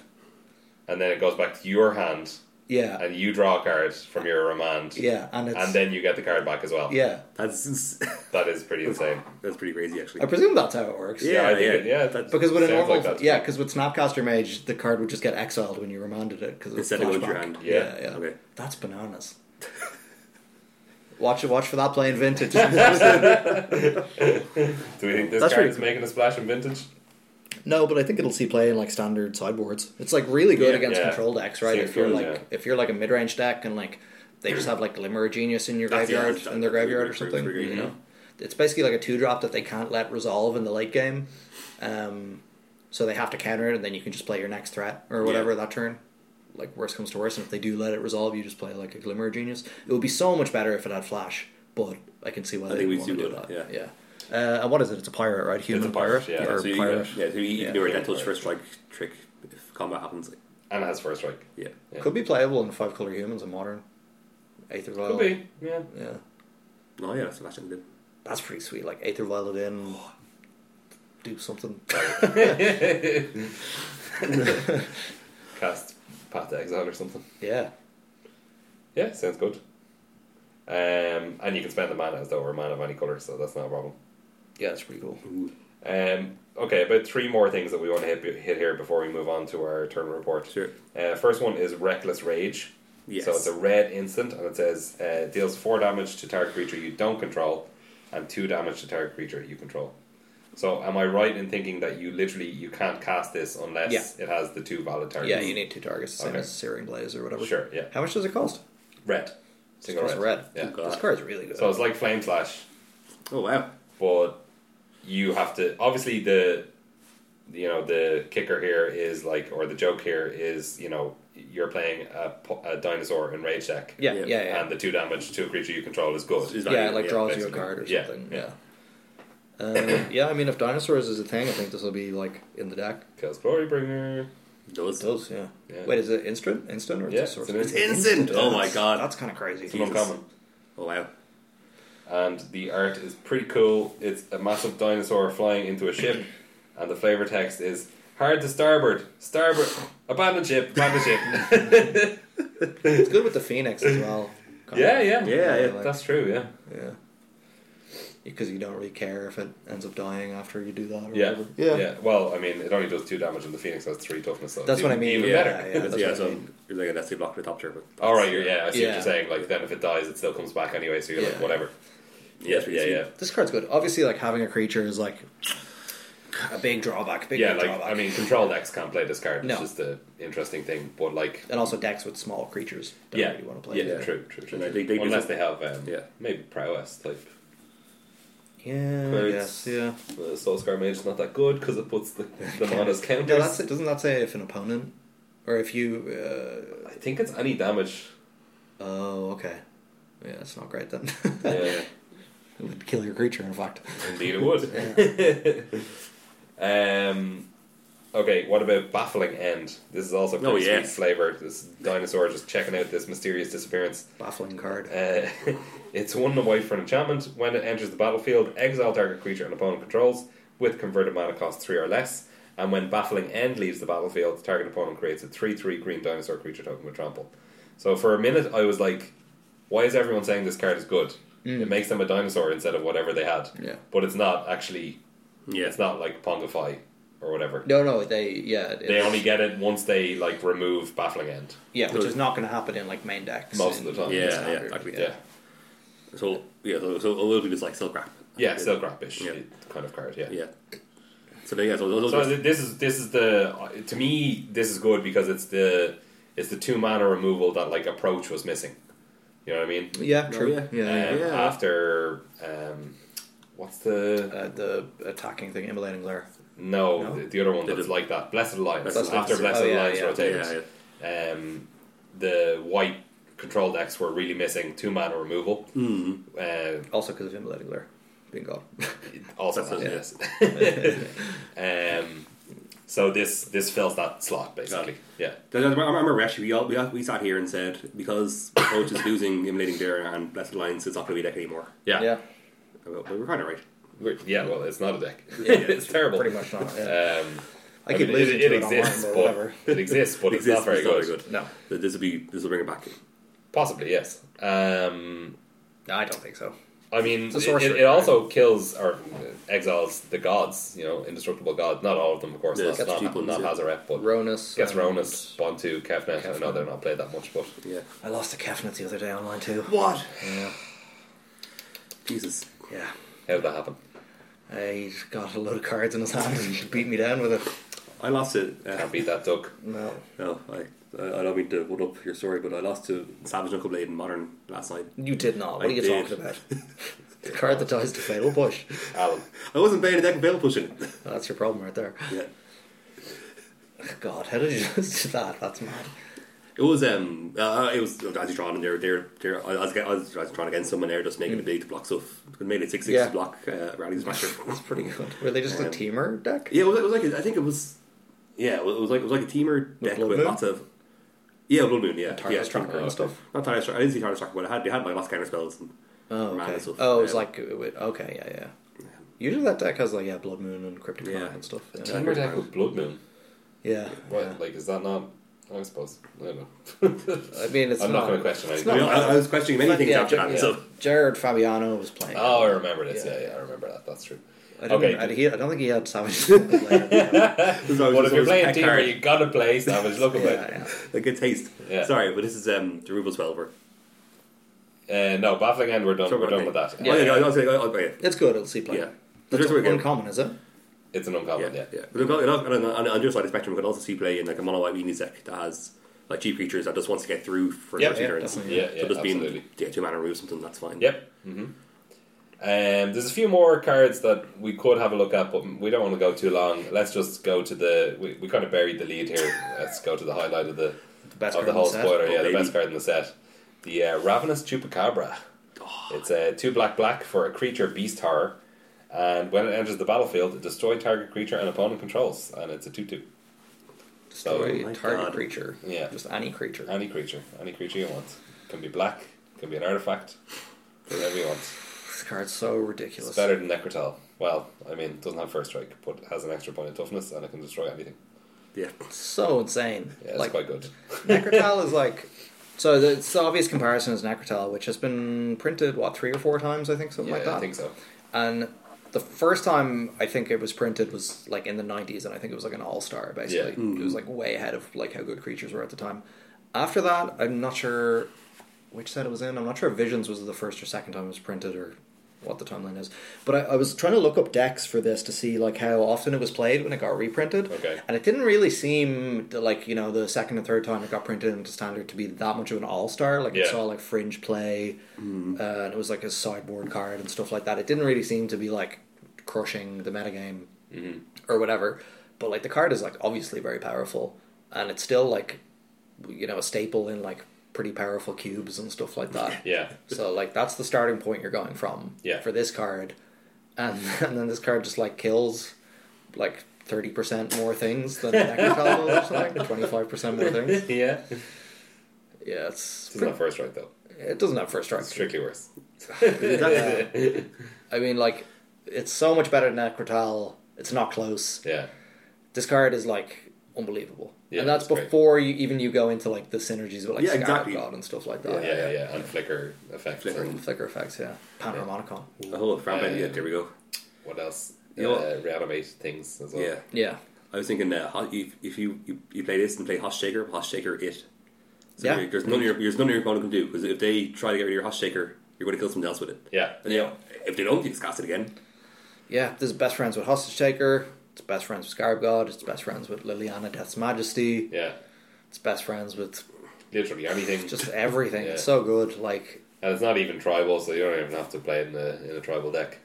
[SPEAKER 1] and then it goes back to your hand,
[SPEAKER 2] Yeah.
[SPEAKER 1] and you draw a card from your remand.
[SPEAKER 2] yeah. And it's
[SPEAKER 1] And then you get the card back as well.
[SPEAKER 2] Yeah.
[SPEAKER 3] That's
[SPEAKER 1] That is pretty insane.
[SPEAKER 3] [laughs] that's pretty crazy, actually.
[SPEAKER 2] I presume that's how it works.
[SPEAKER 1] Yeah, I think
[SPEAKER 3] yeah,
[SPEAKER 1] it- yeah.
[SPEAKER 3] that's-
[SPEAKER 2] Because with a
[SPEAKER 1] Sounds
[SPEAKER 2] normal,
[SPEAKER 1] like that to
[SPEAKER 2] yeah,
[SPEAKER 1] me.
[SPEAKER 2] because with Snapcaster Mage, the card would just get exiled when you remanded it because
[SPEAKER 3] Instead of going to your hand.
[SPEAKER 1] Yeah.
[SPEAKER 2] yeah, yeah.
[SPEAKER 3] Okay.
[SPEAKER 2] That's bananas. [laughs] watch it. Watch for that play in [laughs] vintage.
[SPEAKER 1] Do we think this
[SPEAKER 2] That's
[SPEAKER 1] card
[SPEAKER 2] pretty
[SPEAKER 1] is making a splash in vintage?
[SPEAKER 2] no, but I think it'll see play in like standard sideboards. It's like really good
[SPEAKER 3] Yeah,
[SPEAKER 2] against
[SPEAKER 1] yeah.
[SPEAKER 2] control decks, right?
[SPEAKER 1] Six
[SPEAKER 2] if you're
[SPEAKER 1] good,
[SPEAKER 2] like
[SPEAKER 1] yeah.
[SPEAKER 2] if you're like a mid range deck and like they just have like Glimmer of Genius in your
[SPEAKER 3] That's- yeah,
[SPEAKER 2] graveyard
[SPEAKER 3] that's-
[SPEAKER 2] in their
[SPEAKER 3] that's
[SPEAKER 2] graveyard or
[SPEAKER 3] pretty-
[SPEAKER 2] something. Mm-hmm.
[SPEAKER 3] pretty good, you know?
[SPEAKER 2] It's basically like a two drop that they can't let resolve in the late game, um, so they have to counter it, and then you can just play your next threat or whatever
[SPEAKER 3] Yeah.
[SPEAKER 2] that turn. Like worst comes to worst, and if they do let it resolve, you just play like a Glimmer of Genius. It would be so much better if it had Flash, but I can see why they didn't
[SPEAKER 3] think we
[SPEAKER 2] want to
[SPEAKER 3] do
[SPEAKER 2] do
[SPEAKER 3] that,
[SPEAKER 2] that. Yeah. Uh, and what is it? It's a pirate, right? Human
[SPEAKER 1] a pirate, yeah.
[SPEAKER 2] Or
[SPEAKER 3] So you,
[SPEAKER 2] pirate.
[SPEAKER 3] yeah, so you, you
[SPEAKER 2] Yeah.
[SPEAKER 3] can do a death touch first strike trick if combat happens.
[SPEAKER 1] And it has first strike.
[SPEAKER 3] Yeah.
[SPEAKER 1] Yeah.
[SPEAKER 2] Could be playable in five color humans in modern. Aether
[SPEAKER 1] Could
[SPEAKER 2] Violet.
[SPEAKER 1] be.
[SPEAKER 2] [laughs]
[SPEAKER 1] Yeah. [laughs]
[SPEAKER 2] Yeah.
[SPEAKER 3] No, Oh, yeah, that's that's actually
[SPEAKER 2] That's pretty sweet. Like Aether
[SPEAKER 1] [gasps]
[SPEAKER 2] Violet in do something.
[SPEAKER 1] Cast Path to Exile or something.
[SPEAKER 2] yeah.
[SPEAKER 1] Yeah, sounds good. Um, and you can spend the mana as though we're a man of any colour, so that's not a problem.
[SPEAKER 2] Yeah, that's pretty cool.
[SPEAKER 3] Ooh.
[SPEAKER 1] Um, okay, about three more things that we want to hit, hit here before we move on to our turn report.
[SPEAKER 3] Sure.
[SPEAKER 1] Uh, first one is Reckless Rage.
[SPEAKER 3] Yes.
[SPEAKER 1] So it's a red instant, and it says uh, deals four damage to target creature you don't control, and two damage to target creature you control. So am I right in thinking that you literally you can't cast this unless
[SPEAKER 2] Yeah.
[SPEAKER 1] it has the two valid targets?
[SPEAKER 2] Yeah, you need two targets, same
[SPEAKER 1] Okay.
[SPEAKER 2] as Searing Blaze or whatever.
[SPEAKER 1] Sure, yeah.
[SPEAKER 2] How much does it cost?
[SPEAKER 1] red.
[SPEAKER 2] It
[SPEAKER 1] Single
[SPEAKER 2] costs
[SPEAKER 1] red.
[SPEAKER 2] a red.
[SPEAKER 1] Yeah.
[SPEAKER 3] God.
[SPEAKER 2] This card's really good.
[SPEAKER 1] So it's like flame slash,
[SPEAKER 3] Oh wow.
[SPEAKER 1] but you have to obviously the you know the kicker here is like or the joke here is you know you're playing a, po- a dinosaur in rage deck
[SPEAKER 2] yeah, yeah,
[SPEAKER 3] Yeah.
[SPEAKER 2] yeah. Yeah,
[SPEAKER 1] and the two damage to a creature you control is good
[SPEAKER 3] Is that-
[SPEAKER 2] it like
[SPEAKER 3] yeah,
[SPEAKER 2] draws you a
[SPEAKER 1] basically.
[SPEAKER 2] card or
[SPEAKER 1] Yeah,
[SPEAKER 2] something. Yeah.
[SPEAKER 1] yeah.
[SPEAKER 2] Um, yeah, I mean, if dinosaurs is a thing, I think this will be like in the deck.
[SPEAKER 1] kills glory bringer
[SPEAKER 3] Those.
[SPEAKER 2] It does, yeah.
[SPEAKER 1] Yeah.
[SPEAKER 2] Wait, is it instant? Instant or
[SPEAKER 1] Yeah,
[SPEAKER 2] just
[SPEAKER 1] it's
[SPEAKER 2] sort
[SPEAKER 1] an
[SPEAKER 2] of-
[SPEAKER 3] It's instant. Oh my
[SPEAKER 2] That's-
[SPEAKER 3] god.
[SPEAKER 2] that's kind of crazy.
[SPEAKER 1] it's an uncommon
[SPEAKER 3] Oh wow.
[SPEAKER 1] and the art is pretty cool it's a massive dinosaur flying into a ship and the flavor text is hard to starboard starboard abandon ship abandon ship [laughs]
[SPEAKER 2] It's good with the Phoenix as well.
[SPEAKER 1] yeah yeah
[SPEAKER 3] Yeah, yeah,
[SPEAKER 2] like-
[SPEAKER 1] that's true yeah
[SPEAKER 2] yeah. Because you don't really care if it ends up dying after you do that. Or
[SPEAKER 1] Yeah.
[SPEAKER 2] whatever.
[SPEAKER 1] yeah, Well, I mean, it only does two damage, and the Phoenix has three toughness. So
[SPEAKER 2] That's
[SPEAKER 1] it's
[SPEAKER 2] what I
[SPEAKER 1] even-
[SPEAKER 2] mean,
[SPEAKER 1] Even
[SPEAKER 2] yeah,
[SPEAKER 1] better.
[SPEAKER 2] yeah. that's
[SPEAKER 3] yeah.
[SPEAKER 2] what I
[SPEAKER 3] So
[SPEAKER 2] mean.
[SPEAKER 3] you're like a nasty block to the top tier, but
[SPEAKER 1] All Oh, right, you're, yeah, I see what
[SPEAKER 2] Yeah.
[SPEAKER 1] you're saying. Like then, if it dies, it still comes back anyway. So you're
[SPEAKER 2] Yeah.
[SPEAKER 1] like, whatever. Yeah,
[SPEAKER 3] it's
[SPEAKER 1] yeah,
[SPEAKER 3] really
[SPEAKER 1] yeah.
[SPEAKER 3] sweet.
[SPEAKER 2] This card's good. Obviously, like having a creature is like a big drawback. Big
[SPEAKER 1] Yeah, like
[SPEAKER 2] drawback.
[SPEAKER 1] I mean, control decks can't play this card.
[SPEAKER 2] No.
[SPEAKER 1] It's just the interesting thing. But like,
[SPEAKER 2] and also decks with small creatures. Don't
[SPEAKER 1] yeah,
[SPEAKER 2] really want to play.
[SPEAKER 1] yeah,
[SPEAKER 2] it.
[SPEAKER 1] true, true, true.
[SPEAKER 3] And I think they
[SPEAKER 1] Unless
[SPEAKER 3] do-
[SPEAKER 1] they have, um,
[SPEAKER 3] Yeah.
[SPEAKER 1] maybe prowess type.
[SPEAKER 2] yeah, I
[SPEAKER 1] Cards.
[SPEAKER 2] guess, yeah.
[SPEAKER 1] Uh, Soul Scar Mage is not that good because it puts the
[SPEAKER 2] [laughs]
[SPEAKER 1] the mana's counters.
[SPEAKER 2] No, that's it. Doesn't that say if an opponent or if you?
[SPEAKER 1] I think it's any damage.
[SPEAKER 2] Uh, oh, okay. Yeah, it's not great then. [laughs]
[SPEAKER 1] Yeah.
[SPEAKER 2] it would kill your creature. In fact.
[SPEAKER 1] Indeed, it would. um, Okay, what about Baffling End? This is also pretty
[SPEAKER 3] Oh, yeah.
[SPEAKER 1] sweet flavour. This dinosaur just checking out this mysterious disappearance.
[SPEAKER 2] Baffling card.
[SPEAKER 1] Uh, [laughs] it's one and a white for an enchantment. When it enters the battlefield, exile target creature an opponent controls with converted mana cost three or less. And when Baffling End leaves the battlefield, the target opponent creates a three-three green dinosaur creature token with trample. So for a minute, I was like, "Why is everyone saying this card is good?
[SPEAKER 3] Mm.
[SPEAKER 1] It makes them a dinosaur instead of whatever they had."
[SPEAKER 2] Yeah.
[SPEAKER 1] But it's not actually.
[SPEAKER 3] Yeah.
[SPEAKER 1] It's not like Pongify or whatever.
[SPEAKER 2] No, no, they yeah. it-
[SPEAKER 1] They only get it once they like remove baffling end.
[SPEAKER 2] yeah, which is not going to happen in like main decks
[SPEAKER 1] Most of
[SPEAKER 2] in
[SPEAKER 1] the time.
[SPEAKER 3] Yeah, yeah,
[SPEAKER 2] standard,
[SPEAKER 3] exactly.
[SPEAKER 1] Yeah,
[SPEAKER 3] So yeah, so, so a little bit is like silk wrap.
[SPEAKER 1] yeah, still grapish
[SPEAKER 3] Yeah.
[SPEAKER 1] kind of card. Yeah.
[SPEAKER 3] Yeah. So then, yeah, so those,
[SPEAKER 1] So
[SPEAKER 3] those
[SPEAKER 1] th- this is this is the to me this is good because it's the it's the two mana removal that like approach was missing. You know what I mean?
[SPEAKER 2] Yeah,
[SPEAKER 3] No,
[SPEAKER 2] true.
[SPEAKER 3] yeah.
[SPEAKER 2] yeah, yeah.
[SPEAKER 1] Um,
[SPEAKER 3] Yeah.
[SPEAKER 1] After um, what's the
[SPEAKER 2] Uh, the attacking thing, immolating glare.
[SPEAKER 1] no,
[SPEAKER 2] No?
[SPEAKER 1] The, the other one
[SPEAKER 3] The-
[SPEAKER 1] that's like that Blessed Alliance
[SPEAKER 3] Blessed
[SPEAKER 1] after
[SPEAKER 3] Alliance.
[SPEAKER 1] Blessed
[SPEAKER 2] Oh, yeah,
[SPEAKER 1] Alliance
[SPEAKER 2] yeah.
[SPEAKER 3] yeah,
[SPEAKER 1] rotates.
[SPEAKER 3] yeah,
[SPEAKER 1] um, the white control decks were really missing two mana removal.
[SPEAKER 3] Mm.
[SPEAKER 1] Uh,
[SPEAKER 2] Also because of immolating glare being gone.
[SPEAKER 1] [laughs] also,
[SPEAKER 3] That's
[SPEAKER 1] yes. um, so this this fills that slot basically. Yeah,
[SPEAKER 3] I remember we actually we all, we, all, we sat here and said because Coach is losing Immolating Dare and Blessed Alliance, it's not going to be a deck anymore.
[SPEAKER 1] yeah,
[SPEAKER 2] yeah,
[SPEAKER 3] We were kind of right.
[SPEAKER 1] We're- yeah, Well, it's not a deck. [laughs] it's
[SPEAKER 3] it's
[SPEAKER 1] terrible.
[SPEAKER 2] pretty much not. Yeah.
[SPEAKER 1] Um,
[SPEAKER 2] I
[SPEAKER 1] I
[SPEAKER 2] keep
[SPEAKER 1] mean,
[SPEAKER 2] losing
[SPEAKER 1] it, it
[SPEAKER 2] to it
[SPEAKER 1] exists,
[SPEAKER 2] online, but
[SPEAKER 1] but [laughs]
[SPEAKER 2] whatever.
[SPEAKER 1] it exists, but
[SPEAKER 3] [laughs] It
[SPEAKER 1] it's not
[SPEAKER 3] exists,
[SPEAKER 1] very
[SPEAKER 3] it's not
[SPEAKER 1] good.
[SPEAKER 3] very good.
[SPEAKER 2] No,
[SPEAKER 3] So This will be this will bring it back.
[SPEAKER 1] Possibly, yes. Um,
[SPEAKER 2] no, I don't think so.
[SPEAKER 1] I mean,
[SPEAKER 2] a
[SPEAKER 1] it,
[SPEAKER 2] sorcery,
[SPEAKER 1] it- it also kills or uh, exiles the gods. You know, indestructible gods. Not all of them, of course.
[SPEAKER 3] Yeah,
[SPEAKER 1] That's
[SPEAKER 3] it gets
[SPEAKER 1] not,
[SPEAKER 3] cheap ones,
[SPEAKER 1] not
[SPEAKER 3] yeah.
[SPEAKER 1] Hazaret, but
[SPEAKER 2] Ronus um,
[SPEAKER 1] gets
[SPEAKER 2] and-
[SPEAKER 1] Ronus, Bontu, Kefnet. I know
[SPEAKER 2] Kefnet.
[SPEAKER 1] they're not played that much, but
[SPEAKER 3] Yeah.
[SPEAKER 2] I lost to Kefnet the other day online too.
[SPEAKER 3] What?
[SPEAKER 2] Yeah,
[SPEAKER 3] Jesus.
[SPEAKER 2] yeah.
[SPEAKER 1] how did that happen?
[SPEAKER 2] He got a load of cards in his hand and he beat me down with it.
[SPEAKER 3] I lost it. Uh,
[SPEAKER 1] Can't beat that duck.
[SPEAKER 2] No.
[SPEAKER 3] no, I, I I don't mean to one up your story, but I lost to Savage Knuckle Blade in Modern last night.
[SPEAKER 2] You did not. What
[SPEAKER 3] I
[SPEAKER 2] are you
[SPEAKER 3] did.
[SPEAKER 2] talking about? the card that dies to fatal push.
[SPEAKER 1] Alan.
[SPEAKER 3] [laughs] I wasn't playing a deck of Veil Pushing.
[SPEAKER 2] That's your problem right there.
[SPEAKER 3] yeah. [laughs]
[SPEAKER 2] God, how did you [laughs] just do that? That's mad.
[SPEAKER 3] It was um uh, it was as you drawn and they're they're, they're I, was, I was I was drawn against someone there just making a big to block stuff. It made it six six
[SPEAKER 2] Mm. Yeah.
[SPEAKER 3] to block uh, rally smasher.
[SPEAKER 2] [laughs] That's pretty good. Were they just a
[SPEAKER 3] Um,
[SPEAKER 2] teamer deck?
[SPEAKER 3] yeah, it was, it was like a, I think it was yeah it was, it was like it was like a teamer deck
[SPEAKER 2] Blood
[SPEAKER 3] with
[SPEAKER 2] Moon?
[SPEAKER 3] lots of yeah Blood Moon yeah
[SPEAKER 2] Tarnished
[SPEAKER 3] yeah
[SPEAKER 2] Tracker and
[SPEAKER 3] uh,
[SPEAKER 2] stuff?
[SPEAKER 3] Not Tarnished Tracker. I didn't see Tarnished Tracker, but I had they had like lost counter spells and
[SPEAKER 2] Oh,
[SPEAKER 3] Random
[SPEAKER 2] okay.
[SPEAKER 3] stuff.
[SPEAKER 2] Oh, it was
[SPEAKER 3] Yeah.
[SPEAKER 2] like it would- okay, yeah, yeah. Usually that deck has like yeah, Blood Moon and Cryptic
[SPEAKER 3] Yeah.
[SPEAKER 2] Planet and stuff. Yeah,
[SPEAKER 3] Team-
[SPEAKER 1] Timber deck with Blood Moon.
[SPEAKER 2] yeah.
[SPEAKER 1] What?
[SPEAKER 2] yeah.
[SPEAKER 1] Like, is that not? I suppose. I don't know.
[SPEAKER 2] I mean, it's
[SPEAKER 1] I'm not
[SPEAKER 2] not.
[SPEAKER 1] going to question
[SPEAKER 2] it's
[SPEAKER 1] anything.
[SPEAKER 3] I, mean,
[SPEAKER 2] not-
[SPEAKER 3] I, I was questioning many
[SPEAKER 2] but,
[SPEAKER 3] things
[SPEAKER 2] yeah,
[SPEAKER 3] after
[SPEAKER 2] Ger-
[SPEAKER 3] that.
[SPEAKER 2] yeah.
[SPEAKER 3] So
[SPEAKER 2] Jared Fabiano was playing.
[SPEAKER 1] Oh, I remember this.
[SPEAKER 2] Yeah.
[SPEAKER 1] Yeah, yeah, I remember that. That's true.
[SPEAKER 2] I don't,
[SPEAKER 1] okay.
[SPEAKER 2] I, he, I don't think he had
[SPEAKER 1] [laughs]
[SPEAKER 2] Savage. yeah,
[SPEAKER 3] I
[SPEAKER 1] Well, if
[SPEAKER 3] was just- I
[SPEAKER 1] you're
[SPEAKER 3] was
[SPEAKER 1] playing
[SPEAKER 3] tech
[SPEAKER 1] team,
[SPEAKER 3] card.
[SPEAKER 1] you got to play Savage Look about.
[SPEAKER 2] yeah.
[SPEAKER 3] a [laughs] good taste.
[SPEAKER 1] Yeah.
[SPEAKER 3] Sorry, but this is um the Ruble Spellver.
[SPEAKER 1] Uh, no, baffling end. We're done.
[SPEAKER 3] Sorry,
[SPEAKER 1] we're done
[SPEAKER 3] okay.
[SPEAKER 1] with that.
[SPEAKER 3] Oh, yeah, I was like, oh, okay.
[SPEAKER 2] It's good. It'll see play.
[SPEAKER 3] Yeah.
[SPEAKER 2] That's
[SPEAKER 3] Just very good.
[SPEAKER 2] uncommon, is it?
[SPEAKER 1] It's an uncommon.
[SPEAKER 3] yeah,
[SPEAKER 1] Yeah.
[SPEAKER 3] yeah. But on, on, on, on the other side of the spectrum, we could also see play in like a mono white weenie deck that has like cheap creatures that just wants to get through for
[SPEAKER 2] Yeah,
[SPEAKER 3] first
[SPEAKER 2] yeah,
[SPEAKER 3] turns.
[SPEAKER 2] definitely,
[SPEAKER 1] yeah.
[SPEAKER 3] so
[SPEAKER 1] Yeah,
[SPEAKER 3] just being
[SPEAKER 1] absolutely.
[SPEAKER 3] yeah, two mana remove something that's fine.
[SPEAKER 1] Yep. hmm Um, there's a few more cards that we could have a look at, but we don't want to go too long. Let's just go to the. We, we kind of buried the lead here. Let's go to the highlight of the
[SPEAKER 2] The best
[SPEAKER 1] of
[SPEAKER 2] card
[SPEAKER 1] the
[SPEAKER 2] in
[SPEAKER 1] whole
[SPEAKER 2] set.
[SPEAKER 1] spoiler.
[SPEAKER 3] Oh,
[SPEAKER 1] yeah,
[SPEAKER 3] baby.
[SPEAKER 1] the best card in the set. The uh, Ravenous Chupacabra.
[SPEAKER 2] Oh.
[SPEAKER 1] It's a two black black for a creature beast horror, and when it enters the battlefield, destroy target creature and opponent controls, and it's a two two.
[SPEAKER 2] Destroy
[SPEAKER 3] Oh my
[SPEAKER 2] target
[SPEAKER 3] God.
[SPEAKER 2] creature.
[SPEAKER 1] Yeah.
[SPEAKER 2] Just any creature.
[SPEAKER 1] Any creature, any creature you want, can be black, can be an artifact, whatever you want.
[SPEAKER 2] this card's so ridiculous.
[SPEAKER 1] It's better than Necrotel. Well, I mean, it doesn't have first strike, but has an extra point in toughness, and it can destroy anything.
[SPEAKER 3] Yeah.
[SPEAKER 2] So insane.
[SPEAKER 1] Yeah, it's
[SPEAKER 2] like
[SPEAKER 1] quite good. [laughs]
[SPEAKER 2] Necrotal is like. So the, it's the obvious comparison is Necrotal, which has been printed what three or four times, I think, something
[SPEAKER 1] Yeah,
[SPEAKER 2] like that.
[SPEAKER 1] I think so.
[SPEAKER 2] And the first time I think it was printed was like in the '90s, and I think it was like an all-star basically.
[SPEAKER 1] Yeah.
[SPEAKER 2] It was like way ahead of like how good creatures were at the time. After that, I'm not sure which set it was in. I'm not sure if Visions was the first or second time it was printed or what the timeline is. But I, I was trying to look up decks for this to see like how often it was played when it got reprinted.
[SPEAKER 1] Okay.
[SPEAKER 2] And it didn't really seem to, like you know the second and third time it got printed into standard to be that much of an all star. Like it's
[SPEAKER 1] Yeah.
[SPEAKER 2] all like fringe play, uh, and it was like a sideboard card and stuff like that. It didn't really seem to be like crushing the metagame
[SPEAKER 1] Mm-hmm.
[SPEAKER 2] or whatever. But like the card is like obviously very powerful, and it's still like you know a staple in like pretty powerful cubes and stuff like that.
[SPEAKER 1] [laughs] Yeah.
[SPEAKER 2] So like that's the starting point you're going from
[SPEAKER 1] Yeah.
[SPEAKER 2] [laughs] for this card, and and then this card just like kills like thirty percent more things than an Echo Combo
[SPEAKER 1] [laughs]
[SPEAKER 2] or something. Twenty five percent more things.
[SPEAKER 1] yeah. It's
[SPEAKER 2] Yeah, it's
[SPEAKER 1] not first right though.
[SPEAKER 2] it doesn't have first strike.
[SPEAKER 1] It's strictly worse.
[SPEAKER 2] I mean, like it's so much better than Necrotal. It's not close.
[SPEAKER 1] yeah.
[SPEAKER 2] This card is like unbelievable,
[SPEAKER 1] Yeah,
[SPEAKER 2] and that's
[SPEAKER 1] it's great.
[SPEAKER 2] before you even you go into like the synergies with like
[SPEAKER 3] Yeah,
[SPEAKER 2] Scarab
[SPEAKER 3] exactly.
[SPEAKER 2] God and stuff like
[SPEAKER 1] Yeah,
[SPEAKER 2] that.
[SPEAKER 1] yeah, yeah. And flicker effects.
[SPEAKER 3] Flicker.
[SPEAKER 1] And
[SPEAKER 2] Flicker effects, yeah. Panharmonicon.
[SPEAKER 3] A whole front
[SPEAKER 1] Uh,
[SPEAKER 3] end. Yeah, there we go.
[SPEAKER 1] what else?
[SPEAKER 3] You
[SPEAKER 1] uh,
[SPEAKER 3] know-
[SPEAKER 1] reanimate things as well.
[SPEAKER 3] Yeah,
[SPEAKER 2] Yeah.
[SPEAKER 3] I was thinking uh, hot, if, if you, you you play this and play Hot Shaker, Hot Shaker it. So
[SPEAKER 2] Yeah.
[SPEAKER 3] there- there's none of your there's none of your opponent can do because if they try to get rid of your Hot Shaker, you're going to kill someone else with it.
[SPEAKER 1] Yeah.
[SPEAKER 3] And you know, if they don't, you just cast it again.
[SPEAKER 2] Yeah, this is best friends with Hostage Taker. It's best friends with Scarab God. It's best friends with Liliana Death's Majesty.
[SPEAKER 1] Yeah.
[SPEAKER 2] It's best friends with
[SPEAKER 1] Literally anything.
[SPEAKER 2] just everything.
[SPEAKER 1] Yeah.
[SPEAKER 2] It's so good. Like,
[SPEAKER 1] And it's not even tribal, so you don't even have to play it in a, in a tribal deck.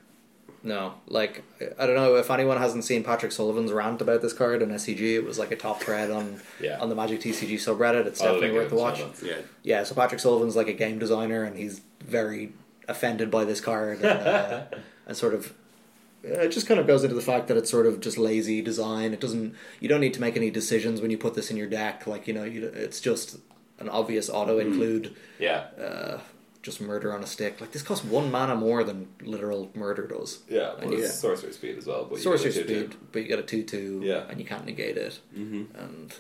[SPEAKER 2] no. Like, I don't know if anyone hasn't seen Patrick Sullivan's rant about this card on SCG. It was like a top thread on
[SPEAKER 1] Yeah. Oh,
[SPEAKER 2] on the Magic TCG subreddit. It's
[SPEAKER 1] I'll
[SPEAKER 2] definitely
[SPEAKER 1] link
[SPEAKER 2] worth
[SPEAKER 1] it in
[SPEAKER 2] the
[SPEAKER 1] the
[SPEAKER 2] watch.
[SPEAKER 1] show notes.
[SPEAKER 3] Yeah,
[SPEAKER 2] Yeah, so Patrick Sullivan's like a game designer and he's very offended by this card and, uh, and sort of uh, it just kind of goes into the fact that it's sort of just lazy design. It doesn't you don't need to make any decisions when you put this in your deck. Like you know, you, it's just an obvious auto include.
[SPEAKER 1] Yeah.
[SPEAKER 2] Uh, just murder on a stick. Like this costs one mana more than literal murder does.
[SPEAKER 1] Yeah. Well,
[SPEAKER 2] And you-
[SPEAKER 1] it's sorcery speed as well. But you
[SPEAKER 2] sorcery
[SPEAKER 1] get a two-two.
[SPEAKER 2] speed, but you get a two two,
[SPEAKER 1] Yeah.
[SPEAKER 2] and you can't negate it, mm-hmm. and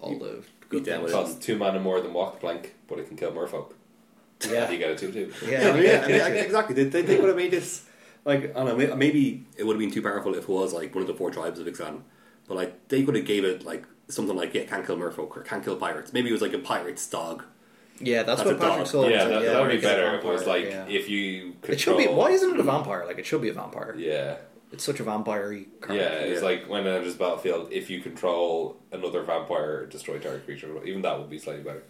[SPEAKER 2] all the
[SPEAKER 3] beat
[SPEAKER 2] good
[SPEAKER 3] them
[SPEAKER 2] things.
[SPEAKER 1] It costs two mana more than walk the plank, but it can kill merfolk.
[SPEAKER 2] Yeah.
[SPEAKER 1] you get a two-two.
[SPEAKER 3] [laughs]
[SPEAKER 2] Yeah,
[SPEAKER 3] Oh, yeah, I mean, I- exactly. They, they, they would have made this like I don't know. may- Maybe it would have been too powerful if it was like one of the four tribes of Ixalan, but like they could have gave it like something like yeah, can't kill merfolk or can't kill pirates. Maybe it was like a pirate's dog.
[SPEAKER 2] Yeah, that's,
[SPEAKER 3] That's
[SPEAKER 2] what
[SPEAKER 3] a
[SPEAKER 2] Patrick
[SPEAKER 3] dog.
[SPEAKER 2] Sullivan
[SPEAKER 1] yeah,
[SPEAKER 2] said.
[SPEAKER 1] that, that would be
[SPEAKER 2] it's a
[SPEAKER 1] better if it was
[SPEAKER 2] vampire,
[SPEAKER 1] like
[SPEAKER 2] yeah.
[SPEAKER 1] if you control.
[SPEAKER 2] It should be. Why isn't it a vampire? Like it should be a vampire.
[SPEAKER 1] Yeah,
[SPEAKER 2] It's such a vampire card.
[SPEAKER 1] yeah. It's
[SPEAKER 3] Yeah.
[SPEAKER 1] like when it enters battlefield, if you control another vampire, destroy target creature. Even that would be slightly better.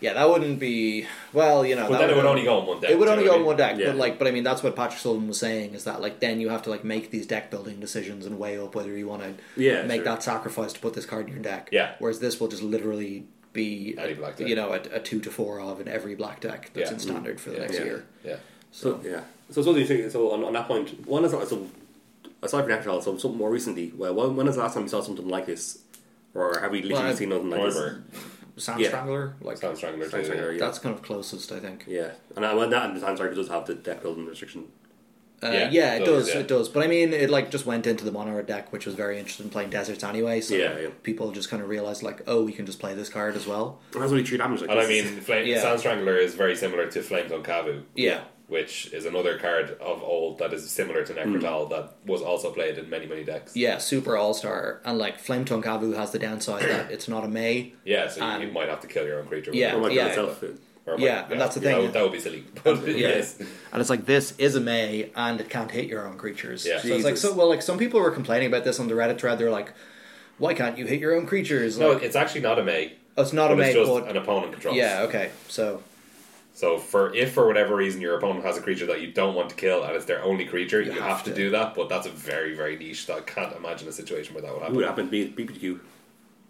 [SPEAKER 2] Yeah, that wouldn't be. Well, you know,
[SPEAKER 1] But
[SPEAKER 2] that
[SPEAKER 1] then it would only go on one deck.
[SPEAKER 2] It would
[SPEAKER 1] do you
[SPEAKER 2] only
[SPEAKER 1] know
[SPEAKER 2] go
[SPEAKER 1] what I
[SPEAKER 2] in one
[SPEAKER 1] mean?
[SPEAKER 2] deck,
[SPEAKER 3] Yeah.
[SPEAKER 2] but like, but I mean, that's what Patrick Sullivan was saying is that like then you have to like make these deck building decisions and weigh up whether you want to
[SPEAKER 3] Yeah,
[SPEAKER 2] make
[SPEAKER 3] sure.
[SPEAKER 2] that sacrifice to put this card in your deck.
[SPEAKER 1] Yeah.
[SPEAKER 2] Whereas this will just literally be
[SPEAKER 1] Any
[SPEAKER 2] a,
[SPEAKER 1] black deck.
[SPEAKER 2] you know a, a two to four of in every black deck that's
[SPEAKER 1] Yeah.
[SPEAKER 2] in standard for the
[SPEAKER 1] Yeah.
[SPEAKER 2] next
[SPEAKER 3] Yeah.
[SPEAKER 2] year.
[SPEAKER 1] Yeah,
[SPEAKER 3] So yeah. So so, so, so on, on that point, one is so aside from National, so something more recently. Well, when, when is the last time we saw something like this, or have we literally
[SPEAKER 2] Well, I-
[SPEAKER 3] seen nothing like this?
[SPEAKER 1] Normer,
[SPEAKER 2] Sand
[SPEAKER 3] Yeah.
[SPEAKER 2] Strangler, like
[SPEAKER 1] Sand Strangler,
[SPEAKER 3] Sand
[SPEAKER 1] too,
[SPEAKER 3] Strangler,
[SPEAKER 2] that's kind of closest, I think.
[SPEAKER 3] Yeah, and I, well, that and the Sand Strikers does have the deck building restriction.
[SPEAKER 2] Uh,
[SPEAKER 1] Yeah,
[SPEAKER 2] yeah,
[SPEAKER 1] it
[SPEAKER 2] it,
[SPEAKER 1] does,
[SPEAKER 2] does.
[SPEAKER 1] yeah.
[SPEAKER 2] It does. But I mean, it like just went into the mono deck, which was very interested in playing deserts anyway. So
[SPEAKER 3] Yeah, yeah.
[SPEAKER 2] people just kind of realized like, oh, we can just play this card as well.
[SPEAKER 3] That's only true damage. Like
[SPEAKER 1] And I
[SPEAKER 3] this.
[SPEAKER 1] mean, Flame,
[SPEAKER 2] Yeah.
[SPEAKER 1] Sand Strangler is very similar to Flames on Kavu.
[SPEAKER 2] Yeah.
[SPEAKER 1] Which is another card of old that is similar to Necrotal that was also played in many, many decks.
[SPEAKER 2] Yeah, super all star. And like Flame Tongue Kavu has the downside that it's not
[SPEAKER 1] [laughs]
[SPEAKER 2] a May.
[SPEAKER 1] Yeah, so you- you,
[SPEAKER 2] And-
[SPEAKER 1] might have to kill your own creature. with
[SPEAKER 2] Yeah,
[SPEAKER 1] it.
[SPEAKER 3] Oh my God,
[SPEAKER 2] yeah.
[SPEAKER 3] itself.
[SPEAKER 1] Or
[SPEAKER 2] Yeah, and that's the
[SPEAKER 1] That
[SPEAKER 2] thing.
[SPEAKER 1] would, that would be silly. [laughs] But
[SPEAKER 2] Yeah.
[SPEAKER 1] yes.
[SPEAKER 2] And it's like this is a May and it can't hit your own creatures.
[SPEAKER 1] Yeah.
[SPEAKER 2] So it's like
[SPEAKER 3] Jesus.
[SPEAKER 2] so well like some people were complaining about this on the Reddit thread, they're like, Why can't you hit your own creatures?
[SPEAKER 1] No,
[SPEAKER 2] Like,
[SPEAKER 1] it's actually not a May.
[SPEAKER 2] oh, it's not
[SPEAKER 1] But
[SPEAKER 2] a May
[SPEAKER 1] it's just
[SPEAKER 2] but
[SPEAKER 1] an opponent controls.
[SPEAKER 2] Yeah, okay. So
[SPEAKER 1] So for if for whatever reason your opponent has a creature that you don't want to kill and it's their only creature, you, have,
[SPEAKER 2] have
[SPEAKER 1] to.
[SPEAKER 2] to.
[SPEAKER 1] do that. But that's a very very niche. That I can't imagine a situation where that would
[SPEAKER 3] Ooh,
[SPEAKER 1] happen.
[SPEAKER 3] it happened to be BPQ.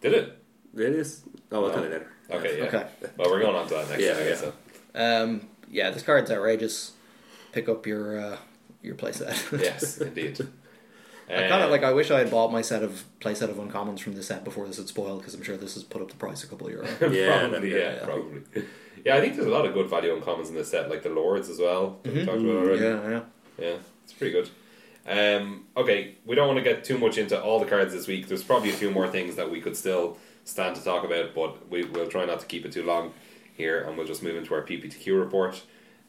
[SPEAKER 1] Did it?
[SPEAKER 3] It is. Oh, I'll
[SPEAKER 1] No.
[SPEAKER 3] tell you later.
[SPEAKER 1] Okay. Yeah.
[SPEAKER 2] Okay.
[SPEAKER 1] Well, we're going on to that next.
[SPEAKER 3] Yeah,
[SPEAKER 1] Yeah.
[SPEAKER 3] yeah.
[SPEAKER 1] So.
[SPEAKER 2] um yeah, this card's outrageous. Pick up your uh your playset. [laughs]
[SPEAKER 1] Yes, indeed.
[SPEAKER 2] I kind of like. I wish I had bought my set of playset of uncommons from this set before this had spoiled because I'm sure this has put up the price a couple euro.
[SPEAKER 1] [laughs]
[SPEAKER 3] Yeah, that'd
[SPEAKER 1] probably, Uh,
[SPEAKER 3] be
[SPEAKER 1] yeah,
[SPEAKER 3] good,
[SPEAKER 2] yeah. [laughs]
[SPEAKER 1] probably. Yeah, I think there's a lot of good value on commons in this set, like the lords as well. that we talked about
[SPEAKER 2] Mm-hmm. yeah,
[SPEAKER 1] already.
[SPEAKER 2] yeah.
[SPEAKER 1] Yeah, it's pretty good. Um, okay, we don't want to get too much into all the cards this week. There's probably a few more things that we could still stand to talk about, but we will try not to keep it too long here, and we'll just move into our PPTQ report.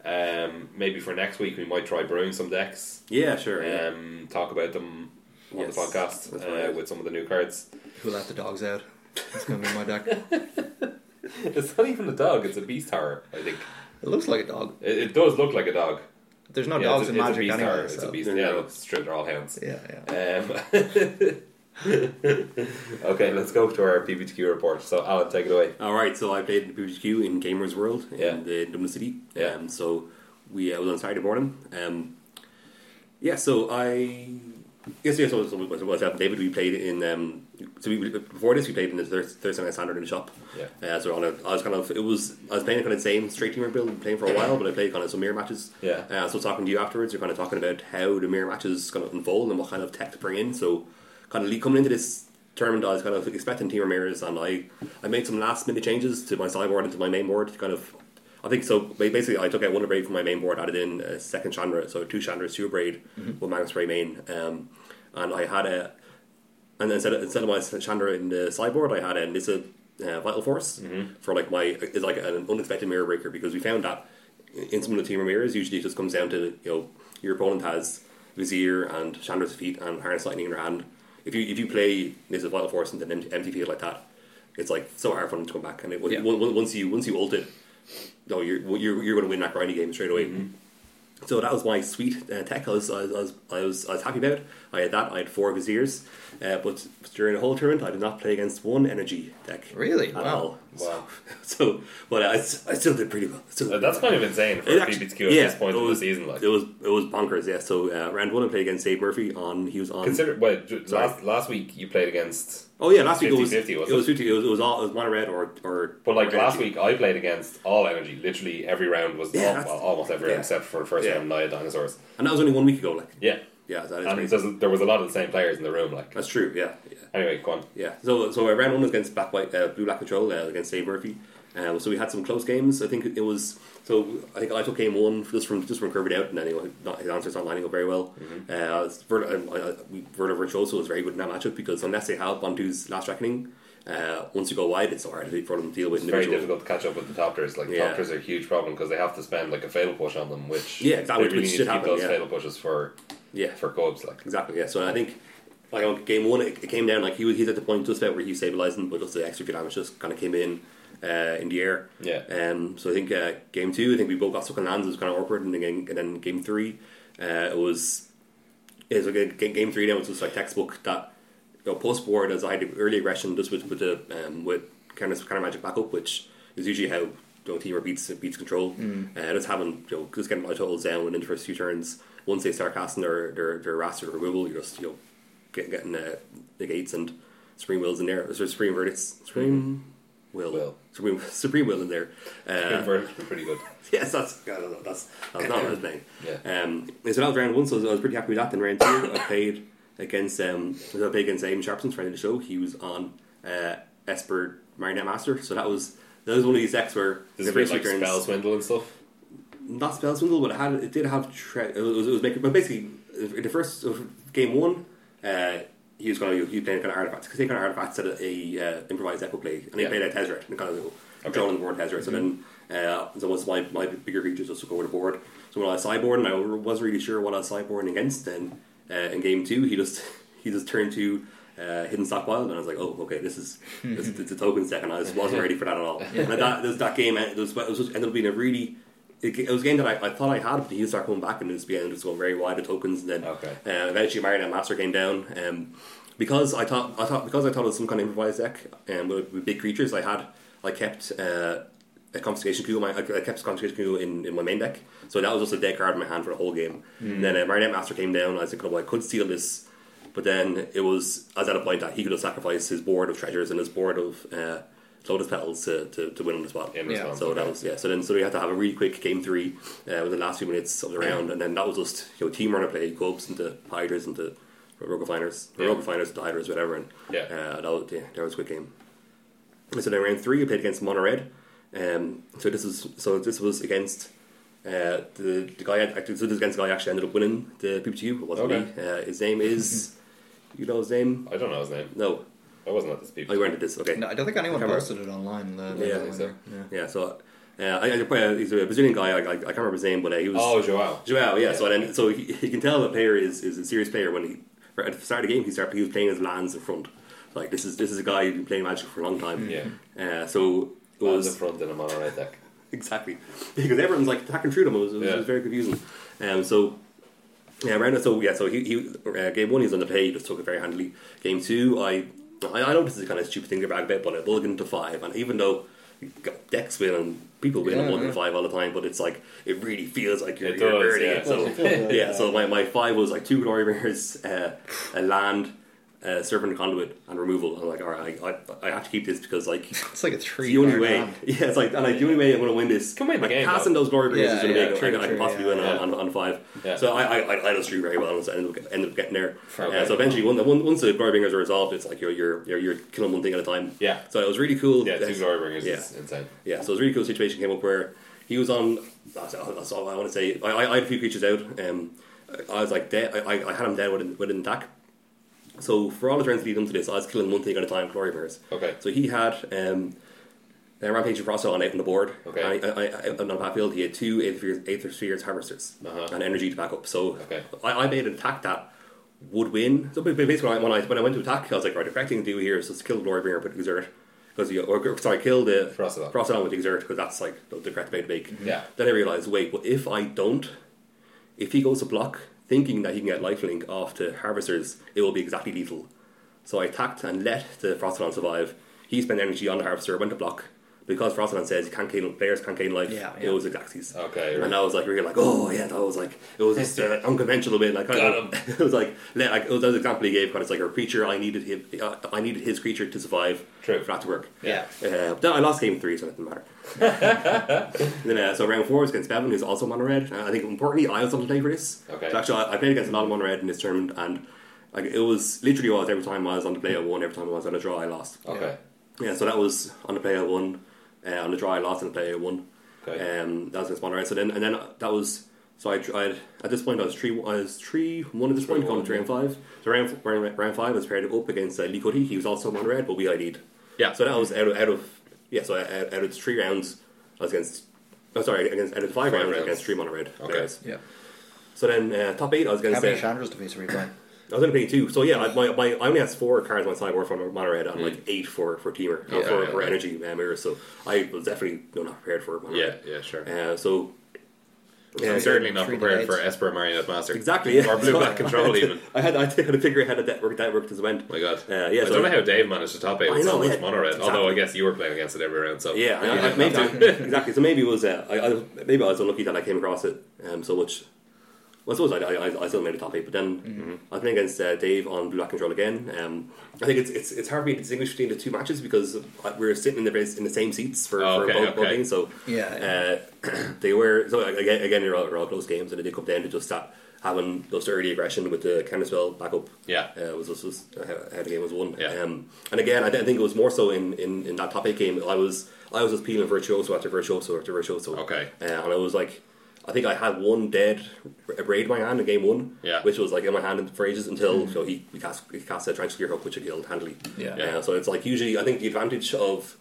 [SPEAKER 1] Um, maybe for next week we might try brewing some decks.
[SPEAKER 3] Yeah, sure. Yeah.
[SPEAKER 1] Um, talk about them on
[SPEAKER 3] Yes,
[SPEAKER 1] the podcast
[SPEAKER 3] that's
[SPEAKER 1] uh,
[SPEAKER 3] right.
[SPEAKER 1] with some of the new cards.
[SPEAKER 2] Who let the dogs out? It's gonna be my deck.
[SPEAKER 1] [laughs] It's not even a dog; it's a beast tower. I think
[SPEAKER 2] It looks like a dog.
[SPEAKER 1] it, it does look like a dog.
[SPEAKER 2] There's no
[SPEAKER 1] Yeah,
[SPEAKER 2] dogs
[SPEAKER 1] it's a,
[SPEAKER 2] in
[SPEAKER 1] it's a
[SPEAKER 2] Magic
[SPEAKER 1] beast tower.
[SPEAKER 2] anyway.
[SPEAKER 1] It's
[SPEAKER 2] so-
[SPEAKER 1] a beast.
[SPEAKER 3] There you
[SPEAKER 1] Yeah,
[SPEAKER 3] go.
[SPEAKER 1] it's stripped all hounds.
[SPEAKER 2] Yeah, yeah.
[SPEAKER 1] Um, [laughs] okay, let's go to our PBTQ report. So, Alan, take it away.
[SPEAKER 3] All right. So I played in BPQ in Gamers World
[SPEAKER 1] Um, Yeah.
[SPEAKER 3] in the Dublin City.
[SPEAKER 1] Yeah.
[SPEAKER 3] Um, so we uh, was on Saturday morning. Um, yeah. So I. Yes, yes. So, so what- what's happened, David? We played in. Um, so we, before this, we played in the Thurs- Thursday night standard in the shop.
[SPEAKER 1] Yeah.
[SPEAKER 3] Uh, so on a, I was kind of it was I was playing kind of the same straight teamer build, playing for a while, but I played kind of some mirror matches.
[SPEAKER 1] Yeah.
[SPEAKER 3] Uh, so talking to you afterwards, you're kind of talking about how the mirror matches kind of unfold and what kind of tech to bring in. So kind of le- coming into this tournament, I was kind of expecting Team Ramirez, and I, I made some last minute changes to my sideboard and to my main board to kind of. I think so. ba- Basically, I took out one braid from my main board, added in a second Chandra, so two Chandras, two braid,
[SPEAKER 1] Mm-hmm.
[SPEAKER 3] one Magnus Ray main, um, and I had a. And then instead of, instead of my Chandra in the sideboard, I had a Nissa uh, Vital Force for like my is like an unexpected mirror breaker because we found that in some of the team mirrors usually it just comes down to you know your opponent has Vizier and Chandra's feet and Harness Lightning in their hand. If you if you play Nissa Vital Force into an empty, empty field like that, it's like so hard for them to come back. And it,
[SPEAKER 2] Yeah.
[SPEAKER 3] on- on- once you once you ult it, no, you're you're, you're going to win that grindy game straight away.
[SPEAKER 1] Mm-hmm.
[SPEAKER 3] So that was my sweet uh, tech. I was, I, was, I was I was happy about. I had that. I had four viziers, uh, but during the whole tournament, I did not play against one energy deck.
[SPEAKER 2] Really?
[SPEAKER 3] At
[SPEAKER 2] Wow.
[SPEAKER 3] all.
[SPEAKER 1] Wow.
[SPEAKER 3] [laughs] So, but I, s- I still did pretty well. Still
[SPEAKER 1] Uh,
[SPEAKER 3] did
[SPEAKER 1] That's kind of insane for
[SPEAKER 3] it
[SPEAKER 1] a
[SPEAKER 3] actually-
[SPEAKER 1] BBTQ at
[SPEAKER 3] yeah,
[SPEAKER 1] this point
[SPEAKER 3] it
[SPEAKER 1] in the
[SPEAKER 3] was-
[SPEAKER 1] season. Like,
[SPEAKER 3] it was it was bonkers. Yeah. So uh, round one, I played against Dave Murphy on he was on.
[SPEAKER 1] consider well, ju-
[SPEAKER 3] Sorry.
[SPEAKER 1] last last week you played against,
[SPEAKER 3] oh yeah, last week it was
[SPEAKER 1] 50-50, was
[SPEAKER 3] it was
[SPEAKER 1] it?
[SPEAKER 3] 50, it was it was all it was mono red or or.
[SPEAKER 1] but like
[SPEAKER 3] or
[SPEAKER 1] last
[SPEAKER 3] energy.
[SPEAKER 1] week I played against all energy. Literally every round was
[SPEAKER 3] Yeah,
[SPEAKER 1] al-
[SPEAKER 3] that's-
[SPEAKER 1] well, almost every
[SPEAKER 3] yeah.
[SPEAKER 1] round except for the first
[SPEAKER 3] Yeah.
[SPEAKER 1] round. Naya dinosaurs.
[SPEAKER 3] and that was only one week ago. Like
[SPEAKER 1] Yeah,
[SPEAKER 3] yeah, that is
[SPEAKER 1] and
[SPEAKER 3] crazy.
[SPEAKER 1] there's, there was a lot of the same players in the room. Like,
[SPEAKER 3] That's true. Yeah, yeah.
[SPEAKER 1] anyway, go on.
[SPEAKER 3] Yeah, so so I ran one was against Black White, uh, Blue Black Control uh, against Dave Murphy. Um, so we had some close games. I think it was so. I think I took game one just from just from curving out, and then anyway, not, his answer's not lining up very well.
[SPEAKER 1] Mm-hmm.
[SPEAKER 3] Uh, I was- Ver- I- I- we- Verna Virtuoso was very good in that matchup because unless they have Bantu's Last Reckoning, uh, once you go wide, it's so hard for them to deal with
[SPEAKER 1] It's very
[SPEAKER 3] individual.
[SPEAKER 1] difficult to catch up with the topters. Like,
[SPEAKER 3] Yeah.
[SPEAKER 1] topters are a huge problem because they have to spend like a fatal push on them, which
[SPEAKER 3] Yeah, exactly,
[SPEAKER 1] they really
[SPEAKER 3] which
[SPEAKER 1] need to
[SPEAKER 3] should
[SPEAKER 1] keep
[SPEAKER 3] happen,
[SPEAKER 1] those
[SPEAKER 3] yeah.
[SPEAKER 1] fatal pushes for
[SPEAKER 3] Yeah,
[SPEAKER 1] for cubs. Like,
[SPEAKER 3] Exactly. Yeah. So I think like on game one, it, it came down like he was he's at the point just about where he was stabilizing, but just the extra few damage just kind of came in uh, in the air.
[SPEAKER 1] Yeah.
[SPEAKER 3] Um. So I think uh, game two, I think we both got stuck on lands. It was kind of awkward, and then game- and then game three, uh, it was it was like a ga- game three. Now it's just like textbook that you know, post board as I had early aggression just with with the um, with kind of kind of magic backup, which is usually how you know, team beats beats control. Uh, just having you know, just getting my totals down within the first few turns. Once they start casting their their their raster or wibble, you're just you know get, getting uh, the gates and supreme wills in there. So supreme verdicts, supreme will,
[SPEAKER 1] Mm-hmm. Will.
[SPEAKER 3] supreme supreme will in there. Uh,
[SPEAKER 1] Converged were pretty good.
[SPEAKER 3] yes, that's I don't know, that's that's not his name.
[SPEAKER 1] Yeah.
[SPEAKER 3] Um, so that was round one, so I was- I was pretty happy with that. Then round two, I played against um, I played against Aiden Sharpson's friend of the show. He was on uh, Esper Marionette Master, so that was that was one of these decks where
[SPEAKER 1] This
[SPEAKER 3] the
[SPEAKER 1] is a bit
[SPEAKER 3] first
[SPEAKER 1] like
[SPEAKER 3] few turns-
[SPEAKER 1] spell swindle and stuff.
[SPEAKER 3] not spell swindle, but it had it did have tre- it was, it was making, but basically in the first uh, game one, uh, he was going to he was playing kind of artifacts because he kind of artifacts at a uh, improvised echo play, and he
[SPEAKER 1] Yeah.
[SPEAKER 3] played out Tezzeret and kind of controlling the board Tezzeret. So then, uh, so once my my bigger creatures just took over the board. So when I was sideboarding, I wasn't really sure what I was sideboarding against. Then uh, in game two, he just [laughs] he just turned to. Uh, hidden stockpile, and I was like, "Oh, okay, this is this, it's a token second. I just wasn't ready for that at all. And that this, that game, uh, it was, it was just, ended up being a really it, it was a game that I, I thought I had, but he started coming back and it was being just going very wide of tokens, and then
[SPEAKER 1] Okay.
[SPEAKER 3] uh, eventually Marionette Master came down. Um, because I thought I thought because I thought it was some kind of improvised deck, um, with, with big creatures, I had I kept uh, a confiscation coup. in My I I kept confiscation coup in, in my main deck, so that was just a deck card in my hand for the whole game. And then uh, Marionette Master came down. And I was thinking, oh, well, I could steal this, but then it was I was at a point that he could have sacrificed his board of treasures and his board of uh, lotus petals to, to, to win on the spot.
[SPEAKER 1] In
[SPEAKER 2] Yeah.
[SPEAKER 1] response,
[SPEAKER 3] So that was yeah. So then so we had to have a really quick game three uh, within the last few minutes of the round, and then that was just you know team runner play, Cubs into Hydras into Rogue Finers, or
[SPEAKER 1] Yeah.
[SPEAKER 3] Rogue Finers into Hydras, whatever. And
[SPEAKER 1] Yeah.
[SPEAKER 3] uh, that was, yeah, that was a quick game. And so then round three, we played against Mono Red. Um, so this was so this was against. Uh, the, the guy actually, so this against the guy actually ended up winning the PPTU. It wasn't
[SPEAKER 1] Okay.
[SPEAKER 3] me. Uh, his name is, you know his name?
[SPEAKER 1] I don't know his name.
[SPEAKER 3] No,
[SPEAKER 1] I wasn't at this
[SPEAKER 3] I
[SPEAKER 1] people.
[SPEAKER 3] weren't at this. Okay,
[SPEAKER 2] No, I don't think anyone
[SPEAKER 3] remember.
[SPEAKER 2] posted it online. The,
[SPEAKER 3] Yeah, I
[SPEAKER 1] think so.
[SPEAKER 2] yeah.
[SPEAKER 3] yeah. So uh, I, I, probably- he's a Brazilian guy. I, I, I can't remember his name, but uh, he was.
[SPEAKER 1] Oh, Joao.
[SPEAKER 3] Joao, yeah. So then, so he, he can tell a player is, is a serious player when he right at the start of the game he started he was playing his lands in front. Like this is this is a guy who's been playing Magic for a long time.
[SPEAKER 1] Yeah.
[SPEAKER 3] Uh, so it
[SPEAKER 1] was
[SPEAKER 3] was
[SPEAKER 1] up front in a mono red deck.
[SPEAKER 3] [laughs] exactly because everyone's like attacking through them. It was, it was, it
[SPEAKER 1] Yeah.
[SPEAKER 3] was very confusing. Um, so yeah, Randall. So yeah, so he, he uh, game one he was on the play. He just took it very handily. Game two, I I, I know this is a kind of stupid thing to brag about, but I bulged into five, and even though decks win and people win
[SPEAKER 2] Yeah,
[SPEAKER 3] on one
[SPEAKER 2] yeah.
[SPEAKER 3] and five all the time, but it's like it really feels like you're,
[SPEAKER 1] It
[SPEAKER 3] you're
[SPEAKER 1] does,
[SPEAKER 3] earning
[SPEAKER 1] yeah.
[SPEAKER 3] [laughs] it. So yeah, so my, my five was like two glory bears, uh, a land, uh, Serpent Conduit and Removal. I'm like, all right, I, I, I have to keep this because like it's
[SPEAKER 2] It's like a three.
[SPEAKER 3] the only
[SPEAKER 2] card
[SPEAKER 3] way.
[SPEAKER 2] hand.
[SPEAKER 3] [laughs] Yeah, it's like and like the only way I'm going to win this.
[SPEAKER 1] Can win the
[SPEAKER 3] like,
[SPEAKER 1] game,
[SPEAKER 3] Passing
[SPEAKER 1] though.
[SPEAKER 3] those glory breakers
[SPEAKER 2] Yeah,
[SPEAKER 3] is going to
[SPEAKER 2] yeah,
[SPEAKER 3] make
[SPEAKER 2] true,
[SPEAKER 3] it. I, I
[SPEAKER 2] true,
[SPEAKER 3] can possibly
[SPEAKER 2] yeah,
[SPEAKER 3] win
[SPEAKER 1] yeah.
[SPEAKER 3] on, on, on five.
[SPEAKER 1] Yeah.
[SPEAKER 3] So I I, I, I don't do very well. and I ended up, ended up getting there.
[SPEAKER 1] Fair
[SPEAKER 3] Uh,
[SPEAKER 1] play.
[SPEAKER 3] so eventually, one, one, once the glory breakers are resolved, it's like you're you're you're, you're killing one thing at a time.
[SPEAKER 1] Yeah.
[SPEAKER 3] So it was really cool.
[SPEAKER 1] Yeah,
[SPEAKER 3] that-
[SPEAKER 1] two glory bringers
[SPEAKER 3] Yeah.
[SPEAKER 1] is insane.
[SPEAKER 3] yeah, so it was a really cool situation came up where he was on. That's, that's all I want to say. I, I, I had a few creatures out. Um, I was like dead. I, I I had him dead within within attack. So for all the turns that he'd done to this, I was killing one thing at a time. Glory bears.
[SPEAKER 1] Okay.
[SPEAKER 3] So he had um, a rampage of Frost on out on the board.
[SPEAKER 1] Okay.
[SPEAKER 3] And I, I, I, on the battlefield, he had two Aether- Aether Spheres harvesters
[SPEAKER 1] Uh-huh.
[SPEAKER 3] and energy to back up. So
[SPEAKER 1] Okay.
[SPEAKER 3] I, I made an attack that would win. So ba- ba- basically, when I, when I, when I went to attack, I was like, right, the correct thing to do here is just kill Glorybringer with exert. Because you, or, or, sorry, kill the
[SPEAKER 1] Frostodon.
[SPEAKER 3] Frostodon with exert because that's like the, the correct way to make.
[SPEAKER 1] Mm-hmm. Yeah.
[SPEAKER 3] Then I realized, wait, but if I don't, if he goes to block, thinking that he can get lifelink off to harvesters, it will be exactly lethal. So I attacked and let the Frostodon survive. He spent energy on the harvester, went to block. Because Frostodon says can't gain, players can't gain life,
[SPEAKER 2] Yeah,
[SPEAKER 3] it
[SPEAKER 2] yeah.
[SPEAKER 3] was exacties.
[SPEAKER 1] Okay, right.
[SPEAKER 3] And I was like, really like, oh yeah, that was like, it was just
[SPEAKER 1] [laughs]
[SPEAKER 3] uh, unconventional bit. Like, kind
[SPEAKER 1] Got
[SPEAKER 3] of, [laughs] it was like, le- like it was that was the example he gave. Kind of it's like a creature I needed him, uh, I needed his creature to survive
[SPEAKER 1] True.
[SPEAKER 3] for that to work.
[SPEAKER 2] Yeah.
[SPEAKER 3] Uh, then I lost game three, so it didn't matter. then uh, so round four was against Bevan, who's also mono red. Uh, I think importantly, I also played for this.
[SPEAKER 1] Okay.
[SPEAKER 3] So actually, I, I played against a lot of mono red in this tournament, and like it was literally was every time I was on the play I won, every time I was on the draw I lost.
[SPEAKER 1] Okay.
[SPEAKER 3] Yeah, so that was on the play I won, uh, on the draw I lost, on the play I won.
[SPEAKER 1] Okay.
[SPEAKER 3] Um, that was against Monterey. So then, and then that was so I, I at this point I was three, I was three one at this point going to round five. So round round, round five I was paired up against uh, Lee Cuddy. He was also Monterey, but we ID'd.
[SPEAKER 1] Yeah.
[SPEAKER 3] So that was out of, out of yeah. So out, out of the three rounds, I was against. Oh, sorry, against out of the
[SPEAKER 1] Five
[SPEAKER 3] five, rounds, I was
[SPEAKER 1] rounds.
[SPEAKER 3] against three Monterey.
[SPEAKER 1] Okay.
[SPEAKER 3] players.
[SPEAKER 2] Yeah.
[SPEAKER 3] So then uh, top eight I was
[SPEAKER 2] How
[SPEAKER 3] against.
[SPEAKER 2] many
[SPEAKER 3] Uh,
[SPEAKER 2] Chandra's defeats are we playing?
[SPEAKER 3] I was only playing two. So yeah, I, my, my, I only had four cards on my sideboard for Monterey and like eight for for teamer uh,
[SPEAKER 1] Hmm. Yeah,
[SPEAKER 3] for,
[SPEAKER 1] yeah,
[SPEAKER 3] for
[SPEAKER 1] yeah.
[SPEAKER 3] energy uh, mirrors. So I was definitely you know, not prepared for Monterey.
[SPEAKER 1] yeah, yeah, sure.
[SPEAKER 3] Uh, so yeah,
[SPEAKER 1] I'm certainly not
[SPEAKER 2] three
[SPEAKER 1] prepared for
[SPEAKER 2] debates.
[SPEAKER 1] Esper Marionette Master.
[SPEAKER 3] exactly yeah.
[SPEAKER 1] Or blue
[SPEAKER 3] [laughs]
[SPEAKER 1] black
[SPEAKER 3] I
[SPEAKER 1] control
[SPEAKER 3] had to-
[SPEAKER 1] even.
[SPEAKER 3] I had I had to figure out how to that work that worked as it went.
[SPEAKER 1] My God.
[SPEAKER 3] Uh, yeah,
[SPEAKER 1] I
[SPEAKER 3] so-
[SPEAKER 1] don't know how Dave managed to top eight
[SPEAKER 3] I
[SPEAKER 1] with so
[SPEAKER 3] know,
[SPEAKER 1] much
[SPEAKER 3] yeah,
[SPEAKER 1] mono red. Although I
[SPEAKER 3] exactly.
[SPEAKER 1] guess you were playing against it every round, so
[SPEAKER 3] Yeah,
[SPEAKER 1] you
[SPEAKER 3] I- I-
[SPEAKER 1] didn't
[SPEAKER 3] maybe,
[SPEAKER 1] have to. [laughs]
[SPEAKER 3] exactly. So maybe it was uh, I, I maybe I was unlucky that I came across it um, so much. Well, I suppose I, I, I still made the top eight, but then
[SPEAKER 1] Mm-hmm.
[SPEAKER 3] I think against uh, Dave on Blue Black Control again. Um, I think it's, it's it's hard for me to distinguish between the two matches because I, we were sitting in the base, in the same seats for,
[SPEAKER 1] Oh,
[SPEAKER 3] for
[SPEAKER 1] okay,
[SPEAKER 3] both, both
[SPEAKER 1] okay.
[SPEAKER 3] things. So
[SPEAKER 2] Yeah,
[SPEAKER 3] uh, [clears throat] they were so again again they're all, they're all close games, and it did come down to just that having those early aggression with the counter spell backup
[SPEAKER 1] Yeah.
[SPEAKER 3] uh, was, was, was how, how the game was won.
[SPEAKER 1] Yeah.
[SPEAKER 3] Um, and again, I, th- I think it was more so in, in, in that top eight game. I was I was just peeling virtuoso after virtuoso after virtuoso.
[SPEAKER 1] Okay.
[SPEAKER 3] Uh, and I was like, I think I had one dead r- raid in my hand in game one.
[SPEAKER 1] Yeah.
[SPEAKER 3] Which was like in my hand for ages until so he, he cast he cast a transfigure hook which he killed handily.
[SPEAKER 2] Hmm. Yeah.
[SPEAKER 3] Uh, so it's like usually I think the advantage of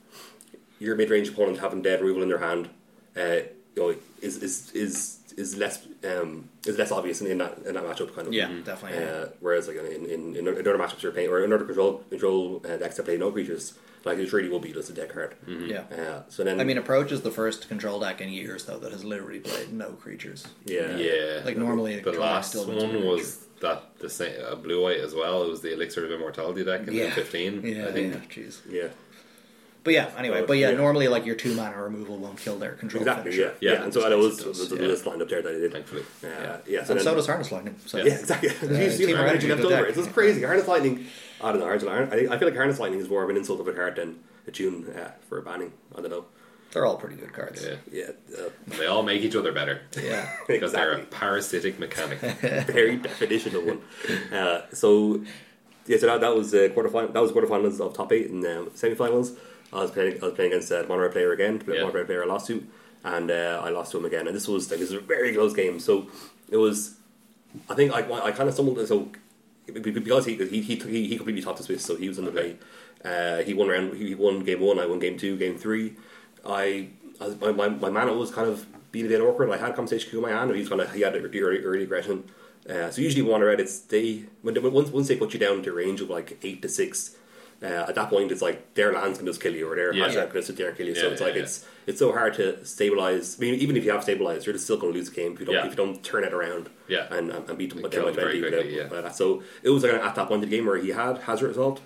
[SPEAKER 3] your mid range opponent having dead removal in their hand, uh, you know, is is is is less um, is less obvious in, in that in that matchup kind of.
[SPEAKER 2] Yeah, definitely.
[SPEAKER 3] Uh, whereas like in in, in other matchups you're playing or in other control control uh, decks that play no creatures, like it really will be just a deck card.
[SPEAKER 2] Yeah.
[SPEAKER 3] Uh, so then
[SPEAKER 2] I mean, Approach is the first control deck in years though that has literally played no creatures.
[SPEAKER 3] yeah
[SPEAKER 1] Yeah.
[SPEAKER 2] Like normally, a
[SPEAKER 1] the
[SPEAKER 2] control deck
[SPEAKER 1] last
[SPEAKER 2] still doesn't
[SPEAKER 1] one
[SPEAKER 2] do
[SPEAKER 1] was that the same uh, blue white as well. It was the elixir of immortality deck in
[SPEAKER 2] creatures. yeah.
[SPEAKER 1] 15.
[SPEAKER 2] Yeah,
[SPEAKER 1] I think.
[SPEAKER 2] yeah, jeez.
[SPEAKER 3] yeah.
[SPEAKER 2] But yeah, anyway,
[SPEAKER 3] So,
[SPEAKER 2] but yeah,
[SPEAKER 3] yeah.
[SPEAKER 2] normally like your two mana removal won't kill their control.
[SPEAKER 3] Exactly, yeah,
[SPEAKER 2] finisher.
[SPEAKER 3] yeah,
[SPEAKER 1] Yeah,
[SPEAKER 3] and so that
[SPEAKER 2] it
[SPEAKER 3] was
[SPEAKER 2] does,
[SPEAKER 3] the
[SPEAKER 1] yeah.
[SPEAKER 3] list lined up there that I did.
[SPEAKER 1] Thankfully.
[SPEAKER 3] Uh, yeah, yeah.
[SPEAKER 2] And
[SPEAKER 3] then-
[SPEAKER 2] so does Harness Lightning. So
[SPEAKER 3] Yeah, [laughs] exactly. you see
[SPEAKER 2] Team
[SPEAKER 3] my
[SPEAKER 2] Iron is
[SPEAKER 3] energy
[SPEAKER 2] a
[SPEAKER 3] left
[SPEAKER 2] good
[SPEAKER 3] over.
[SPEAKER 2] deck.
[SPEAKER 3] It's just crazy. Harness Lightning. I don't know. Harness Lightning. I, think- I feel like Harness Lightning is more of an insult of a card than a tune uh, for a banning. I don't know.
[SPEAKER 2] they're all pretty good cards.
[SPEAKER 1] Yeah.
[SPEAKER 3] Yeah. Uh,
[SPEAKER 1] And they all make each other better
[SPEAKER 3] [laughs]
[SPEAKER 2] Yeah.
[SPEAKER 1] because they're a
[SPEAKER 3] exactly.
[SPEAKER 1] parasitic
[SPEAKER 3] [laughs]
[SPEAKER 1] mechanic.
[SPEAKER 3] Very definitional one. Uh, so yeah, so that, that was uh, quarterfinal. That was quarterfinals of top eight and um, semifinals. I was playing. I was playing against uh, Monterey player again. The
[SPEAKER 1] Yeah.
[SPEAKER 3] Monterey player I lost to, and uh, I lost to him again. And this was like, this was a very close game. So it was. I think I, I kind of stumbled. So be- be- because he he he, he he completely topped the Swiss, so he was in the
[SPEAKER 1] Okay.
[SPEAKER 3] play. Uh, he won round. He he won game one. I won game two. Game three. I, I was- my, my my mana was kind of being a bit awkward. I had a conversation with my hand. He was kind of he had early, early aggression. Uh, so usually when red, it's they when, when once once they put you down to a range of like eight to six. Uh, at that point, it's like their lands can just kill you, or their
[SPEAKER 1] Yeah.
[SPEAKER 3] yeah. can just sit there and kill you. so
[SPEAKER 1] Yeah,
[SPEAKER 3] it's
[SPEAKER 1] yeah,
[SPEAKER 3] like
[SPEAKER 1] yeah.
[SPEAKER 3] it's it's so hard to stabilize. I mean, even if you have stabilized, you're just still going to lose the game if you don't
[SPEAKER 1] Yeah.
[SPEAKER 3] if you don't turn it around
[SPEAKER 1] Yeah.
[SPEAKER 3] and, and and beat them. But
[SPEAKER 1] Kill
[SPEAKER 3] then
[SPEAKER 1] them very
[SPEAKER 3] eventually,
[SPEAKER 1] quickly,
[SPEAKER 3] they-
[SPEAKER 1] yeah.
[SPEAKER 3] uh, so it was like at that point in the game where he had Hazard resolved.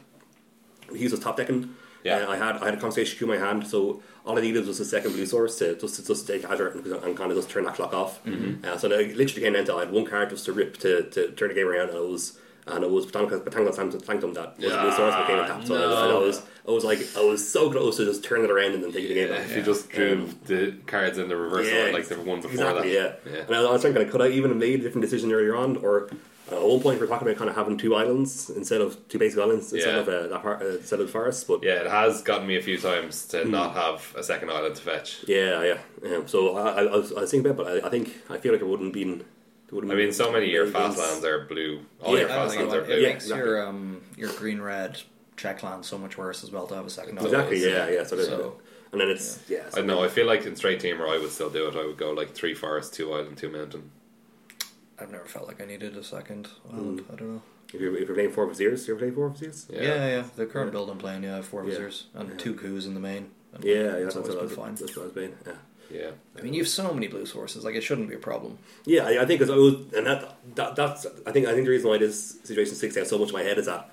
[SPEAKER 3] He was just top decking.
[SPEAKER 1] Yeah.
[SPEAKER 3] Uh, I had I had a conversation queue in my hand, so all I needed was a second blue source to just to just take Hazard and, and kind of
[SPEAKER 1] Mm-hmm.
[SPEAKER 3] just turn that clock off. Uh, so then I literally came into I had one card just to rip to, to turn the game around, and it was and it was Botanical, Botanical Sanctum, Sanctum that was the
[SPEAKER 1] Ah,
[SPEAKER 3] new source that came in top. So I, was, and I
[SPEAKER 1] no.
[SPEAKER 3] was, I was like, I was so close to just turning it around and then taking the game Um,
[SPEAKER 1] If
[SPEAKER 3] back.
[SPEAKER 1] you just drew the cards in the reverse
[SPEAKER 3] Yeah,
[SPEAKER 1] order like the ones before
[SPEAKER 3] exactly,
[SPEAKER 1] that.
[SPEAKER 3] Yeah. And I was trying to could I even have made a different decision earlier on, or uh, at one point we're talking about kind of having two islands instead of two basic islands instead
[SPEAKER 1] Yeah.
[SPEAKER 3] of uh, that part, uh, instead of forest. But yeah,
[SPEAKER 1] Yeah, it has gotten me a few times
[SPEAKER 3] Hmm.
[SPEAKER 1] to not have a second island to fetch.
[SPEAKER 3] yeah, yeah. Um, so I, I, I was I was thinking about, it, but I, I think I feel like it wouldn't been. It wouldn't
[SPEAKER 1] I mean, so many of your
[SPEAKER 3] been-
[SPEAKER 1] fast lands are blue. All
[SPEAKER 3] Yeah,
[SPEAKER 1] your
[SPEAKER 3] I
[SPEAKER 2] I don't
[SPEAKER 1] fast
[SPEAKER 2] think
[SPEAKER 1] lands
[SPEAKER 2] it,
[SPEAKER 1] are
[SPEAKER 2] would- it
[SPEAKER 1] blue.
[SPEAKER 3] Yeah,
[SPEAKER 2] makes your um, your green red check land so much worse as well to have a second. island.
[SPEAKER 3] Exactly. Yeah, yeah. So,
[SPEAKER 2] So-
[SPEAKER 3] and then it's yeah.
[SPEAKER 1] I know. I feel like in straight teamer, I would still do it. I would go like three forest, two island, two mountain.
[SPEAKER 2] I've never felt like I needed a second island.
[SPEAKER 3] Mm.
[SPEAKER 2] I don't know.
[SPEAKER 3] If you're, if you're playing four viziers, you're playing four viziers.
[SPEAKER 1] Yeah.
[SPEAKER 2] Yeah, yeah. The current build I'm playing, yeah, I have four
[SPEAKER 3] Yeah.
[SPEAKER 2] visitors and
[SPEAKER 3] Yeah.
[SPEAKER 2] two coups in the main. And
[SPEAKER 3] Yeah, yeah.
[SPEAKER 2] it's
[SPEAKER 3] That's,
[SPEAKER 2] always
[SPEAKER 3] what I
[SPEAKER 2] been
[SPEAKER 3] was,
[SPEAKER 2] fine.
[SPEAKER 3] that's what I was playing. Yeah.
[SPEAKER 1] Yeah.
[SPEAKER 2] I mean, you have so many blue sources. Like, it shouldn't be a problem.
[SPEAKER 3] Yeah, I, I think it's, it was, and that, that that's I think I think the reason why this situation sticks out so much in my head is that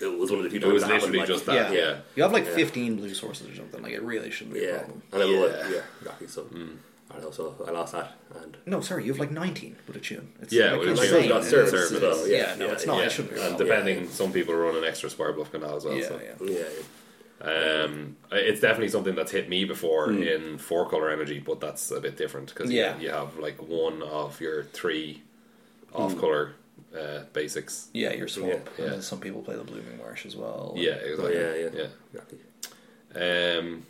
[SPEAKER 3] it was one of the few
[SPEAKER 1] It
[SPEAKER 3] times
[SPEAKER 1] was
[SPEAKER 3] that happened,
[SPEAKER 1] literally
[SPEAKER 3] like-
[SPEAKER 1] just that.
[SPEAKER 2] Yeah.
[SPEAKER 1] Yeah.
[SPEAKER 2] You have like
[SPEAKER 3] Yeah.
[SPEAKER 2] 15 blue sources or something. Like, it really shouldn't be a
[SPEAKER 3] yeah,
[SPEAKER 2] problem.
[SPEAKER 3] and it
[SPEAKER 1] Yeah.
[SPEAKER 3] was yeah, exactly. So I know, so I lost that, and
[SPEAKER 2] No, sorry, you have like 19 with a tune. It's
[SPEAKER 1] Yeah,
[SPEAKER 2] like,
[SPEAKER 1] with a
[SPEAKER 2] insane.
[SPEAKER 1] tune.
[SPEAKER 3] That's
[SPEAKER 2] It's- it's-
[SPEAKER 3] service as well, yeah,
[SPEAKER 2] Yeah, no,
[SPEAKER 3] yeah,
[SPEAKER 2] it's not.
[SPEAKER 1] yeah.
[SPEAKER 2] Oh, It shouldn't be a
[SPEAKER 1] and
[SPEAKER 2] problem.
[SPEAKER 1] depending, some people run an extra Spire Bluff Canal as well.
[SPEAKER 2] Yeah,
[SPEAKER 1] so.
[SPEAKER 2] yeah.
[SPEAKER 3] yeah,
[SPEAKER 1] Um, it's definitely something that's hit me before in four color energy, but that's a bit different because
[SPEAKER 2] Yeah.
[SPEAKER 1] you, have like one of your three off color uh, basics.
[SPEAKER 2] Yeah, your swamp.
[SPEAKER 1] Yeah.
[SPEAKER 2] And then some people play the Blooming Marsh as well.
[SPEAKER 1] Yeah,
[SPEAKER 3] oh,
[SPEAKER 1] exactly.
[SPEAKER 3] yeah, yeah, exactly.
[SPEAKER 1] yeah. Um,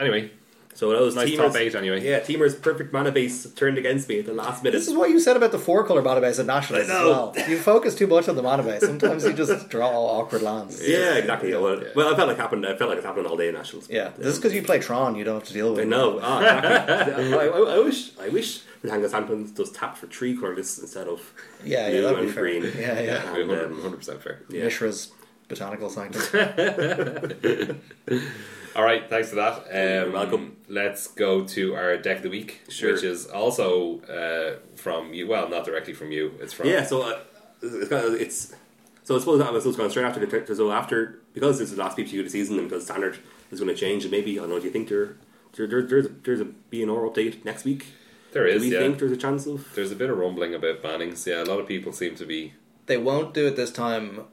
[SPEAKER 1] anyway,
[SPEAKER 3] So that was
[SPEAKER 1] nice
[SPEAKER 3] Teemer's-
[SPEAKER 1] top eight. Anyway,
[SPEAKER 3] Yeah, Teamer's perfect mana base turned against me at the last minute.
[SPEAKER 2] This is what you said about the four color mana base at Nationals
[SPEAKER 3] I
[SPEAKER 2] as
[SPEAKER 3] know.
[SPEAKER 2] well. You focus too much on the mana base. Sometimes you just draw awkward lands.
[SPEAKER 3] yeah, exactly. Well,
[SPEAKER 1] Yeah.
[SPEAKER 3] well, I felt like happened. I felt like it's happened all day in nationals.
[SPEAKER 2] Yeah, this is because you play Tron, you don't have to deal with
[SPEAKER 3] I
[SPEAKER 2] it.
[SPEAKER 3] know. Ah, exactly. [laughs] I, I, I wish. I wish Tango Sampons does tap for three colorless instead of
[SPEAKER 2] Yeah, yeah,
[SPEAKER 3] blue
[SPEAKER 2] that'd
[SPEAKER 3] and
[SPEAKER 2] be fair.
[SPEAKER 3] green.
[SPEAKER 2] Yeah, yeah.
[SPEAKER 3] And, um,
[SPEAKER 1] 100 percent fair.
[SPEAKER 3] yeah.
[SPEAKER 2] Mishra's Botanical Sanctum.
[SPEAKER 1] All right, thanks for that. Um,
[SPEAKER 3] You're welcome.
[SPEAKER 1] Let's go to our deck of the week,
[SPEAKER 3] Sure.
[SPEAKER 1] which is also uh, from you. Well, not directly from you. It's from
[SPEAKER 3] Yeah, so uh, it's, kind of, it's so I suppose that was going straight after the so after because this is the last PPG of the season and because standard is going to change and maybe I don't know. Do you think there, there, there there's a, there's a BNR update next week?
[SPEAKER 1] There is.
[SPEAKER 3] Do we
[SPEAKER 1] yeah.
[SPEAKER 3] think there's a chance of?
[SPEAKER 1] There's a bit of rumbling about bannings. Yeah, a lot of people seem to be.
[SPEAKER 2] [laughs] they won't do it this time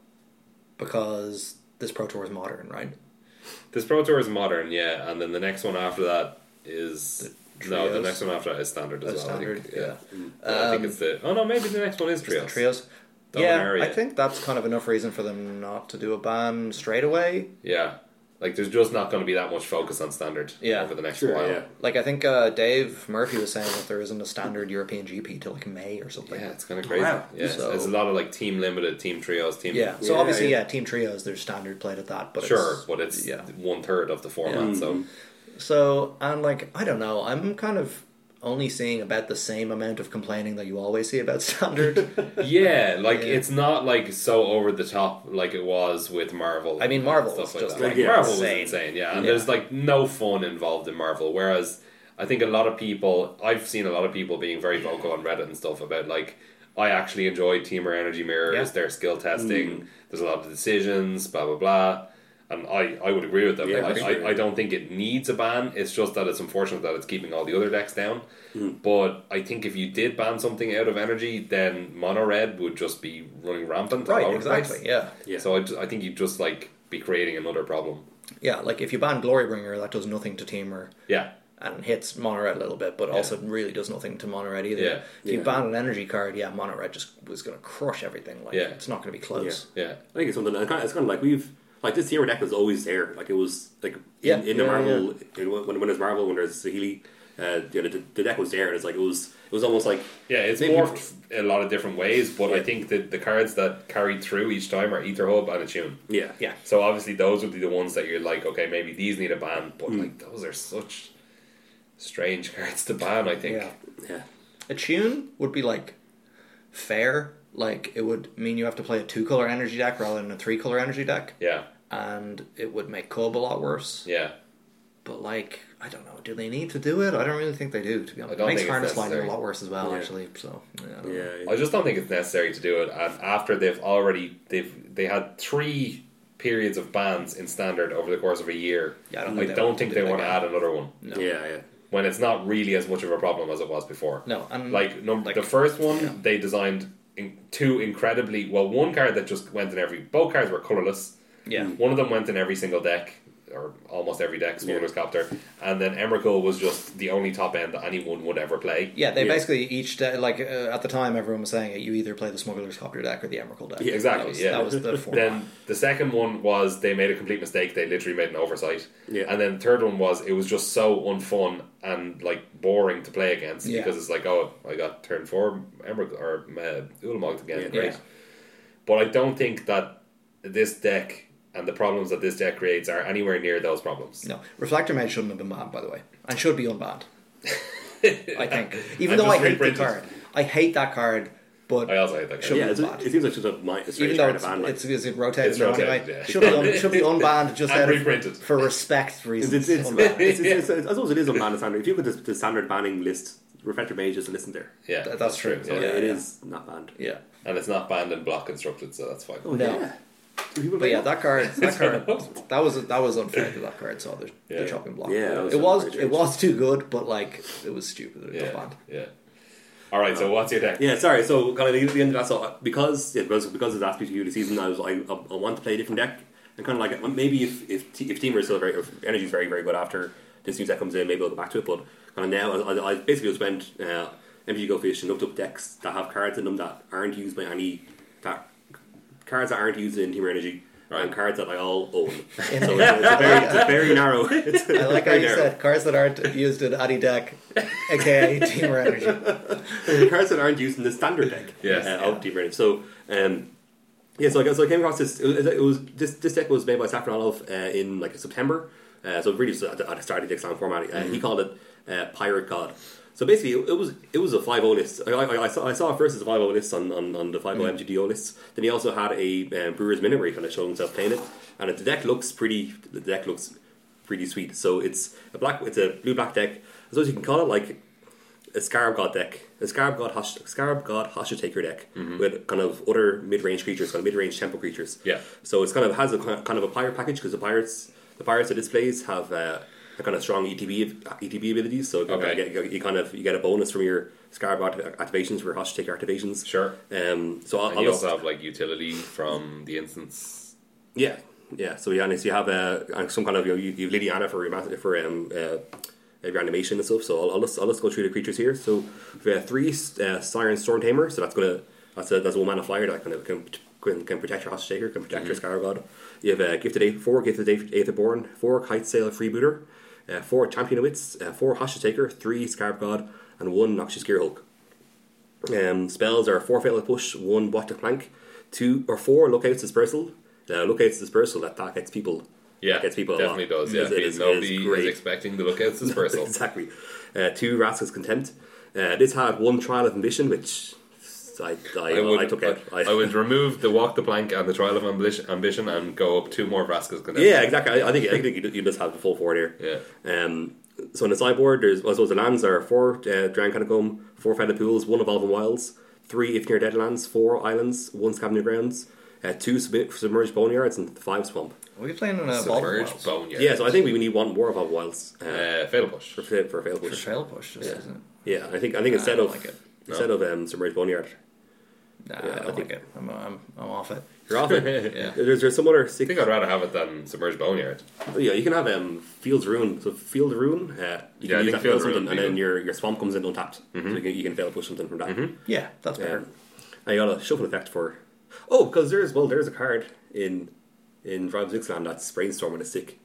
[SPEAKER 2] because this Pro Tour is modern, right?
[SPEAKER 1] This Pro Tour is modern, yeah, and then the next one after that is no, the
[SPEAKER 2] trios?
[SPEAKER 1] next one after that is standard as
[SPEAKER 2] That's
[SPEAKER 1] well. I
[SPEAKER 2] standard.
[SPEAKER 1] think,
[SPEAKER 2] yeah.
[SPEAKER 1] I think it's the oh no, maybe the next one is
[SPEAKER 2] Just
[SPEAKER 1] trios.
[SPEAKER 2] the trios.
[SPEAKER 1] Dominaria.
[SPEAKER 2] Yeah, I think that's kind of enough reason for them not to do a ban straight away.
[SPEAKER 1] Yeah, like there's just not going to be that much focus on standard.
[SPEAKER 2] Yeah.
[SPEAKER 1] over the next
[SPEAKER 3] Sure,
[SPEAKER 1] while.
[SPEAKER 3] yeah.
[SPEAKER 2] Like I think uh, Dave Murphy was saying that there isn't a standard European GP till like May or something.
[SPEAKER 1] Yeah, it's kind of crazy.
[SPEAKER 3] Wow.
[SPEAKER 1] Yeah,
[SPEAKER 2] So-
[SPEAKER 1] there's a lot of like team limited, team trios, team.
[SPEAKER 2] Yeah, So
[SPEAKER 3] Yeah,
[SPEAKER 2] obviously,
[SPEAKER 3] yeah.
[SPEAKER 2] yeah. team trios, there's standard played at that, but
[SPEAKER 1] sure,
[SPEAKER 2] it's,
[SPEAKER 1] but it's
[SPEAKER 2] yeah. Mm-hmm.
[SPEAKER 1] one third of the format. So
[SPEAKER 2] So I'm like, I don't know. I'm kind of only seeing about the same amount of complaining that you always see
[SPEAKER 1] [laughs]
[SPEAKER 2] about [laughs] standard. [laughs]
[SPEAKER 1] yeah, like
[SPEAKER 2] Yeah.
[SPEAKER 1] it's not like so over the top like it was with Marvel.
[SPEAKER 2] I mean,
[SPEAKER 1] and
[SPEAKER 2] Marvel
[SPEAKER 1] stuff
[SPEAKER 2] was
[SPEAKER 1] like
[SPEAKER 2] just,
[SPEAKER 1] that.
[SPEAKER 2] like,
[SPEAKER 1] Like, Marvel
[SPEAKER 2] insane.
[SPEAKER 1] was insane. Yeah, and
[SPEAKER 2] Yeah.
[SPEAKER 1] there's like no fun involved in Marvel. Whereas I think a lot of people, I've seen a lot of people being very vocal on Reddit and stuff about like. I actually enjoyed Teamer Energy Mirrors,
[SPEAKER 2] Yeah.
[SPEAKER 1] their skill testing, there's a lot of decisions, blah, blah, blah. And I, I would agree with them.
[SPEAKER 3] Yeah,
[SPEAKER 1] Like,
[SPEAKER 3] I agree.
[SPEAKER 1] I, I don't think it needs a ban. It's just that it's unfortunate that it's keeping all the other decks down. But I think if you did ban something out of energy, then mono red would just be running rampant. all
[SPEAKER 2] right,
[SPEAKER 1] over the place.
[SPEAKER 2] exactly. Yeah.
[SPEAKER 3] Yeah.
[SPEAKER 1] So I, ju- I think you'd just like be creating another problem.
[SPEAKER 2] Yeah, like if you ban Glorybringer, that does nothing to Teamer
[SPEAKER 1] Yeah.
[SPEAKER 2] and hits Monored a little bit, but also really does nothing to Monored either.
[SPEAKER 1] Yeah.
[SPEAKER 2] If you
[SPEAKER 3] Yeah.
[SPEAKER 2] ban an energy card, yeah, Monored just was going to crush everything. Like,
[SPEAKER 1] Yeah.
[SPEAKER 2] it's not going to be close.
[SPEAKER 1] Yeah.
[SPEAKER 3] I think it's something. It's kind of, it's kind of like we've like this Teamer deck was always there. Like it was like in,
[SPEAKER 2] Yeah,
[SPEAKER 3] in the
[SPEAKER 2] yeah,
[SPEAKER 3] Marvel in- when, when there's Marvel when there's Sahili. Uh, you know, the, the deck was there, and it's like it was. It was almost like
[SPEAKER 1] Yeah, it's
[SPEAKER 3] Maybe-
[SPEAKER 1] morphed a lot of different ways, but I
[SPEAKER 3] Yeah.
[SPEAKER 1] think that the cards that carried through each time are Ether Hub and Attune.
[SPEAKER 3] yeah,
[SPEAKER 2] Yeah.
[SPEAKER 1] So obviously those would be the ones that you're like, okay, maybe these need a ban, but like those are such strange [laughs] cards to ban, I think.
[SPEAKER 2] Yeah.
[SPEAKER 3] yeah.
[SPEAKER 2] A tune would be like fair. Like it would mean you have to play a two color energy deck rather than a three color energy deck,
[SPEAKER 1] Yeah.
[SPEAKER 2] and it would make Cub a lot worse.
[SPEAKER 1] Yeah.
[SPEAKER 2] But like, I don't know, do they need to do it? I don't really think they do. To be honest,
[SPEAKER 1] don't
[SPEAKER 2] it makes
[SPEAKER 1] think it's
[SPEAKER 2] harness lining
[SPEAKER 1] necessary.
[SPEAKER 2] a lot worse as well,
[SPEAKER 3] Yeah.
[SPEAKER 2] actually. So yeah, I don't know.
[SPEAKER 3] yeah, yeah.
[SPEAKER 1] I just don't think it's necessary to do it. And after they've already they've they had three periods of bans in standard over the course of a year.
[SPEAKER 2] Yeah, I don't
[SPEAKER 1] I
[SPEAKER 2] think they
[SPEAKER 1] don't
[SPEAKER 2] want
[SPEAKER 1] think
[SPEAKER 2] to
[SPEAKER 1] they
[SPEAKER 2] do it
[SPEAKER 1] want to
[SPEAKER 2] again.
[SPEAKER 1] add another one
[SPEAKER 2] No.
[SPEAKER 3] yeah, yeah.
[SPEAKER 1] when it's not really as much of a problem as it was before.
[SPEAKER 2] No, and
[SPEAKER 1] Like, num-
[SPEAKER 2] Mm-hmm. Like-
[SPEAKER 1] the first one
[SPEAKER 2] yeah.
[SPEAKER 1] they designed in, two incredibly well. One card that just went in every. Both cards were colorless.
[SPEAKER 2] Yeah.
[SPEAKER 1] One of them went in every single deck, or almost every deck. Smuggler's Copter, and then Emrakul was just the only top end that anyone would ever play.
[SPEAKER 2] Yeah, they
[SPEAKER 3] Yeah.
[SPEAKER 2] basically each de- like uh, at the time everyone was saying it. You either play the Smuggler's Copter deck or the Emrakul deck.
[SPEAKER 1] Yeah, exactly,
[SPEAKER 2] That was,
[SPEAKER 1] yeah.
[SPEAKER 2] that
[SPEAKER 1] [laughs]
[SPEAKER 2] was the format.
[SPEAKER 1] Then the second one was they made a complete mistake. They literally made an oversight.
[SPEAKER 3] Yeah.
[SPEAKER 1] And then the third one was it was just so unfun and like boring to play against
[SPEAKER 2] Yeah.
[SPEAKER 1] because it's like oh I got turn four Emrakul or uh, Ulamog again.
[SPEAKER 3] Yeah.
[SPEAKER 1] Great.
[SPEAKER 2] Yeah.
[SPEAKER 1] But I don't think that this deck and the problems that this deck creates are anywhere near those problems.
[SPEAKER 2] no, Reflector Mage shouldn't have been banned, by the way, and should
[SPEAKER 1] [laughs]
[SPEAKER 2] be unbanned. I think,
[SPEAKER 1] And
[SPEAKER 2] even though I
[SPEAKER 1] just
[SPEAKER 2] hate the
[SPEAKER 1] reprinted.
[SPEAKER 2] card, I hate that card. But
[SPEAKER 1] I also hate that. Card.
[SPEAKER 2] Should-
[SPEAKER 3] Yeah, it's, it seems like just a, mi- a strange
[SPEAKER 2] even though
[SPEAKER 3] card
[SPEAKER 2] it's,
[SPEAKER 3] to ban. Like,
[SPEAKER 2] it's, it's it rotated
[SPEAKER 1] It's
[SPEAKER 2] now
[SPEAKER 1] rotated,
[SPEAKER 2] anyway,
[SPEAKER 1] yeah.
[SPEAKER 2] should
[SPEAKER 1] [laughs]
[SPEAKER 2] be un, should be unbanned just
[SPEAKER 1] And
[SPEAKER 2] out of-
[SPEAKER 1] reprinted. [laughs]
[SPEAKER 2] for respect
[SPEAKER 3] it's,
[SPEAKER 2] reasons.
[SPEAKER 3] it's, it's,
[SPEAKER 2] Unbanned.
[SPEAKER 3] it's, it's, it's, I suppose it
[SPEAKER 2] [laughs]
[SPEAKER 3] is unbanned in standard. If you look at the, the standard banning list, Reflector Mage just isn't there.
[SPEAKER 1] Yeah,
[SPEAKER 2] Th- that's true.
[SPEAKER 1] Yeah.
[SPEAKER 3] So
[SPEAKER 2] Yeah.
[SPEAKER 3] it is not banned.
[SPEAKER 2] yeah,
[SPEAKER 1] And it's not banned and block constructed, so that's fine.
[SPEAKER 3] Oh,
[SPEAKER 2] No.
[SPEAKER 3] yeah. Do people
[SPEAKER 2] but
[SPEAKER 3] play
[SPEAKER 2] yeah,
[SPEAKER 3] it?
[SPEAKER 2] that card, that card, that was that was unfair to that card. So the,
[SPEAKER 1] Yeah.
[SPEAKER 2] the chopping block.
[SPEAKER 3] Yeah, that was
[SPEAKER 2] it was
[SPEAKER 3] unfair
[SPEAKER 2] it was too good, but like it was stupid. that It got
[SPEAKER 1] Yeah,
[SPEAKER 2] banned.
[SPEAKER 1] yeah. All right. So what's your deck?
[SPEAKER 3] Yeah, sorry. So kind of the, the end of that. So uh, because yeah, because because of that PTU the season, I was like, I, I want to play a different deck. And kind of like well, maybe if if, T- if team is still very if energy is very very good after this new deck comes in, maybe I'll go back to it. But kind of now, I, I- I basically just went uh, MG Go Fish and looked up decks that have cards in them that aren't used by any that cards that aren't used in team energy.
[SPEAKER 1] Right.
[SPEAKER 3] And cards that I all
[SPEAKER 2] [laughs]
[SPEAKER 3] own, so it's, it's, a very, it's a very narrow. It's
[SPEAKER 2] I like how
[SPEAKER 3] very
[SPEAKER 2] you
[SPEAKER 3] narrow.
[SPEAKER 2] said cards that aren't used in any deck, aka Teamer Energy.
[SPEAKER 3] the cards that aren't used in the standard deck.
[SPEAKER 1] Yes.
[SPEAKER 3] uh, of Deep Range. So, um, yeah, so I, so I came across this. It was, it was this this deck was made by Safranov uh, in like September. Uh, so really, just at the, at the start of the Dixon format, uh, he called it uh, Pirate God. So basically, it, it was it was a five O list. I, I, I saw I saw it first as a five O list on, on, on the five O MGDO lists. Then he also had a um, Brewer's Minute where he kind of showed himself playing it, and the deck looks pretty. The deck looks pretty sweet. So it's a black, it's a blue black deck. I suppose you can call it like a Scarab God deck, a Scarab God Hush, Scarab God Hostage Taker deck with kind of other mid range creatures, kind of mid range tempo creatures.
[SPEAKER 1] Mm-hmm. Yeah.
[SPEAKER 3] So it's kind of has a ki- kind of a pirate package because the pirates, the pirates that displays have uh, a kind of strong ETB ab- ETB E abilities. So you kind of
[SPEAKER 1] Okay.
[SPEAKER 3] get- you kind of you get a bonus from your Scarab God activations, for your Hostage Taker activations.
[SPEAKER 1] Sure.
[SPEAKER 3] Um. So I'll,
[SPEAKER 1] And
[SPEAKER 3] I'll
[SPEAKER 1] you
[SPEAKER 3] just-
[SPEAKER 1] also have like utility from the instance.
[SPEAKER 3] yeah, yeah. So yeah, and so you have uh, some kind of you, know, you you have Liliana for your mas- for um uh, your animation and stuff. So I'll, I'll just I'll just go through the creatures here. So we have three uh, Siren Storm Tamer. So that's gonna that's a that's a one mana flyer that kind of can, can, can protect your hostage taker, can protect your
[SPEAKER 1] Mm-hmm.
[SPEAKER 3] Scarab God. You have uh, Gifted Eighth four Gifted Eighth, Eighth of Born, four Kite Sail Freebooter, uh, four Champion of Wits, uh, four Hostage Taker, three Scarab God, and one Noxious Gear Hulk. Um, spells are four fatal push, one watch the plank, two or four lookouts dispersal. Uh, lookouts dispersal that, that gets people.
[SPEAKER 1] Yeah,
[SPEAKER 3] that gets people
[SPEAKER 1] definitely
[SPEAKER 3] a lot.
[SPEAKER 1] does. Yeah,
[SPEAKER 3] It is- it
[SPEAKER 1] because
[SPEAKER 3] is- it is
[SPEAKER 1] nobody is,
[SPEAKER 3] great.
[SPEAKER 1] expecting the lookouts
[SPEAKER 3] [laughs]
[SPEAKER 1] dispersal.
[SPEAKER 3] exactly. Uh, two Rascal's contempt. Uh, this had one trial of ambition, which I I, I, took out.
[SPEAKER 1] I, I would remove the walk the plank and the trial of ambition, ambition and go up two more Vasquez contenders.
[SPEAKER 3] Yeah, exactly. I, I think I think you just have the full four there.
[SPEAKER 1] Yeah.
[SPEAKER 3] Um, so in the sideboard, there's well, I suppose the lands are four uh, Drowned Catacomb, four Feather Pools, one Evolving Wilds, three If Near Deadlands, four Islands, one Scavenger Grounds, uh, two sub- Submerged Boneyards, and five Swamp.
[SPEAKER 2] Are we playing uh, on a Baldur
[SPEAKER 1] Submerged
[SPEAKER 2] Wilds?
[SPEAKER 1] bone yard.
[SPEAKER 3] Yeah, so I think we need one more Evolving Wilds uh,
[SPEAKER 1] Uh, fatal push.
[SPEAKER 3] for, fa- for Fail Push.
[SPEAKER 2] trail push, just
[SPEAKER 3] Yeah.
[SPEAKER 2] isn't it?
[SPEAKER 3] Yeah, I think I think
[SPEAKER 2] Nah, I
[SPEAKER 3] instead
[SPEAKER 2] don't
[SPEAKER 3] of
[SPEAKER 2] like it.
[SPEAKER 3] instead of um, Submerged Boneyard,
[SPEAKER 2] Nah,
[SPEAKER 3] Yeah,
[SPEAKER 2] I
[SPEAKER 3] I
[SPEAKER 2] don't
[SPEAKER 3] think-
[SPEAKER 2] like it. I'm, I'm, I'm off it.
[SPEAKER 3] you're
[SPEAKER 1] [laughs]
[SPEAKER 3] off it.
[SPEAKER 2] Yeah.
[SPEAKER 3] There's there's some other
[SPEAKER 1] I think I'd rather have it than submerged boneyard.
[SPEAKER 3] Oh, Yeah, you can have um, Fields Ruin. So Field Ruin, uh, you
[SPEAKER 1] Yeah, I think
[SPEAKER 3] can use that to fail
[SPEAKER 1] Field Ruin
[SPEAKER 3] something,
[SPEAKER 1] would
[SPEAKER 3] and
[SPEAKER 1] be
[SPEAKER 3] then
[SPEAKER 1] good.
[SPEAKER 3] your, your Swamp comes in untapped. So
[SPEAKER 1] Mm-hmm.
[SPEAKER 3] you can, you can fail push something from that.
[SPEAKER 2] Yeah, that's better.
[SPEAKER 3] Um, and you got a shuffle effect for. Oh, because there's well, there's a card in in Drive Six Land that's Brainstorm and a stick,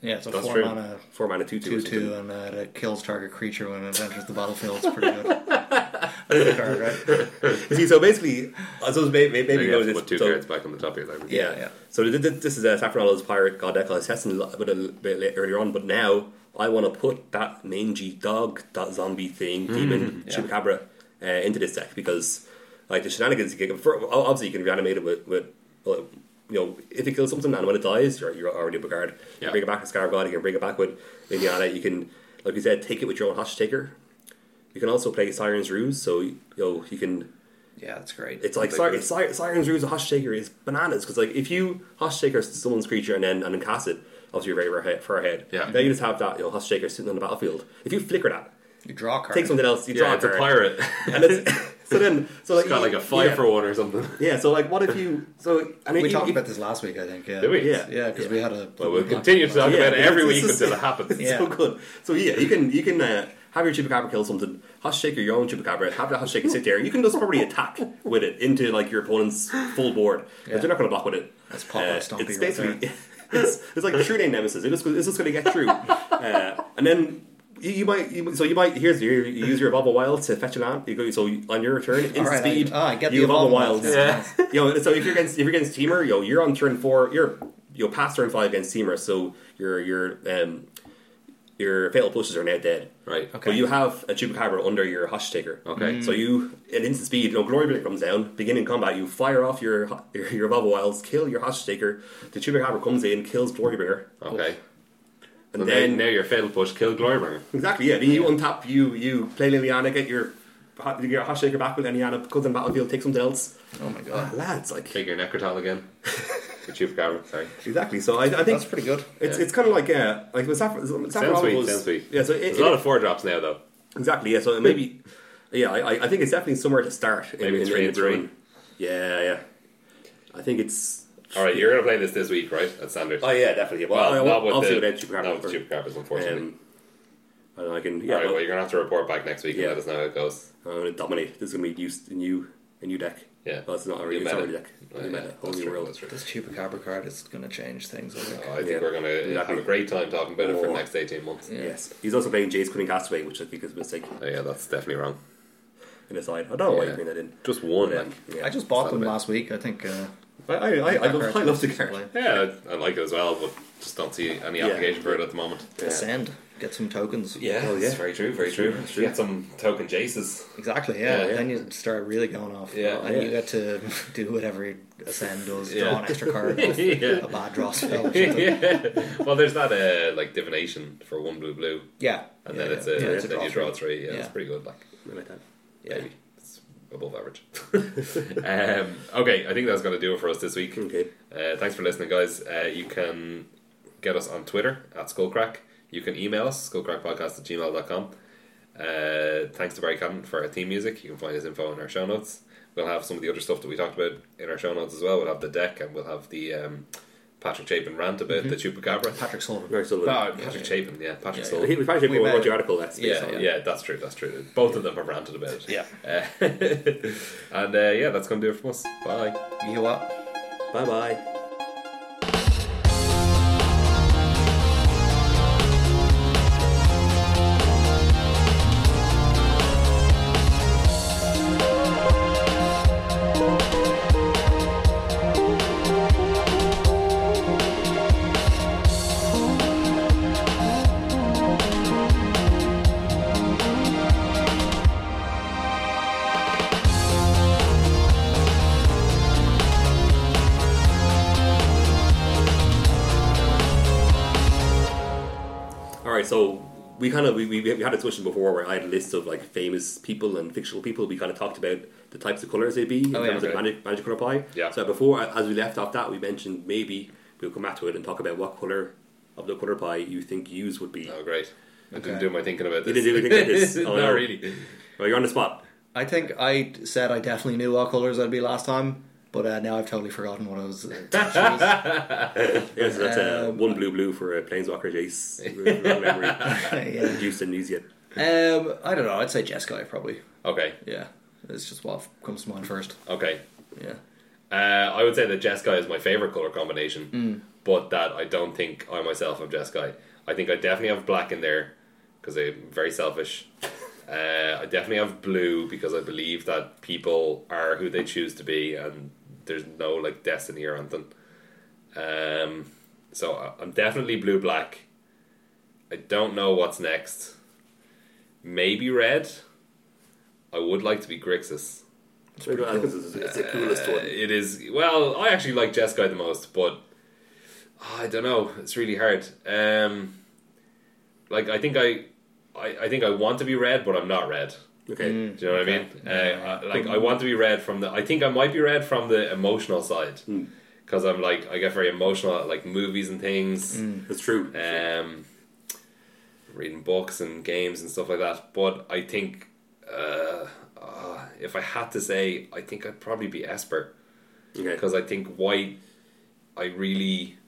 [SPEAKER 2] yeah, it's a
[SPEAKER 1] that's
[SPEAKER 2] four
[SPEAKER 1] true.
[SPEAKER 2] mana
[SPEAKER 3] four mana two two.
[SPEAKER 2] two
[SPEAKER 3] or something.
[SPEAKER 2] two, and uh, it kills target creature when it enters the battlefield. It's pretty good. That's a card, right?
[SPEAKER 3] See, so basically, I suppose maybe
[SPEAKER 1] Maybe
[SPEAKER 3] maybe, maybe
[SPEAKER 1] you
[SPEAKER 3] go
[SPEAKER 1] have
[SPEAKER 3] to
[SPEAKER 1] to
[SPEAKER 3] this.
[SPEAKER 1] put two
[SPEAKER 3] so,
[SPEAKER 1] cards back on the top of your library.
[SPEAKER 3] Yeah,
[SPEAKER 2] Yeah, yeah.
[SPEAKER 3] So th- th- this is uh, Saffronola's Pirate God deck. I was testing it a lot- but a little bit la- earlier on, but now I want to put that mangy dog, that zombie thing, demon,
[SPEAKER 2] Yeah.
[SPEAKER 3] chupacabra, uh, into this deck because like the shenanigans you get. For, obviously, you can reanimate it with with. uh, you know, if it kills something and when it dies, you're, you're already up a guard. You
[SPEAKER 1] Yeah.
[SPEAKER 3] can bring it back to Scarab God, you can bring it back with Indiana, you can, like you said, take it with your own Hostage Taker. You can also play Siren's Ruse, so you know, you can
[SPEAKER 2] Yeah, that's great.
[SPEAKER 3] it's like
[SPEAKER 1] Like
[SPEAKER 3] Sir,
[SPEAKER 1] this.
[SPEAKER 3] Sir, Siren's Ruse, a Hush Shaker is bananas because like if you Hush Shaker someone's creature and then and then cast it, obviously you're very rare head, far ahead.
[SPEAKER 1] Yeah.
[SPEAKER 3] Now you just have that you know, Hush Shaker sitting on the battlefield. If you flicker that,
[SPEAKER 2] You draw a card.
[SPEAKER 3] take something else. You draw
[SPEAKER 1] Yeah, it's a
[SPEAKER 3] card. [laughs]
[SPEAKER 1] pirate.
[SPEAKER 3] And it's, so then, so
[SPEAKER 1] [laughs]
[SPEAKER 3] like
[SPEAKER 1] it's got like a five
[SPEAKER 3] yeah,
[SPEAKER 1] for one or something.
[SPEAKER 3] Yeah, so like, what if you? So I mean,
[SPEAKER 2] we
[SPEAKER 3] you-
[SPEAKER 2] talked
[SPEAKER 3] [laughs] you-
[SPEAKER 2] about this last week, I think. Yeah,
[SPEAKER 1] Did we?
[SPEAKER 3] Yeah.
[SPEAKER 2] Yeah, because we had a.
[SPEAKER 1] Well, we'll continue to talk
[SPEAKER 3] Yeah,
[SPEAKER 1] about it every
[SPEAKER 3] this
[SPEAKER 1] week
[SPEAKER 3] is-
[SPEAKER 1] until it happens.
[SPEAKER 2] Yeah.
[SPEAKER 3] so good. So yeah, you can you can uh, have your chupacabra kill something, hot shaker your own chupacabra, have the hot shaker sit there, and you can just probably attack with it into like your opponent's full board.
[SPEAKER 2] Yeah.
[SPEAKER 3] But they're not going to block with it. Uh,
[SPEAKER 2] That's Popeye Stompy
[SPEAKER 3] It's
[SPEAKER 2] right
[SPEAKER 3] basically [laughs] it's, it's like true name nemesis. It is, it's just going to
[SPEAKER 2] [laughs]
[SPEAKER 3] get through, uh, and then. You, you might you, so you might here's your, you use your evolve a wild to fetch an ant. You go so on your turn in
[SPEAKER 2] All right, I-
[SPEAKER 3] speed.
[SPEAKER 2] oh, I get
[SPEAKER 3] you
[SPEAKER 2] the
[SPEAKER 3] evolve a
[SPEAKER 2] evolve a wild
[SPEAKER 3] wild.
[SPEAKER 2] now.
[SPEAKER 1] Yeah.
[SPEAKER 3] Yo, so if you're against if you're against Teamer, yo, you're on turn four. You're you'll pass turn five against Teamer, so your your um your fatal pushes are now dead.
[SPEAKER 1] Right.
[SPEAKER 2] Okay.
[SPEAKER 3] But you have a chupacabra under your hush taker.
[SPEAKER 1] Okay.
[SPEAKER 3] So you at instant speed, no glory blade comes down. Beginning combat, you fire off your [laughs] hu- your, your Bubba Wilds, kill your hush taker. The chupacabra comes in, kills glory bringer,
[SPEAKER 1] Okay.
[SPEAKER 3] and
[SPEAKER 1] So
[SPEAKER 3] then
[SPEAKER 1] then now your fatal push killed Glorybringer.
[SPEAKER 3] exactly yeah. Then you untap you you play Liliana, get your hu- your hush taker back with Liliana, comes on battlefield, take something else. Ah,
[SPEAKER 2] Oh my god,
[SPEAKER 3] Lads, like
[SPEAKER 1] Take your Necrotal [laughs] again. your Chupacabra, sorry.
[SPEAKER 3] exactly. So I, I think
[SPEAKER 2] that's pretty good.
[SPEAKER 3] It's,
[SPEAKER 1] Yeah.
[SPEAKER 3] it's kind of like uh, like with Saffron. Saffron
[SPEAKER 1] Sounds sweet,
[SPEAKER 3] was,
[SPEAKER 1] sounds sweet.
[SPEAKER 3] Yeah, so it,
[SPEAKER 1] There's
[SPEAKER 3] it-
[SPEAKER 1] a lot of four drops now, though.
[SPEAKER 3] exactly. Yeah, so maybe yeah, I, I- I think it's definitely somewhere to start. in-
[SPEAKER 1] Maybe
[SPEAKER 3] in-
[SPEAKER 1] three
[SPEAKER 3] in
[SPEAKER 1] and
[SPEAKER 3] the
[SPEAKER 1] three.
[SPEAKER 3] brewing. Yeah, yeah. I think it's.
[SPEAKER 1] All right, you're going to play this this week, right? At standard.
[SPEAKER 3] Oh yeah, definitely. Well,
[SPEAKER 1] well,
[SPEAKER 3] I- I-
[SPEAKER 1] not with
[SPEAKER 3] obviously
[SPEAKER 1] the,
[SPEAKER 3] without Chupacabra,
[SPEAKER 1] not with
[SPEAKER 3] or-
[SPEAKER 1] Chupacabras, unfortunately.
[SPEAKER 3] um, I don't know. I can.
[SPEAKER 1] All
[SPEAKER 3] Yeah,
[SPEAKER 1] right, well, you're going to have to report back next week
[SPEAKER 3] Yeah.
[SPEAKER 1] and let us know how it goes.
[SPEAKER 3] I'm gonna dominate. Uh, This is gonna be used a new a new deck.
[SPEAKER 1] Yeah.
[SPEAKER 3] well, it's not already.
[SPEAKER 1] New
[SPEAKER 3] It's
[SPEAKER 1] meta.
[SPEAKER 3] already a deck.
[SPEAKER 1] Oh,
[SPEAKER 3] New
[SPEAKER 1] yeah,
[SPEAKER 3] meta, whole
[SPEAKER 1] that's
[SPEAKER 3] new
[SPEAKER 1] true,
[SPEAKER 3] world.
[SPEAKER 1] that's true.
[SPEAKER 2] This chupacabra card is going to change things. I think.
[SPEAKER 1] Oh, I think
[SPEAKER 3] Yeah.
[SPEAKER 1] we're going to
[SPEAKER 3] Exactly.
[SPEAKER 1] have a great time talking about it for
[SPEAKER 3] Oh.
[SPEAKER 1] the next 18 months.
[SPEAKER 2] Yeah.
[SPEAKER 3] Yes, he's also playing Jay's Cunning Castaway, which I think is a mistake
[SPEAKER 1] Oh, yeah, that's definitely wrong.
[SPEAKER 3] in his side. I don't know why you
[SPEAKER 1] Yeah.
[SPEAKER 3] bring that in.
[SPEAKER 1] Just one,
[SPEAKER 3] But, um,
[SPEAKER 1] like.
[SPEAKER 3] yeah.
[SPEAKER 2] I just bought
[SPEAKER 1] Sound
[SPEAKER 2] them
[SPEAKER 1] a bit-
[SPEAKER 2] last week. I think. Uh,
[SPEAKER 3] I I, I, I, love, I love the card.
[SPEAKER 1] Yeah, I, I like it as well, but just don't see any
[SPEAKER 3] Yeah.
[SPEAKER 1] application for it at the moment.
[SPEAKER 3] Yeah.
[SPEAKER 2] Send get some tokens.
[SPEAKER 1] Yeah,
[SPEAKER 3] Oh, yeah.
[SPEAKER 1] that's very true, very
[SPEAKER 3] That's true,
[SPEAKER 1] true.
[SPEAKER 3] that's true.
[SPEAKER 1] Get some token Jaces.
[SPEAKER 2] Exactly. Yeah.
[SPEAKER 1] Yeah, yeah.
[SPEAKER 2] Then you start really going off.
[SPEAKER 1] Yeah.
[SPEAKER 2] And
[SPEAKER 3] Yeah.
[SPEAKER 2] you get to [laughs] do whatever Ascend does.
[SPEAKER 1] Yeah.
[SPEAKER 2] Draw an extra card.
[SPEAKER 1] [laughs] [laughs]
[SPEAKER 2] off
[SPEAKER 1] Yeah.
[SPEAKER 2] A bad draw spell. Or something.
[SPEAKER 1] yeah. [laughs] Well, there's that uh, like divination for one blue blue,
[SPEAKER 2] Yeah.
[SPEAKER 1] and
[SPEAKER 2] yeah,
[SPEAKER 1] then it's
[SPEAKER 2] yeah.
[SPEAKER 1] a,
[SPEAKER 2] Yeah, it's a
[SPEAKER 1] then
[SPEAKER 2] draw
[SPEAKER 1] you draw
[SPEAKER 2] three.
[SPEAKER 1] three. Yeah,
[SPEAKER 2] Yeah.
[SPEAKER 1] it's pretty good. Like
[SPEAKER 3] I like that. [laughs]
[SPEAKER 2] Yeah.
[SPEAKER 1] maybe it's above
[SPEAKER 2] [laughs]
[SPEAKER 1] average. um, okay, I think that's going to do it for us this week.
[SPEAKER 3] Okay.
[SPEAKER 1] Uh, thanks for listening, guys. Uh, you can get us on Twitter at Skullcrack. You can email us, skullcrackpodcast at gmail.com. Uh, thanks to Barry Cotton for our theme music. You can find his info in our show notes. We'll have some of the other stuff that we talked about in our show notes as well. We'll have the deck and we'll have the um, Patrick Chapin rant
[SPEAKER 2] Mm-hmm.
[SPEAKER 1] about the Chupacabra.
[SPEAKER 2] Patrick Sullivan.
[SPEAKER 3] Very solid.
[SPEAKER 1] Ah, Patrick Chapin, yeah, Patrick
[SPEAKER 2] Yeah,
[SPEAKER 1] Sullivan.
[SPEAKER 3] He was actually
[SPEAKER 2] We
[SPEAKER 3] going to
[SPEAKER 2] met
[SPEAKER 3] watch
[SPEAKER 2] it.
[SPEAKER 3] your article. That's
[SPEAKER 1] Yeah,
[SPEAKER 3] based on
[SPEAKER 1] yeah,
[SPEAKER 3] it.
[SPEAKER 1] that's true, that's true. Both of them have ranted about it.
[SPEAKER 2] Yeah.
[SPEAKER 1] Uh, [laughs] and uh, yeah, that's going to do it from us. Bye.
[SPEAKER 2] You know what?
[SPEAKER 3] Bye bye. All right, so we kind of we, we, we had a discussion before where I had a list of like famous people and fictional people. We kind of talked about the types of colors they'd be in
[SPEAKER 2] Oh, yeah,
[SPEAKER 3] terms of
[SPEAKER 2] okay.
[SPEAKER 3] magic magic color pie.
[SPEAKER 1] Yeah.
[SPEAKER 3] So before, as we left off that, we mentioned maybe we'll come back to it and talk about what color of the color pie you think yours would be.
[SPEAKER 1] Oh, great. I didn't
[SPEAKER 2] Okay.
[SPEAKER 1] do my thinking about
[SPEAKER 3] You
[SPEAKER 1] this.
[SPEAKER 3] didn't do anything
[SPEAKER 1] [laughs]
[SPEAKER 3] about this? Oh,
[SPEAKER 1] Not
[SPEAKER 3] no.
[SPEAKER 1] really.
[SPEAKER 3] Well, you're on the spot.
[SPEAKER 2] I think I d- said I definitely knew what colours I'd be last time, but uh, now I've totally forgotten what I was.
[SPEAKER 1] [laughs]
[SPEAKER 2] Uh,
[SPEAKER 3] Yeah, so that's uh,
[SPEAKER 2] Um,
[SPEAKER 3] one blue blue for uh, Planeswalker Jace.
[SPEAKER 2] [laughs]
[SPEAKER 3] Wrong memory.
[SPEAKER 2] yeah.
[SPEAKER 3] Juice and news yet.
[SPEAKER 2] Um, I don't know. I'd say Jeskai probably.
[SPEAKER 1] Okay,
[SPEAKER 2] Yeah, it's just what comes to mind first.
[SPEAKER 1] okay.
[SPEAKER 2] Yeah.
[SPEAKER 1] Uh, I would say that Jeskai is my favorite color combination, but that I don't think I myself am Jeskai. I think I definitely have black in there because I'm very selfish. Uh, I definitely have blue because I believe that people are who they choose to be, and there's no like destiny or anything. Um, so I- I'm definitely blue black. I don't know what's next. Maybe red. I would like to be Grixis.
[SPEAKER 3] It's, it's, it's the coolest
[SPEAKER 1] Uh,
[SPEAKER 3] one.
[SPEAKER 1] It is. Well, I actually like Jeskai the most, but ah, I don't know. It's really hard. Um, like I think I, I, I think I want to be red, but I'm not red.
[SPEAKER 3] Okay.
[SPEAKER 2] mm.
[SPEAKER 1] Do you know
[SPEAKER 2] Okay.
[SPEAKER 1] what I mean? Uh, I- like I want to be red from the. I think I might be red from the emotional side
[SPEAKER 3] Hmm.
[SPEAKER 1] because I'm
[SPEAKER 3] Hmm.
[SPEAKER 2] Uh,
[SPEAKER 1] like I get very emotional at like movies and things.
[SPEAKER 3] That's true.
[SPEAKER 1] Um, reading books and games and stuff like that. But I think uh, uh, if I had to say, I think I'd probably be Esper
[SPEAKER 3] Okay.
[SPEAKER 1] because I think why I really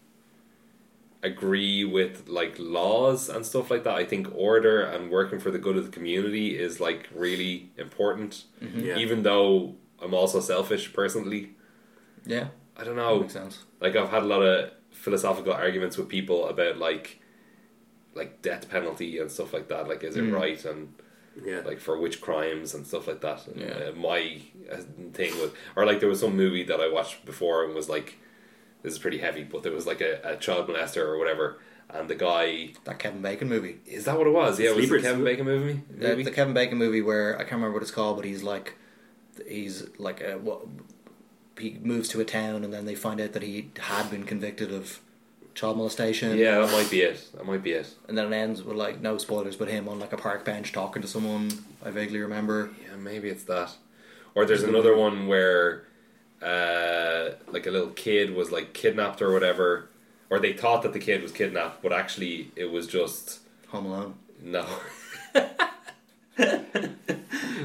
[SPEAKER 1] agree with like laws and stuff like that. I think order and working for the good of the community is like really important.
[SPEAKER 2] Mm-hmm.
[SPEAKER 3] Yeah.
[SPEAKER 1] Even though I'm also selfish personally.
[SPEAKER 2] Yeah,
[SPEAKER 1] I don't
[SPEAKER 2] that
[SPEAKER 1] know
[SPEAKER 2] makes sense.
[SPEAKER 1] like I've had a lot of philosophical arguments with people about like like death penalty and stuff like that like is it
[SPEAKER 2] Mm.
[SPEAKER 1] right and
[SPEAKER 3] Yeah.
[SPEAKER 1] like for which crimes and stuff like that and,
[SPEAKER 2] Yeah.
[SPEAKER 1] uh, my uh, thing was or like there was some movie that I watched before and was like this is pretty heavy but there was like a, a child molester or whatever and the guy
[SPEAKER 2] That Kevin Bacon movie.
[SPEAKER 1] is that what it was yeah was it
[SPEAKER 3] Sleepers.
[SPEAKER 1] Kevin Bacon movie
[SPEAKER 2] The,
[SPEAKER 1] movie
[SPEAKER 2] the Kevin Bacon movie where I can't remember what it's called, but he's like, he's like a, what, he moves to a town and then they find out that he had been convicted of child molestation.
[SPEAKER 1] yeah that might be it that might be it
[SPEAKER 2] And then it ends with like no spoilers, but him on like a park bench talking to someone. I vaguely remember.
[SPEAKER 1] Yeah, maybe it's that. Or there's
[SPEAKER 2] Mm-hmm.
[SPEAKER 1] another one where, uh, like a little kid was like kidnapped or whatever, or they thought that the kid was kidnapped, but actually it was just
[SPEAKER 2] Home Alone.
[SPEAKER 1] no. [laughs]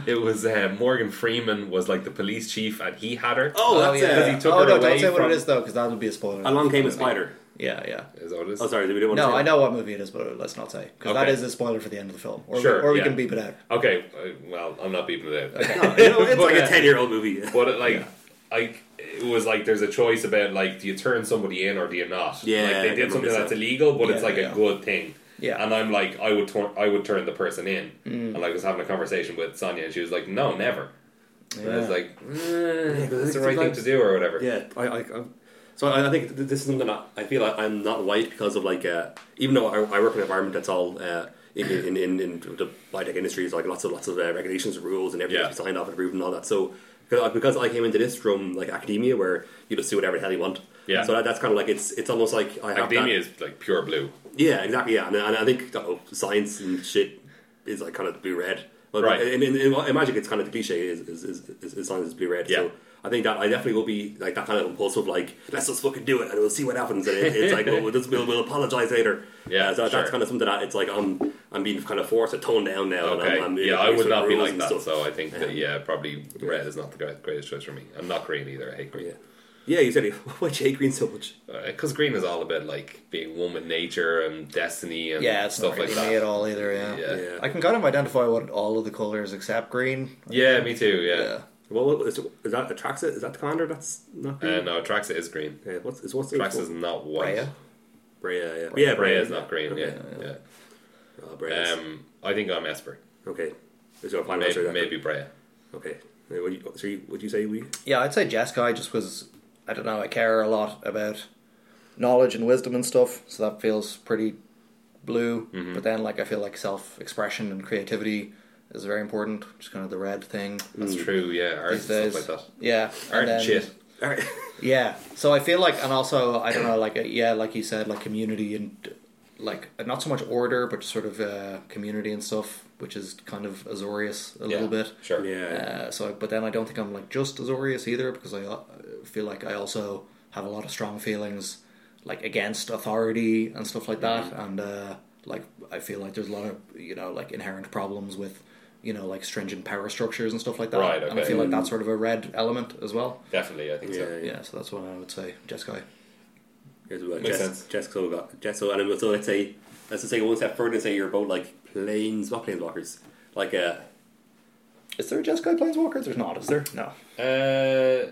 [SPEAKER 1] it was uh, Morgan Freeman was like the police chief, and he had her.
[SPEAKER 3] Oh, that's
[SPEAKER 2] yeah.
[SPEAKER 1] he took
[SPEAKER 2] oh
[SPEAKER 1] her
[SPEAKER 2] no!
[SPEAKER 1] away
[SPEAKER 2] Don't say what
[SPEAKER 1] from-
[SPEAKER 2] it is though, because that would be a spoiler.
[SPEAKER 3] Along came a spider.
[SPEAKER 2] Yeah, yeah.
[SPEAKER 1] Is that what it is?
[SPEAKER 3] Oh, sorry, we didn't want to.
[SPEAKER 2] No, I know what movie it is, but let's not say because that
[SPEAKER 1] Okay.
[SPEAKER 2] is a spoiler for the end of the film. Or
[SPEAKER 1] Sure,
[SPEAKER 2] we, or we
[SPEAKER 1] yeah.
[SPEAKER 2] can beep it out.
[SPEAKER 1] Okay, uh, well, I'm not beeping it out.
[SPEAKER 3] [laughs] No, Oh, it's
[SPEAKER 1] [laughs] But,
[SPEAKER 3] like
[SPEAKER 1] uh,
[SPEAKER 3] a ten-year-old movie.
[SPEAKER 1] But it, like, like it was like there's a choice about like do you turn somebody in or do you not?
[SPEAKER 3] Yeah,
[SPEAKER 1] like,
[SPEAKER 3] I
[SPEAKER 1] they did
[SPEAKER 3] remember
[SPEAKER 1] something
[SPEAKER 3] this
[SPEAKER 1] that's
[SPEAKER 3] one.
[SPEAKER 1] illegal, but it's
[SPEAKER 2] Yeah,
[SPEAKER 1] like
[SPEAKER 2] yeah.
[SPEAKER 1] a good thing.
[SPEAKER 2] Yeah.
[SPEAKER 1] and I'm like I would turn I would turn the person in,
[SPEAKER 3] Mm.
[SPEAKER 1] and I was having a conversation with Sonia, and she was like, "No, never." And I was
[SPEAKER 2] Yeah.
[SPEAKER 1] like, mm,
[SPEAKER 3] Yeah, 'cause I
[SPEAKER 1] "That's
[SPEAKER 3] think
[SPEAKER 1] the right thing to
[SPEAKER 3] sometimes-
[SPEAKER 1] do," or whatever.
[SPEAKER 3] Yeah, I, I, I'm, so I, I think th- this is something that I feel like I'm not white because of like, uh, even though I, I work in an environment that's all uh, in, in, in, in the biotech industry, is like lots of lots of uh, regulations and rules and everything
[SPEAKER 1] Yeah.
[SPEAKER 3] that's signed off and approved and all that. So because I, because I came into this from like academia where you just do whatever the hell you want.
[SPEAKER 1] Yeah.
[SPEAKER 3] So that, that's kind of like it's it's almost like I have
[SPEAKER 1] Academia
[SPEAKER 3] That,
[SPEAKER 1] is like pure blue.
[SPEAKER 3] yeah, exactly. Yeah, and, and I think oh, science and shit is like kind of blue red. But
[SPEAKER 1] Right.
[SPEAKER 3] In, in, in, in magic, it's kind of the cliche is is, is, is, is science is blue red.
[SPEAKER 1] Yeah.
[SPEAKER 3] So I think that I definitely will be like that kind of impulsive, like let's just fucking do it and we'll see what happens. And it, it's like "Oh, well, we'll, just, we'll, we'll apologize later.
[SPEAKER 1] Yeah,
[SPEAKER 3] Uh, so
[SPEAKER 1] sure.
[SPEAKER 3] that's kind of something that it's like I'm I'm being kind of forced to tone down now.
[SPEAKER 1] Okay,
[SPEAKER 3] And I'm, I'm
[SPEAKER 1] yeah, I would not be
[SPEAKER 3] rules
[SPEAKER 1] like
[SPEAKER 3] and
[SPEAKER 1] that.
[SPEAKER 3] stuff.
[SPEAKER 1] So I think that yeah, probably red is not the great- greatest choice for me. I'm not green either. I hate green.
[SPEAKER 3] yeah. yeah, you said [laughs] why do you hate green so much?
[SPEAKER 1] because green is all about like being one with nature and destiny and
[SPEAKER 2] Yeah, it's
[SPEAKER 1] stuff
[SPEAKER 2] not really
[SPEAKER 1] like that.
[SPEAKER 2] me at all either. Yeah.
[SPEAKER 1] Yeah.
[SPEAKER 3] Yeah.
[SPEAKER 2] I can kind of identify what all of the colors except green.
[SPEAKER 1] Yeah, me too. Yeah,
[SPEAKER 2] Yeah,
[SPEAKER 3] Well, what- is, is that Atraxa? Is that the commander? That's not. Green?
[SPEAKER 1] Uh, no, Traxa is green.
[SPEAKER 3] Yeah, what's is what's
[SPEAKER 1] Traxa is not white.
[SPEAKER 2] Raya?
[SPEAKER 3] Brea, yeah,
[SPEAKER 1] Yeah,
[SPEAKER 3] yeah,
[SPEAKER 1] Brea is not green. Yeah, yeah.
[SPEAKER 3] Oh, Brea's.
[SPEAKER 1] Um, I think I'm Esper.
[SPEAKER 3] okay. There's no final
[SPEAKER 1] Maybe,
[SPEAKER 3] answer. to that.
[SPEAKER 1] maybe Brea.
[SPEAKER 3] Okay. Uh, What you, so you, would you say we? [laughs]
[SPEAKER 2] yeah. I'd say Jeskai just was. I don't know. I care a lot about knowledge and wisdom and stuff, so that feels pretty blue.
[SPEAKER 1] Mm-hmm.
[SPEAKER 2] But then, like, I feel like self-expression and creativity is very important. Just kind of the red thing
[SPEAKER 1] That's true. Yeah, art and
[SPEAKER 2] these days.
[SPEAKER 1] Mm. stuff like that.
[SPEAKER 2] Yeah, and
[SPEAKER 1] Art and
[SPEAKER 2] then-
[SPEAKER 1] shit.
[SPEAKER 3] All right.
[SPEAKER 2] Yeah. So I feel like, and also I don't know, like uh, yeah, like you said, like community and like uh, not so much order, but sort of uh, community and stuff, which is kind of Azorius a
[SPEAKER 1] yeah,
[SPEAKER 2] little bit.
[SPEAKER 1] Sure.
[SPEAKER 3] Yeah.
[SPEAKER 2] Uh, so, but then I don't think I'm like just Azorius either, because I uh, feel like I also have a lot of strong feelings like against authority and stuff like that,
[SPEAKER 1] Mm-hmm.
[SPEAKER 2] and uh, like I feel like there's a lot of you know like inherent problems with. You know, like stringent power structures and stuff like that,
[SPEAKER 1] Right,
[SPEAKER 2] and I
[SPEAKER 1] okay. Mm.
[SPEAKER 2] feel like that's sort of a red element as well.
[SPEAKER 1] Definitely, I think so.
[SPEAKER 3] Yeah.
[SPEAKER 2] Yeah, so that's what I would say. Jeskai.
[SPEAKER 3] Here's what
[SPEAKER 1] Makes
[SPEAKER 3] Jess,
[SPEAKER 1] sense.
[SPEAKER 3] Jess Cole got. Jess Cole, and so let's say let's just take it one step further and say you're both like planes, not planeswalkers, like uh,
[SPEAKER 2] Is there a Jeskai Planeswalker? There's not, is there? No.
[SPEAKER 1] Uh,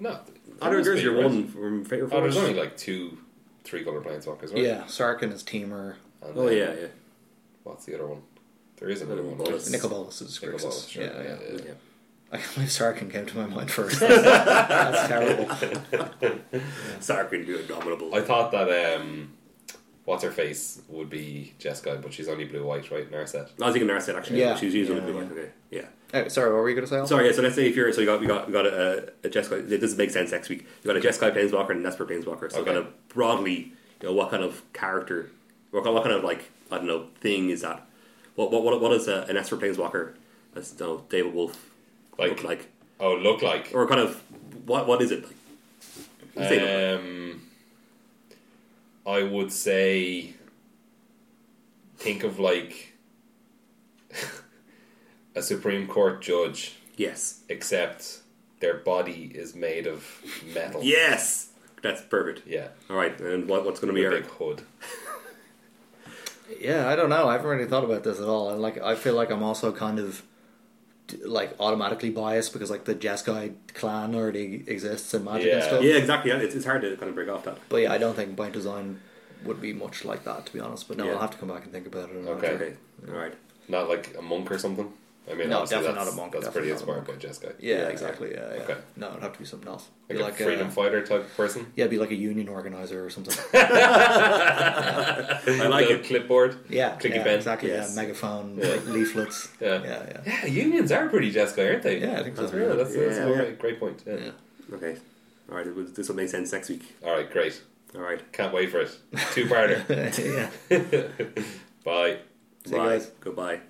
[SPEAKER 1] no.
[SPEAKER 3] I don't
[SPEAKER 1] there's
[SPEAKER 3] your
[SPEAKER 1] been-
[SPEAKER 3] one from favorite.
[SPEAKER 1] Oh, there's
[SPEAKER 3] Forest.
[SPEAKER 1] only like two, three color planeswalkers. Right?
[SPEAKER 2] Oh, Yeah, Sarkin is Teamer.
[SPEAKER 1] And
[SPEAKER 3] Oh
[SPEAKER 1] then
[SPEAKER 3] yeah, yeah.
[SPEAKER 1] What's the other one? There is another one. right?
[SPEAKER 3] Nicobolus.
[SPEAKER 2] Nicol Bolas is
[SPEAKER 1] Nicobolus,
[SPEAKER 2] Grixis.
[SPEAKER 1] sure,
[SPEAKER 2] Yeah, yeah,
[SPEAKER 1] yeah, yeah.
[SPEAKER 3] yeah.
[SPEAKER 2] I can't believe Sarkin came to my mind [laughs] first. That's, that's terrible.
[SPEAKER 3] Sarkin, you indomitable.
[SPEAKER 1] I thought that um, what's her face would be Jeskai, but she's only blue white, right? Narset.
[SPEAKER 3] I was thinking Narset actually.
[SPEAKER 2] Yeah.
[SPEAKER 3] she was using
[SPEAKER 2] Yeah,
[SPEAKER 3] a blue
[SPEAKER 2] yeah.
[SPEAKER 3] one. Okay, yeah.
[SPEAKER 2] Oh, sorry, what were you going to say? Al?
[SPEAKER 3] Sorry, yeah, so let's say if you're so you got we got we got a, a Jeskai. This doesn't make sense next week. You got a Jeskai planeswalker and an Esper planeswalker. So
[SPEAKER 1] Okay.
[SPEAKER 3] kind of broadly, you know, what kind of character, what kind, what kind of like I don't know thing is that? What what what, what is a, an Esper planeswalker? That's you know, David Wolf
[SPEAKER 1] Like-
[SPEAKER 3] look like
[SPEAKER 1] Oh, look like.
[SPEAKER 3] or kind of what what is it like? You say
[SPEAKER 1] Uh,
[SPEAKER 3] look like.
[SPEAKER 1] Um, I would say think of like [laughs] a Supreme Court judge,
[SPEAKER 3] Yes.
[SPEAKER 1] except their body is made of metal.
[SPEAKER 3] Yes! That's perfect.
[SPEAKER 1] Yeah.
[SPEAKER 3] All right, and what, what's going to be
[SPEAKER 1] A
[SPEAKER 3] our.
[SPEAKER 1] big hood.
[SPEAKER 2] Yeah, I don't know. I haven't really thought about this at all, and like I feel like I'm also kind of d- like automatically biased because like the Jeskai clan already exists in Magic and
[SPEAKER 1] Yeah.
[SPEAKER 2] stuff.
[SPEAKER 3] Yeah, exactly. yeah, It's, it's hard to kind of break off that.
[SPEAKER 2] But yeah, I don't think by design would be much like that to be honest. But no,
[SPEAKER 3] Yeah.
[SPEAKER 2] I'll have to come back and think about it. and I'll
[SPEAKER 1] Okay.
[SPEAKER 2] think-
[SPEAKER 3] Okay. All right.
[SPEAKER 1] Not like a monk or something. I mean,
[SPEAKER 2] No,
[SPEAKER 1] obviously
[SPEAKER 2] definitely
[SPEAKER 1] that's,
[SPEAKER 2] not a monk,
[SPEAKER 1] That's
[SPEAKER 2] definitely
[SPEAKER 1] pretty
[SPEAKER 2] not a
[SPEAKER 1] inspired by Jessica.
[SPEAKER 2] Yeah,
[SPEAKER 3] Yeah,
[SPEAKER 2] exactly. Yeah, yeah.
[SPEAKER 1] Okay.
[SPEAKER 2] No, it'd have to be something else. Be
[SPEAKER 1] Like, a freedom
[SPEAKER 2] uh,
[SPEAKER 1] fighter type person.
[SPEAKER 2] yeah, be like a union organizer
[SPEAKER 1] [laughs]
[SPEAKER 2] or something.
[SPEAKER 1] I
[SPEAKER 3] like
[SPEAKER 1] [laughs] Little
[SPEAKER 3] it.
[SPEAKER 1] clipboard.
[SPEAKER 2] yeah,
[SPEAKER 1] Clicky
[SPEAKER 2] yeah,
[SPEAKER 1] pen.
[SPEAKER 2] exactly.
[SPEAKER 3] Yes.
[SPEAKER 2] Yeah, megaphone,
[SPEAKER 1] Yeah.
[SPEAKER 2] like, leaflets.
[SPEAKER 1] Yeah.
[SPEAKER 2] yeah, yeah.
[SPEAKER 1] Yeah, unions are pretty Jessica, aren't they?
[SPEAKER 2] Yeah, I think so.
[SPEAKER 1] that's real. That's, that's
[SPEAKER 3] Yeah.
[SPEAKER 1] a great- great point. Yeah.
[SPEAKER 2] Yeah.
[SPEAKER 3] Okay. All right. it was- This will make sense next week.
[SPEAKER 1] All right, great.
[SPEAKER 3] All right.
[SPEAKER 1] Can't
[SPEAKER 2] [laughs]
[SPEAKER 1] wait for it. Two parter.
[SPEAKER 2] yeah.
[SPEAKER 1] [laughs] Bye.
[SPEAKER 2] See you
[SPEAKER 3] Bye.
[SPEAKER 2] guys.
[SPEAKER 3] Goodbye.